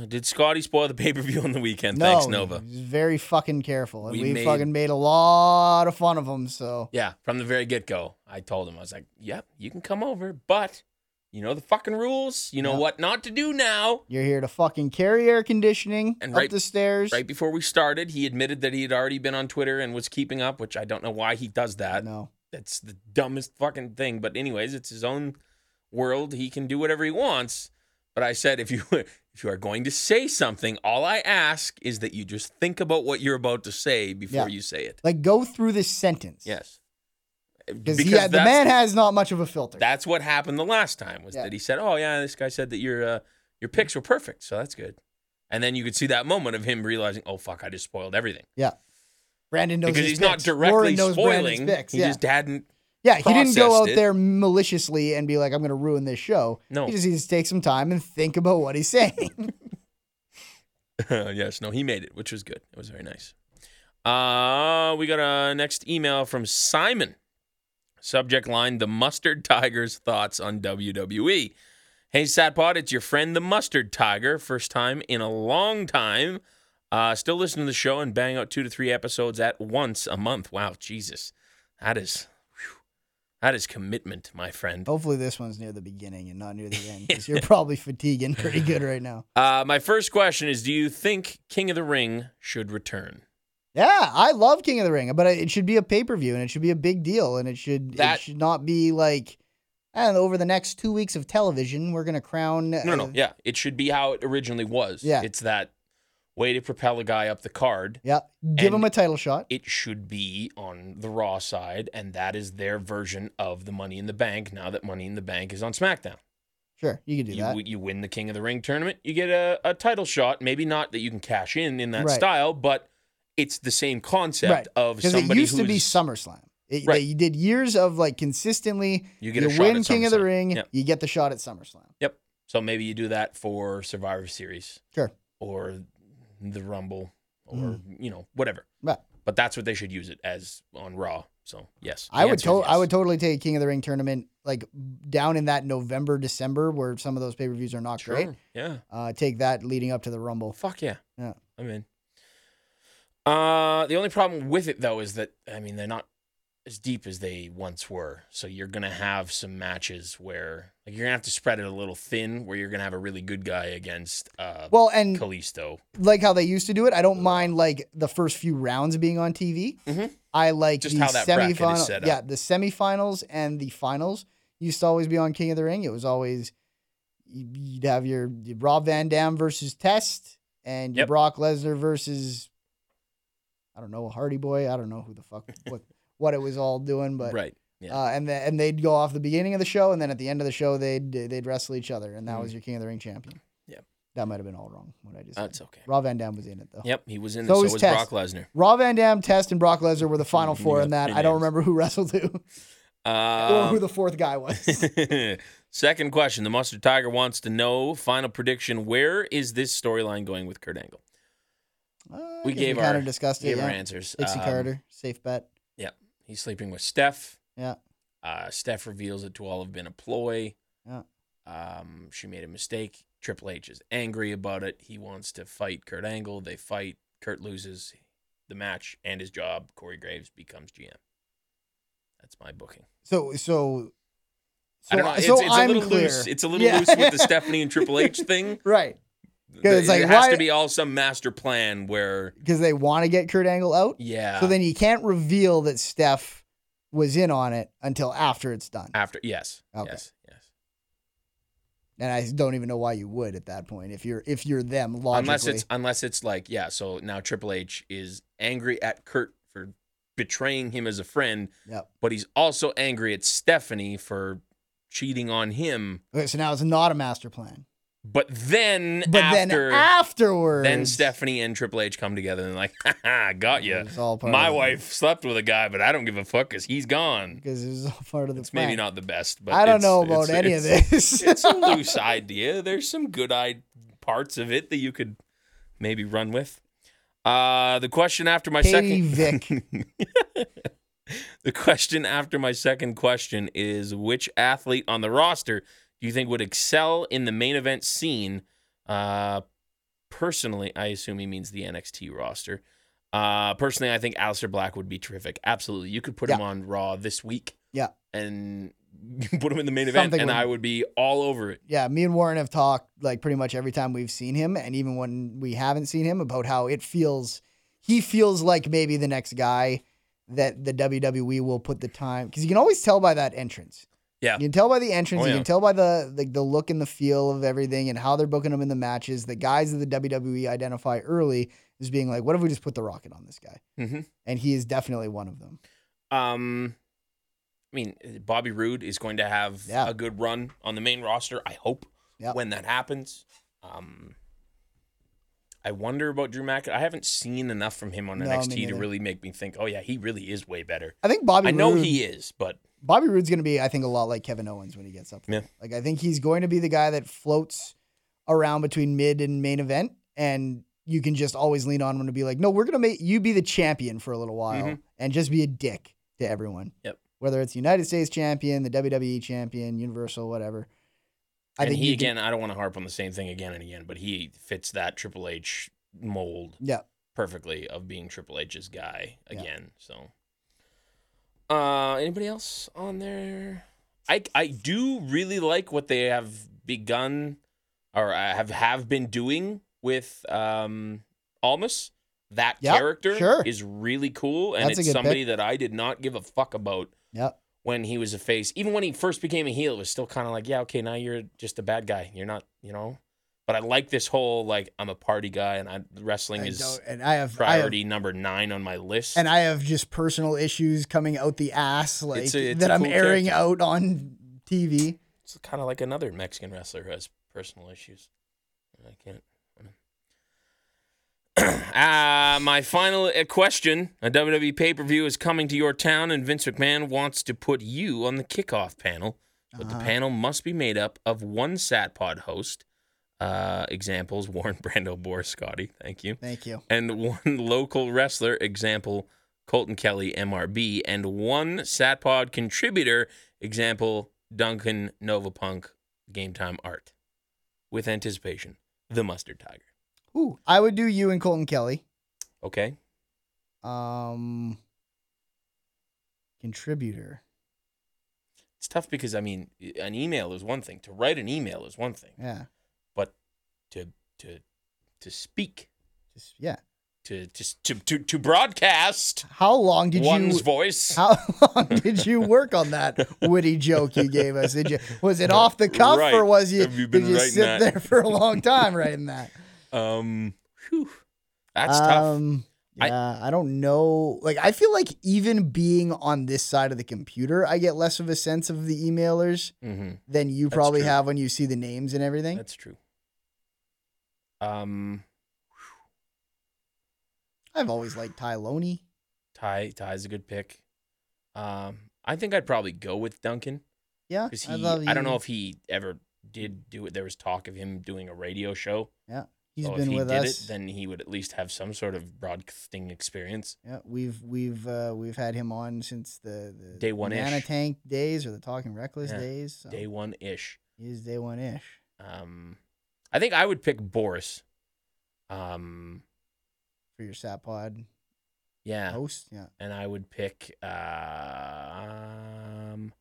Speaker 1: did Scotty spoil the pay per view on the weekend?
Speaker 2: no,
Speaker 1: Thanks, Nova.
Speaker 2: he's very fucking careful, and
Speaker 1: We
Speaker 2: we,
Speaker 1: made-
Speaker 2: fucking made a lot of fun of him. So
Speaker 1: Yeah, from the very get go, I told him I was like, "Yep, you can come over, but you know the fucking rules. You know
Speaker 2: Yeah.
Speaker 1: what not to do now."
Speaker 2: you're here to fucking carry air conditioning
Speaker 1: And
Speaker 2: up
Speaker 1: right-
Speaker 2: the stairs.
Speaker 1: Right before we started, he admitted that he had already been on Twitter and was keeping up, which I don't know why he does that.
Speaker 2: no,
Speaker 1: That's the dumbest fucking thing. But anyways, it's his own world. He can do whatever he wants. But I said, if you if you are going to say something, all I ask is that you just think about what you're about to say before
Speaker 2: Yeah.
Speaker 1: you say it.
Speaker 2: like go through this sentence.
Speaker 1: Yes.
Speaker 2: because he had, the
Speaker 1: that's-
Speaker 2: man has not much of a filter.
Speaker 1: That's what happened the last time was
Speaker 2: Yeah.
Speaker 1: that he said, "Oh yeah, this guy said that your uh, your picks were perfect, so that's good." And then you could see that moment of him realizing, "Oh fuck, I just spoiled everything."
Speaker 2: yeah, Brandon knows
Speaker 1: because
Speaker 2: his
Speaker 1: he's not
Speaker 2: picks.
Speaker 1: directly
Speaker 2: Warren knows Brandon's
Speaker 1: spoiling.
Speaker 2: picks,
Speaker 1: He
Speaker 2: yeah.
Speaker 1: just hadn't.
Speaker 2: yeah, he didn't go
Speaker 1: processed
Speaker 2: out
Speaker 1: it.
Speaker 2: there maliciously and be like, "I'm going to ruin this show."
Speaker 1: No.
Speaker 2: he just needs to take some time and think about what he's saying.
Speaker 1: yes, no, he made it, which was good. It was very nice. Uh, we got a next email from Simon. Subject line: The Mustard Tiger's thoughts on WWE. Hey, Satpod, it's your friend the Mustard Tiger. First time in a long time. Uh, still listen to the show and bang out two to three episodes at once a month. Wow, Jesus, that is whew, that is commitment, my friend.
Speaker 2: Hopefully, this one's near the beginning and not near the end because you're probably fatiguing pretty good right now.
Speaker 1: Uh, my first question is: Do you think King of the Ring should return?
Speaker 2: Yeah, I love King of the Ring, but it should be a pay per view and it should be a big deal and it should
Speaker 1: That-
Speaker 2: it should not be like. And over the next two weeks of television, we're gonna crown. uh,
Speaker 1: No, no, yeah. It should be how it originally was.
Speaker 2: Yeah.
Speaker 1: It's that way to propel a guy up the card.
Speaker 2: yeah. Give
Speaker 1: And-
Speaker 2: him a title shot.
Speaker 1: It should be on the Raw side, and that is their version of the Money in the Bank now that Money in the Bank is on SmackDown.
Speaker 2: Sure, you could do
Speaker 1: You,
Speaker 2: that.
Speaker 1: w- you win the King of the Ring tournament, you get a, a title shot. Maybe not that you can cash in in that
Speaker 2: Right.
Speaker 1: style, but it's the same concept
Speaker 2: Right.
Speaker 1: of
Speaker 2: Because it
Speaker 1: somebody
Speaker 2: used to be
Speaker 1: who's-
Speaker 2: SummerSlam. It,
Speaker 1: Right.
Speaker 2: they- you did years of like consistently.
Speaker 1: You get a shot
Speaker 2: win
Speaker 1: at
Speaker 2: King of the
Speaker 1: SummerSlam.
Speaker 2: Ring,
Speaker 1: Yeah.
Speaker 2: you get the shot at SummerSlam.
Speaker 1: Yep. So maybe you do that for Survivor Series
Speaker 2: Sure, Mm-hmm.
Speaker 1: or the Rumble or, you know, whatever.
Speaker 2: but
Speaker 1: but that's what they should use it as on Raw. So yes,
Speaker 2: I
Speaker 1: The
Speaker 2: would
Speaker 1: answer
Speaker 2: to-
Speaker 1: is
Speaker 2: I
Speaker 1: yes.
Speaker 2: would totally take a King of the Ring tournament like down in that November December where some of those pay per views are not
Speaker 1: sure.
Speaker 2: great.
Speaker 1: Yeah,
Speaker 2: Uh, take that leading up to the Rumble.
Speaker 1: fuck yeah,
Speaker 2: Yeah.
Speaker 1: I'm in. Uh, the only problem with it though is that I mean they're not as deep as they once were, so you're gonna have some matches where like you're gonna have to spread it a little thin, where you're gonna have a really good guy against uh
Speaker 2: Well, and
Speaker 1: Kalisto.
Speaker 2: like how they used to do it, I don't mind like the first few rounds being on TV.
Speaker 1: Mhm.
Speaker 2: I like
Speaker 1: Just
Speaker 2: the
Speaker 1: how that bracket is
Speaker 2: semifinals.
Speaker 1: set up.
Speaker 2: Yeah, the semifinals and the finals used to always be on King of the Ring. It was always you'd have your your Rob Van Dam versus Test and your
Speaker 1: Yep.
Speaker 2: Brock Lesnar versus I don't know Hardy Boy. I don't know who the fuck what what it was all doing, but
Speaker 1: right. Yeah.
Speaker 2: Uh, and the, and they'd go off the beginning of the show, and then at the end of the show, they'd they'd wrestle each other, and that was your King of the Ring champion.
Speaker 1: Mm-hmm. Yep.
Speaker 2: that might have been all wrong. What I just said.
Speaker 1: That's okay.
Speaker 2: Rob Van Dam was in it though.
Speaker 1: Yep, he was in.
Speaker 2: So
Speaker 1: So, so
Speaker 2: is
Speaker 1: was
Speaker 2: Test.
Speaker 1: Brock Lesnar.
Speaker 2: Rob Van Dam, Test, and Brock Lesnar were the final four in
Speaker 1: got
Speaker 2: that.
Speaker 1: three
Speaker 2: I don't
Speaker 1: names.
Speaker 2: remember who wrestled who or
Speaker 1: Um,
Speaker 2: who the fourth guy was.
Speaker 1: Second question. The Mustard Tiger wants to know final prediction. Where is this storyline going with Kurt Angle?
Speaker 2: Uh,
Speaker 1: We
Speaker 2: I guess
Speaker 1: gave
Speaker 2: kinda
Speaker 1: our-
Speaker 2: discussed
Speaker 1: Give
Speaker 2: it.
Speaker 1: her
Speaker 2: Yeah.
Speaker 1: answers.
Speaker 2: Dixie
Speaker 1: Um,
Speaker 2: Carter, safe bet.
Speaker 1: Yeah. He's sleeping with Steph.
Speaker 2: Yeah,
Speaker 1: Uh, Steph reveals it to all have been a ploy.
Speaker 2: Yeah.
Speaker 1: Um, she made a mistake. Triple H is angry about it. He wants to fight Kurt Angle. They fight. Kurt loses the match and his job. Corey Graves becomes GM. That's my booking.
Speaker 2: so so. So,
Speaker 1: I don't know. It's,
Speaker 2: so
Speaker 1: it's
Speaker 2: I'm
Speaker 1: a little
Speaker 2: clear.
Speaker 1: loose. It's a little
Speaker 2: Yeah.
Speaker 1: loose with the Stephanie and Triple H thing.
Speaker 2: right
Speaker 1: There-
Speaker 2: it's like,
Speaker 1: there has
Speaker 2: why-
Speaker 1: to be all some master plan where
Speaker 2: because they want to get Kurt Angle out.
Speaker 1: yeah
Speaker 2: So then you can't reveal that Steph was in on it until after it's done.
Speaker 1: after yes
Speaker 2: Okay.
Speaker 1: yes yes
Speaker 2: And I don't even know why you would at that point if you're if you're them logically.
Speaker 1: unless it's unless it's like yeah so now Triple H is angry at Kurt for betraying him as a friend
Speaker 2: yep.
Speaker 1: but he's also angry at Stephanie for cheating on him
Speaker 2: Okay, so now it's not a master plan.
Speaker 1: but then
Speaker 2: But
Speaker 1: after
Speaker 2: then afterwards,
Speaker 1: then Stephanie and Triple H come together and like ha ha got you
Speaker 2: It's all part
Speaker 1: my
Speaker 2: of the-
Speaker 1: wife slept with a guy but I don't give a fuck cuz he's gone
Speaker 2: because it was all part of the
Speaker 1: it's maybe
Speaker 2: plan.
Speaker 1: not the best but
Speaker 2: I don't
Speaker 1: it's-
Speaker 2: know about
Speaker 1: it's-
Speaker 2: any of
Speaker 1: it's-
Speaker 2: this.
Speaker 1: it's a loose idea. There's some good I parts of it that you could maybe run with. Uh, the question after my
Speaker 2: Katie
Speaker 1: second
Speaker 2: Vick.
Speaker 1: the question after my second question is which athlete on the roster do you think would excel in the main event scene? Uh, personally, I assume he means the NXT roster. Uh, personally, I think Alistair Black would be terrific. Absolutely, you could put him
Speaker 2: Yeah.
Speaker 1: on Raw this week
Speaker 2: Yeah.
Speaker 1: and put him in the main event,
Speaker 2: Something
Speaker 1: and
Speaker 2: would-
Speaker 1: I would be all over it.
Speaker 2: Yeah, me and Warren have talked like pretty much every time we've seen him, and even when we haven't seen him, about how it feels. He feels like maybe the next guy that the WWE will put the time because you can always tell by that entrance.
Speaker 1: Yeah.
Speaker 2: you can tell by the entrance.
Speaker 1: Oh,
Speaker 2: you
Speaker 1: yeah.
Speaker 2: can tell by the like the look and the feel of everything and how they're booking them in the matches. The guys that the WWE identify early is being like, "What if we just put the rocket on this guy?"
Speaker 1: Mhm.
Speaker 2: And he is definitely one of them.
Speaker 1: Um, I mean, Bobby Roode is going to have
Speaker 2: Yeah.
Speaker 1: a good run on the main roster. I hope
Speaker 2: Yep.
Speaker 1: when that happens. Um, I wonder about Drew McIntyre. I haven't seen enough from him on
Speaker 2: No, me
Speaker 1: NXT to
Speaker 2: neither.
Speaker 1: really make me think. Oh yeah, he really is way better.
Speaker 2: I think Bobby.
Speaker 1: I know
Speaker 2: Roode-
Speaker 1: he is, but
Speaker 2: Bobby Roode's going to be, I think, a lot like Kevin Owens when he gets up there.
Speaker 1: Yeah.
Speaker 2: Like, I think he's going to be the guy that floats around between mid and main event, and you can just always lean on him to be like, no, we're going to make you be the champion for a little while
Speaker 1: Mhm.
Speaker 2: and just be a dick to everyone.
Speaker 1: Yep.
Speaker 2: Whether it's United States champion, the WWE champion, Universal, whatever.
Speaker 1: I and he
Speaker 2: you can-
Speaker 1: again. I don't want to harp on the same thing again and again, but he fits that Triple H mold
Speaker 2: yeah.
Speaker 1: perfectly of being Triple H's guy
Speaker 2: Yeah.
Speaker 1: again. So, uh, anybody else on there? I I do really like what they have begun or I have have been doing with um Almas. That
Speaker 2: Yeah,
Speaker 1: character
Speaker 2: sure.
Speaker 1: is really cool, and
Speaker 2: That's a
Speaker 1: it's
Speaker 2: good
Speaker 1: somebody that I did not give a fuck about
Speaker 2: Yeah.
Speaker 1: when he was a face. Even when he first became a heel, it was still kind of like, yeah, okay, now you're just a bad guy. You're not, you know. But I like this whole like I'm a party guy, and I wrestling
Speaker 2: I
Speaker 1: is
Speaker 2: don't- and I have I have-
Speaker 1: priority number nine on my list.
Speaker 2: and I have just personal issues coming out the ass, like
Speaker 1: It's a- it's
Speaker 2: that
Speaker 1: a
Speaker 2: I'm
Speaker 1: cool
Speaker 2: airing
Speaker 1: character.
Speaker 2: out on TV.
Speaker 1: it's kind of like another Mexican wrestler who has personal issues. And I can't. uh, my final uh, question: A WWE pay per view is coming to your town, and Vince McMahon wants to put you on the kickoff panel. But the panel must be made up of one Satpod host. Uh, examples: Warren Brando, Boris Scotty. Thank you.
Speaker 2: Thank you.
Speaker 1: and one local wrestler, example Colton Kelly, MRB, and one Satpod contributor, example Duncan Novapunk, Game Time Art. With anticipation, the Mustard Tiger.
Speaker 2: Ooh, I would do you and Colton Kelly.
Speaker 1: Okay,
Speaker 2: Um, contributor.
Speaker 1: it's tough because I mean, e, an email is one thing. To write an email is one thing,
Speaker 2: Yeah.
Speaker 1: but to to to speak,
Speaker 2: Just yeah.
Speaker 1: to just to to, to broadcast
Speaker 2: How long did
Speaker 1: one's
Speaker 2: you?
Speaker 1: voice.
Speaker 2: How long did you work on that witty joke you gave us? Did you was it off the cuff
Speaker 1: Right.
Speaker 2: or was you,
Speaker 1: Have you been
Speaker 2: did you
Speaker 1: writing
Speaker 2: sit
Speaker 1: that?
Speaker 2: there for a long time writing that?
Speaker 1: um, whew, that's
Speaker 2: Um,
Speaker 1: tough. I-
Speaker 2: Yeah, I, don't know. Like, I feel like even being on this side of the computer, I get less of a sense of the emailers
Speaker 1: Mm-hmm.
Speaker 2: than you
Speaker 1: That's
Speaker 2: probably
Speaker 1: true.
Speaker 2: have when you see the names and everything.
Speaker 1: That's true. Um,
Speaker 2: I've always liked Ty Loney.
Speaker 1: Ty Ty's a good pick. Um, I think I'd probably go with Duncan
Speaker 2: Yeah,
Speaker 1: because he.
Speaker 2: I
Speaker 1: I,
Speaker 2: love
Speaker 1: don't know
Speaker 2: you.
Speaker 1: if he ever did do it. There was talk of him doing a radio show.
Speaker 2: He's
Speaker 1: so
Speaker 2: been
Speaker 1: oh, if he
Speaker 2: with
Speaker 1: did
Speaker 2: us.
Speaker 1: it, then he would at least have some sort of broadcasting experience.
Speaker 2: yeah, we've we've uh, we've had him on since the, the
Speaker 1: Day one-ish.
Speaker 2: Banana Tank days or the Talking Reckless
Speaker 1: Yeah,
Speaker 2: days. So
Speaker 1: Day one ish.
Speaker 2: he is day one ish.
Speaker 1: Um, I think I would pick Boris. Um,
Speaker 2: for your Sat Pod
Speaker 1: yeah,
Speaker 2: host. Yeah,
Speaker 1: and I would pick uh, um,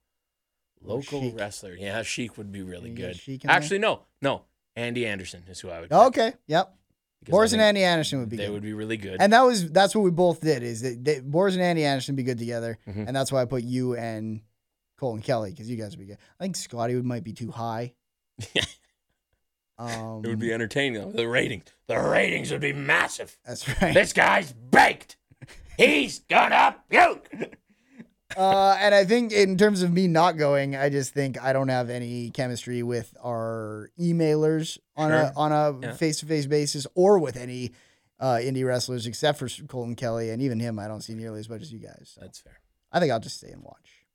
Speaker 2: Or
Speaker 1: local
Speaker 2: Oh, Sheik.
Speaker 1: wrestler. Yeah, Sheik would be really
Speaker 2: You get
Speaker 1: good.
Speaker 2: Sheik in there?
Speaker 1: Actually, no, no. Andy Anderson is who I would. pick,
Speaker 2: Okay. Yep.
Speaker 1: because I
Speaker 2: Boris and
Speaker 1: think
Speaker 2: Andy Anderson would be
Speaker 1: They
Speaker 2: good.
Speaker 1: would be really good.
Speaker 2: and that was that's what we both did is that they, Boris and Andy Anderson would be good together,
Speaker 1: Mhm.
Speaker 2: and that's why I put you and Colin Kelly because you guys would be good. I think Scotty would might be too high. um,
Speaker 1: it would be entertaining. though. The ratings, the ratings would be massive.
Speaker 2: That's right.
Speaker 1: This guy's baked. He's gonna puke.
Speaker 2: uh, and I think in terms of me not going, I just think I don't have any chemistry with our emailers on
Speaker 1: Sure.
Speaker 2: a on
Speaker 1: Yeah.
Speaker 2: a face to face basis or with any uh, indie wrestlers except for Colton Kelly and even him. I don't see nearly as much as you guys. So
Speaker 1: That's fair.
Speaker 2: I think I'll just stay and watch.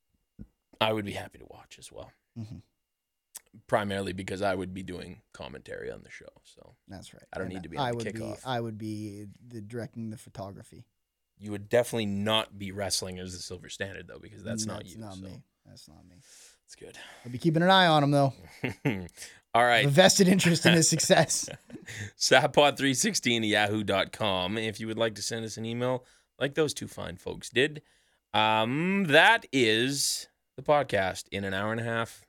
Speaker 1: I would be happy to watch as well.
Speaker 2: Mhm.
Speaker 1: primarily because I would be doing commentary on the show. So
Speaker 2: That's right.
Speaker 1: I don't
Speaker 2: And
Speaker 1: need to be on
Speaker 2: I
Speaker 1: the
Speaker 2: would be.
Speaker 1: kickoff.
Speaker 2: I would be the directing the photography.
Speaker 1: you would definitely not be wrestling as the silver standard though, because that's not you.
Speaker 2: Not
Speaker 1: so
Speaker 2: me. That's not me.
Speaker 1: It's good.
Speaker 2: I'll be keeping an eye on him though.
Speaker 1: All
Speaker 2: I have
Speaker 1: right.
Speaker 2: a vested interest in his success.
Speaker 1: Sapod316 at yahoo.com. If you would like to send us an email, like those two fine folks did. Um, that is the podcast in an hour and a half.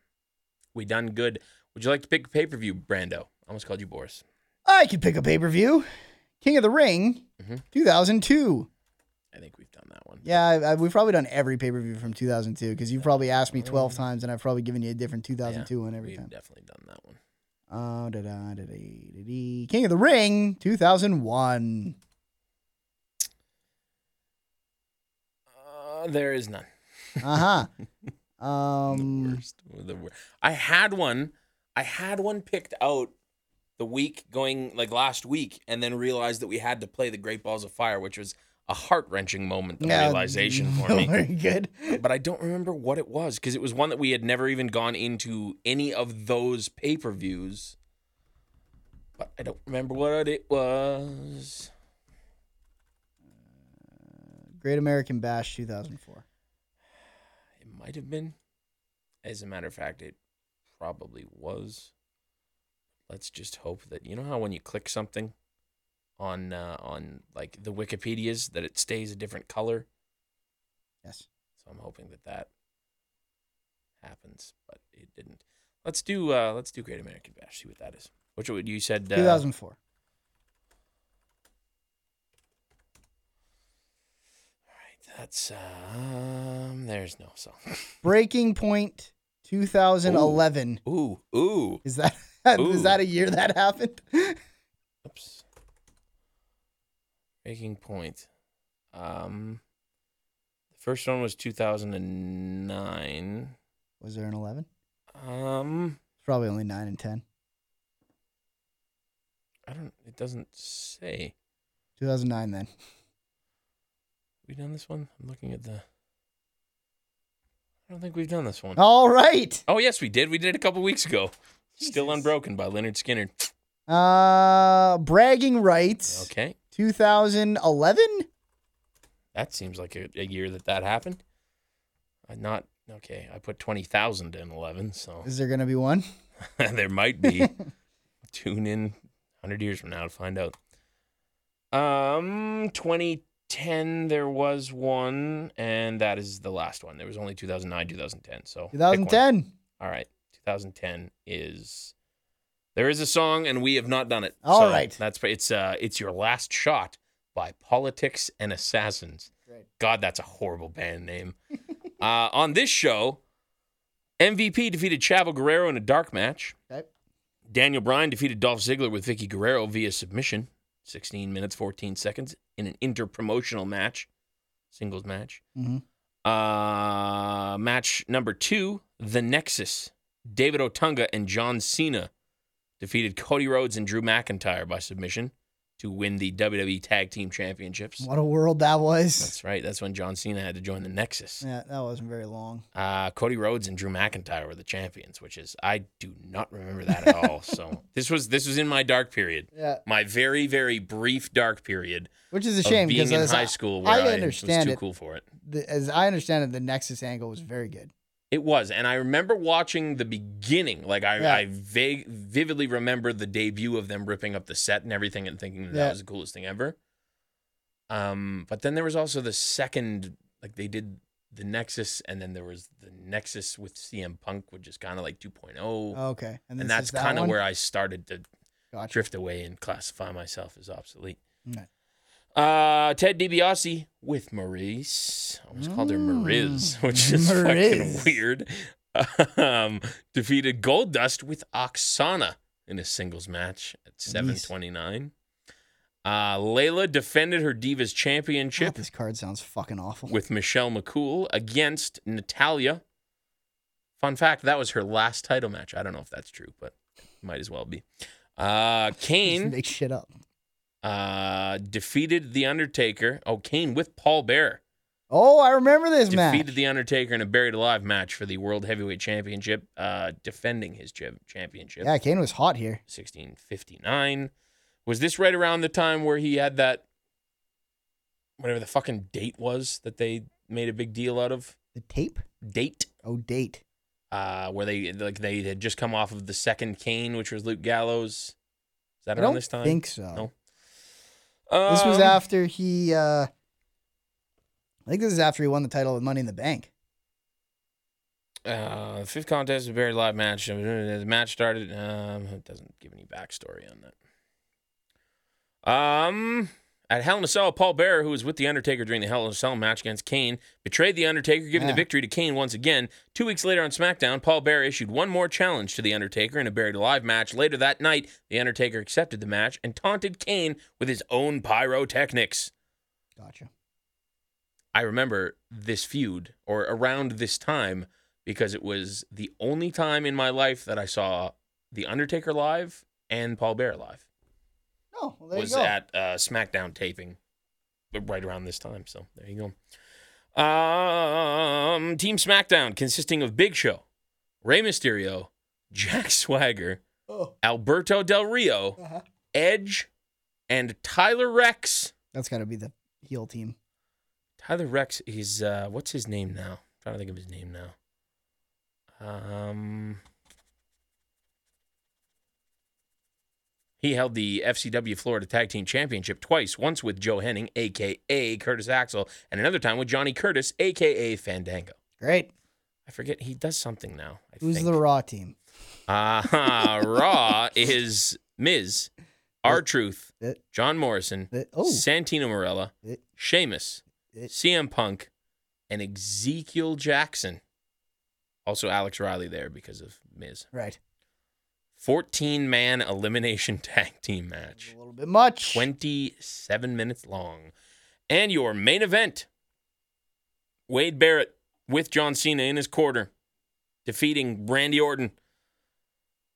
Speaker 1: We done good. Would you like to pick a pay per view, Brando? I almost called you Boris.
Speaker 2: I could pick a pay per view. King of the Ring,
Speaker 1: Mhm.
Speaker 2: 2002.
Speaker 1: I think we've done that one.
Speaker 2: Yeah, I, I, we've probably done every pay per view from 2002 because you've probably asked me 12 times and I've probably given you a different 2002 one every
Speaker 1: Mm. we've
Speaker 2: time.
Speaker 1: definitely done that one.
Speaker 2: Oh, da da da da dee. King of the Ring, 2001.
Speaker 1: Uh, there is none.
Speaker 2: Uh huh.
Speaker 1: the
Speaker 2: Um,
Speaker 1: worst. Or The wor- I had one. I had one picked out the week going like last week, and then realized that we had to play the Great Balls of Fire, which was a heart wrenching moment of
Speaker 2: yeah,
Speaker 1: realization for me.
Speaker 2: Very good.
Speaker 1: But I don't remember what it was because it was one that we had never even gone into any of those pay per views. But I don't remember what it was.
Speaker 2: Great American Bash, 2004.
Speaker 1: It might have been. As a matter of fact, it probably was. Let's just hope that you know how when you click something on uh, on like the Wikipedia's that it stays a different color.
Speaker 2: Yes.
Speaker 1: So I'm hoping that that happens, but it didn't. Let's do uh let's do Great American Bash. See what that is. Which would you said? Uh,
Speaker 2: 2004.
Speaker 1: that's um. There's no song.
Speaker 2: Breaking Point, 2011.
Speaker 1: Ooh ooh.
Speaker 2: Is that
Speaker 1: Ooh.
Speaker 2: is that a year that happened?
Speaker 1: Oops. Breaking point. Um, the first one was 2009.
Speaker 2: Was there an 11?
Speaker 1: Um,
Speaker 2: It's probably only 9 and 10.
Speaker 1: I don't. It doesn't say.
Speaker 2: 2009 then.
Speaker 1: We done this one? I'm looking at the. I don't think we've done this one. Oh,
Speaker 2: All right.
Speaker 1: yes, we did. We did it a couple weeks ago. Still unbroken by Leonard Skinner.
Speaker 2: Uh bragging rights.
Speaker 1: Okay,
Speaker 2: 2011?
Speaker 1: that seems like a, a year that that happened. I'm not okay. I put twenty thousand in eleven, so
Speaker 2: Is there going to be one?
Speaker 1: there might be. Tune in 100 years from now to find out. Um, 2010 there was one, and that is the last one. There was only 2009, 2010. So pick one.
Speaker 2: 2010.
Speaker 1: All right, 2010 is. There is a song, and we have not done it.
Speaker 2: All
Speaker 1: All right,
Speaker 2: right.
Speaker 1: that's it's uh it's your last shot by Politics and Assassins.
Speaker 2: Great.
Speaker 1: God, that's a horrible band name. uh, on this show, MVP defeated Chavo Guerrero in a dark match.
Speaker 2: Okay.
Speaker 1: Daniel Bryan defeated Dolph Ziggler with Vicky Guerrero via submission, 16 minutes 14 seconds in an interpromotional match, singles match.
Speaker 2: Mhm.
Speaker 1: Uh, match number two, The Nexus. David Otunga and John Cena defeated Cody Rhodes and Drew McIntyre by submission to win the WWE Tag Team Championships.
Speaker 2: What a world that was.
Speaker 1: That's right. That's when John Cena had to join the Nexus.
Speaker 2: Yeah, that wasn't very long.
Speaker 1: Uh, Cody Rhodes and Drew McIntyre were the champions, which is I do not remember that at all. So this was this was in my dark period,
Speaker 2: Yeah,
Speaker 1: my very very brief dark period
Speaker 2: which is a
Speaker 1: of
Speaker 2: shame
Speaker 1: being
Speaker 2: because
Speaker 1: in
Speaker 2: as
Speaker 1: high
Speaker 2: I-
Speaker 1: school where
Speaker 2: I
Speaker 1: I, was
Speaker 2: understand
Speaker 1: too
Speaker 2: it.
Speaker 1: cool for it.
Speaker 2: the, as I understand it, the Nexus angle was very good.
Speaker 1: It was, and I remember watching the beginning. Like I,
Speaker 2: Yeah.
Speaker 1: I vague, vividly remember the debut of them ripping up the set and everything, and thinking that, that
Speaker 2: Yeah.
Speaker 1: was the coolest thing ever. Um, but then there was also the second, like they did the Nexus, and then there was the Nexus with CM Punk, which is kind of like 2.0,
Speaker 2: Okay,
Speaker 1: and,
Speaker 2: and, Oh, this
Speaker 1: that's
Speaker 2: is that
Speaker 1: kind of
Speaker 2: one?
Speaker 1: where I started to
Speaker 2: gotcha.
Speaker 1: drift away and classify myself as obsolete.
Speaker 2: No.
Speaker 1: Uh, Ted DiBiase with Maurice. I almost called her Mariz, which is fucking
Speaker 2: Mariz.
Speaker 1: weird. Um, defeated Goldust with Oksana in a singles match at 729. Uh, Layla defended her Divas
Speaker 2: God,
Speaker 1: Championship
Speaker 2: this card sounds fucking awful.
Speaker 1: with Michelle McCool against Natalia. Fun fact, that was her last title match. I don't know if that's true, but might as well be. Uh,
Speaker 2: Just
Speaker 1: Kane
Speaker 2: make shit up.
Speaker 1: uh, defeated The Undertaker. Oh, Kane with Paul Bearer
Speaker 2: Oh, I remember this
Speaker 1: defeated
Speaker 2: match.
Speaker 1: the Undertaker in a buried alive match for the World Heavyweight Championship, uh, defending his cha- championship.
Speaker 2: yeah, Kane was hot here.
Speaker 1: 1659. Was this right around the time where he had that, whatever the fucking date was that they made a big deal out of?
Speaker 2: The tape?
Speaker 1: Date.
Speaker 2: Oh, date.
Speaker 1: Uh, where they like they had just come off of the second Kane, which was Luke Gallows. Is that
Speaker 2: I
Speaker 1: around
Speaker 2: don't
Speaker 1: this time?
Speaker 2: think so.
Speaker 1: No.
Speaker 2: This was
Speaker 1: Um,
Speaker 2: after he. uh I think this is after he won the title with Money in the Bank.
Speaker 1: Uh, the fifth contest is a very live match. Uh, The match started. Um, it doesn't give any backstory on that. Um, at Hell in a Cell, Paul Bearer, who was with the Undertaker during the Hell in a Cell match against Kane, betrayed the Undertaker, giving
Speaker 2: Yeah.
Speaker 1: the victory to Kane once again. Two weeks later on SmackDown, Paul Bearer issued one more challenge to the Undertaker in a buried alive match. Later that night, the Undertaker accepted the match and taunted Kane with his own pyrotechnics.
Speaker 2: Gotcha.
Speaker 1: I remember this feud or around this time because it was the only time in my life that I saw The Undertaker live and Paul Bear live.
Speaker 2: Oh, well, there
Speaker 1: was
Speaker 2: you go.
Speaker 1: at uh, SmackDown taping right around this time. So there you go. Um, Team SmackDown consisting of Big Show, Rey Mysterio, Jack Swagger,
Speaker 2: oh,
Speaker 1: Alberto Del Rio,
Speaker 2: uh-huh.
Speaker 1: Edge, and Tyler Rex.
Speaker 2: That's got to be the heel team.
Speaker 1: Tyler Rex is uh, what's his name now? I'm trying to think of his name now. Um, he held the FCW Florida Tag Team Championship twice. Once with Joe Henning, aka Curtis Axel, and another time with Johnny Curtis, aka Fandango.
Speaker 2: Great.
Speaker 1: I forget he does something now. I
Speaker 2: Who's
Speaker 1: think.
Speaker 2: the Raw team?
Speaker 1: Uh, Raw is Miz, R Truth,
Speaker 2: Uh,
Speaker 1: John Morrison,
Speaker 2: uh, oh,
Speaker 1: Santino Morella,
Speaker 2: uh,
Speaker 1: Sheamus,
Speaker 2: It-
Speaker 1: CM Punk, and Ezekiel Jackson. Also, Alex Riley there because of Miz.
Speaker 2: right.
Speaker 1: 14 man elimination tag team match,
Speaker 2: A little bit much.
Speaker 1: 27 minutes long. And your main event Wade Barrett with John Cena in his quarter, defeating Randy Orton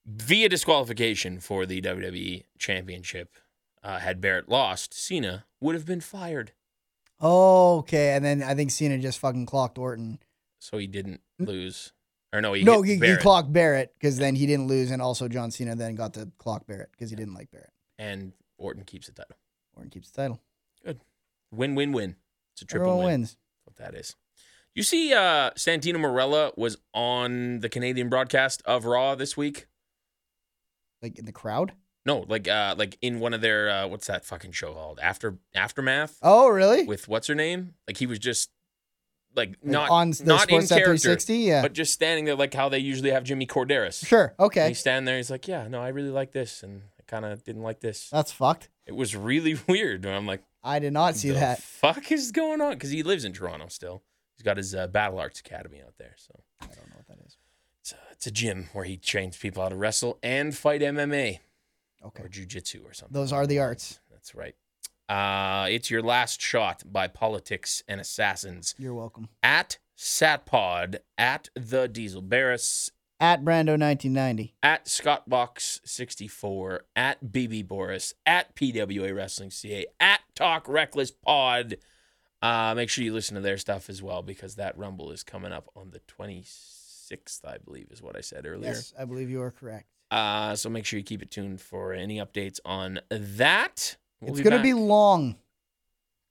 Speaker 1: via disqualification for the WWE Championship. Uh, had Barrett lost, Cena would have been fired.
Speaker 2: Oh, okay. And then I think Cena just fucking clocked Orton.
Speaker 1: so he didn't lose. Or no, he
Speaker 2: no,
Speaker 1: hit
Speaker 2: he, he
Speaker 1: Barrett,
Speaker 2: clocked Barrett because then he didn't lose, and also John Cena then got to clock Barrett because he didn't like Barrett.
Speaker 1: and Orton keeps the title.
Speaker 2: Orton keeps the title.
Speaker 1: Win, win, win. It's a triple
Speaker 2: Everyone
Speaker 1: win.
Speaker 2: wins.
Speaker 1: What that is. You see, uh, Santino Morella was on the Canadian broadcast of Raw this week.
Speaker 2: Like in the crowd.
Speaker 1: No, like uh, like in one of their uh, what's that fucking show called? After Aftermath
Speaker 2: Oh, really?
Speaker 1: with what's her name? Like he was just like
Speaker 2: Like
Speaker 1: not
Speaker 2: on the
Speaker 1: not in
Speaker 2: Sportsnet
Speaker 1: character,
Speaker 2: 360. Yeah.
Speaker 1: but just standing there like how they usually have Jimmy Corderas.
Speaker 2: sure.
Speaker 1: And
Speaker 2: Okay.
Speaker 1: He's standing there. He's like, yeah, no, I really like this, and I kind of didn't like this.
Speaker 2: That's fucked.
Speaker 1: It was really weird. And I'm like,
Speaker 2: I did not see
Speaker 1: the
Speaker 2: that.
Speaker 1: fuck is going on? Because he lives in Toronto still. He's got his uh, Battle Arts Academy out there. So
Speaker 2: I don't know what that is.
Speaker 1: it's a, it's a gym where he trains people how to wrestle and fight MMA
Speaker 2: Okay.
Speaker 1: or jujitsu or something.
Speaker 2: Those are the arts.
Speaker 1: That's right. Uh, it's your last shot by politics and assassins
Speaker 2: You're welcome.
Speaker 1: at Satpod at the Diesel Barris
Speaker 2: At Brando1990.
Speaker 1: at Scottbox64, at BB Boris, at PWA Wrestling CA, at Talk Reckless Pod. Uh, make sure you listen to their stuff as well because that Rumble is coming up on the 26th, I believe, is what I said earlier.
Speaker 2: Yes, I believe you are correct.
Speaker 1: Uh, so make sure you keep it tuned for any updates on that. We'll
Speaker 2: it's going to be
Speaker 1: back.
Speaker 2: long.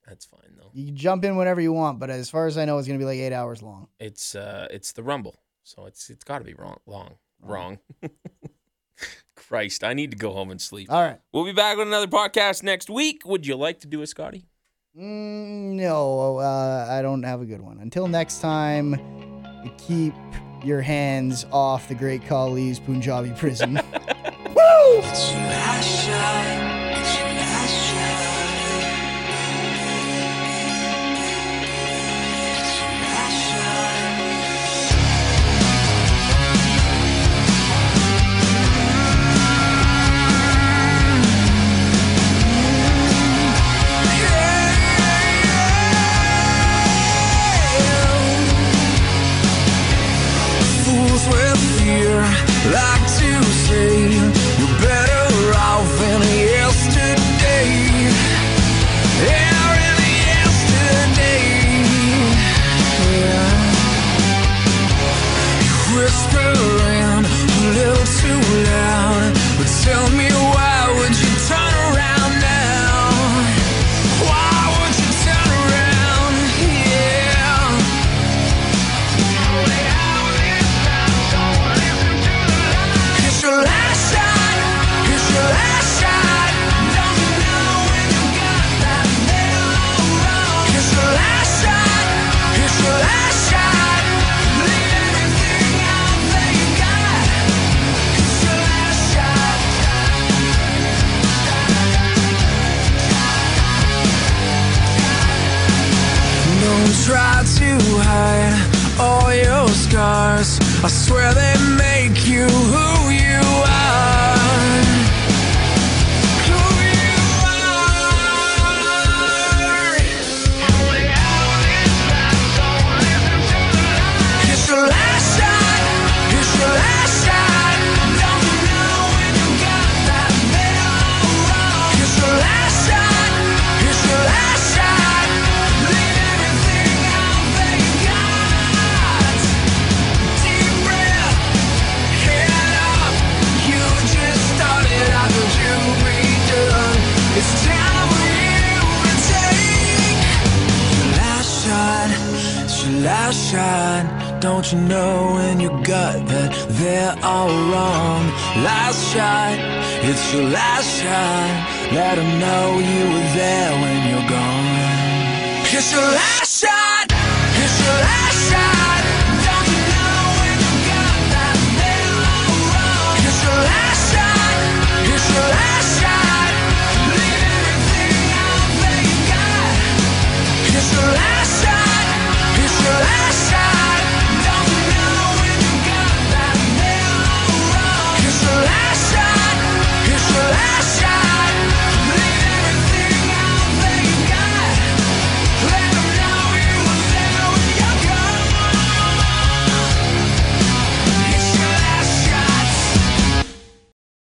Speaker 1: That's fine, though.
Speaker 2: You can jump in whenever you want, but as far as I know, it's going to be like eight hours long.
Speaker 1: It's uh, it's the Rumble, so it's it's got to be wrong, long, wrong. Christ, I need to go home and sleep.
Speaker 2: All right.
Speaker 1: We'll be back with another podcast next week. Would you like to do a Scotty?
Speaker 2: Mm, no, uh, I don't have a good one. Until next time, keep your hands off the Great Khali's Punjabi prison. Woo!
Speaker 6: It's your last shot. It's your last shot. It's your last shot.
Speaker 7: fools with fear like to say you're better off than yesterday. Yeah, really yesterday. Tell me why would you turn around now? Why would you turn around? Yeah. It's your last shot. It's your last shot. Doesn't matter when you got that mellow road. It's your last shot. It's your last shot. Leave everything out that you got. It's your last shot. Don't try to hide all your scars. I swear they make you who you are. Who you are. It's your last shot. It's your last shot. Don't you know when you got that mellow road? It's your last shot. It's your last shot. Leave everything out that you got. Deep breath, head up. You just started. How could you be done? It's time for you to take your last shot, it's your last shot. Don't you know in your gut that they're all wrong? Last shot, it's your last shot. Let 'em know you were there when you're gone. It's your last shot, it's your last shot.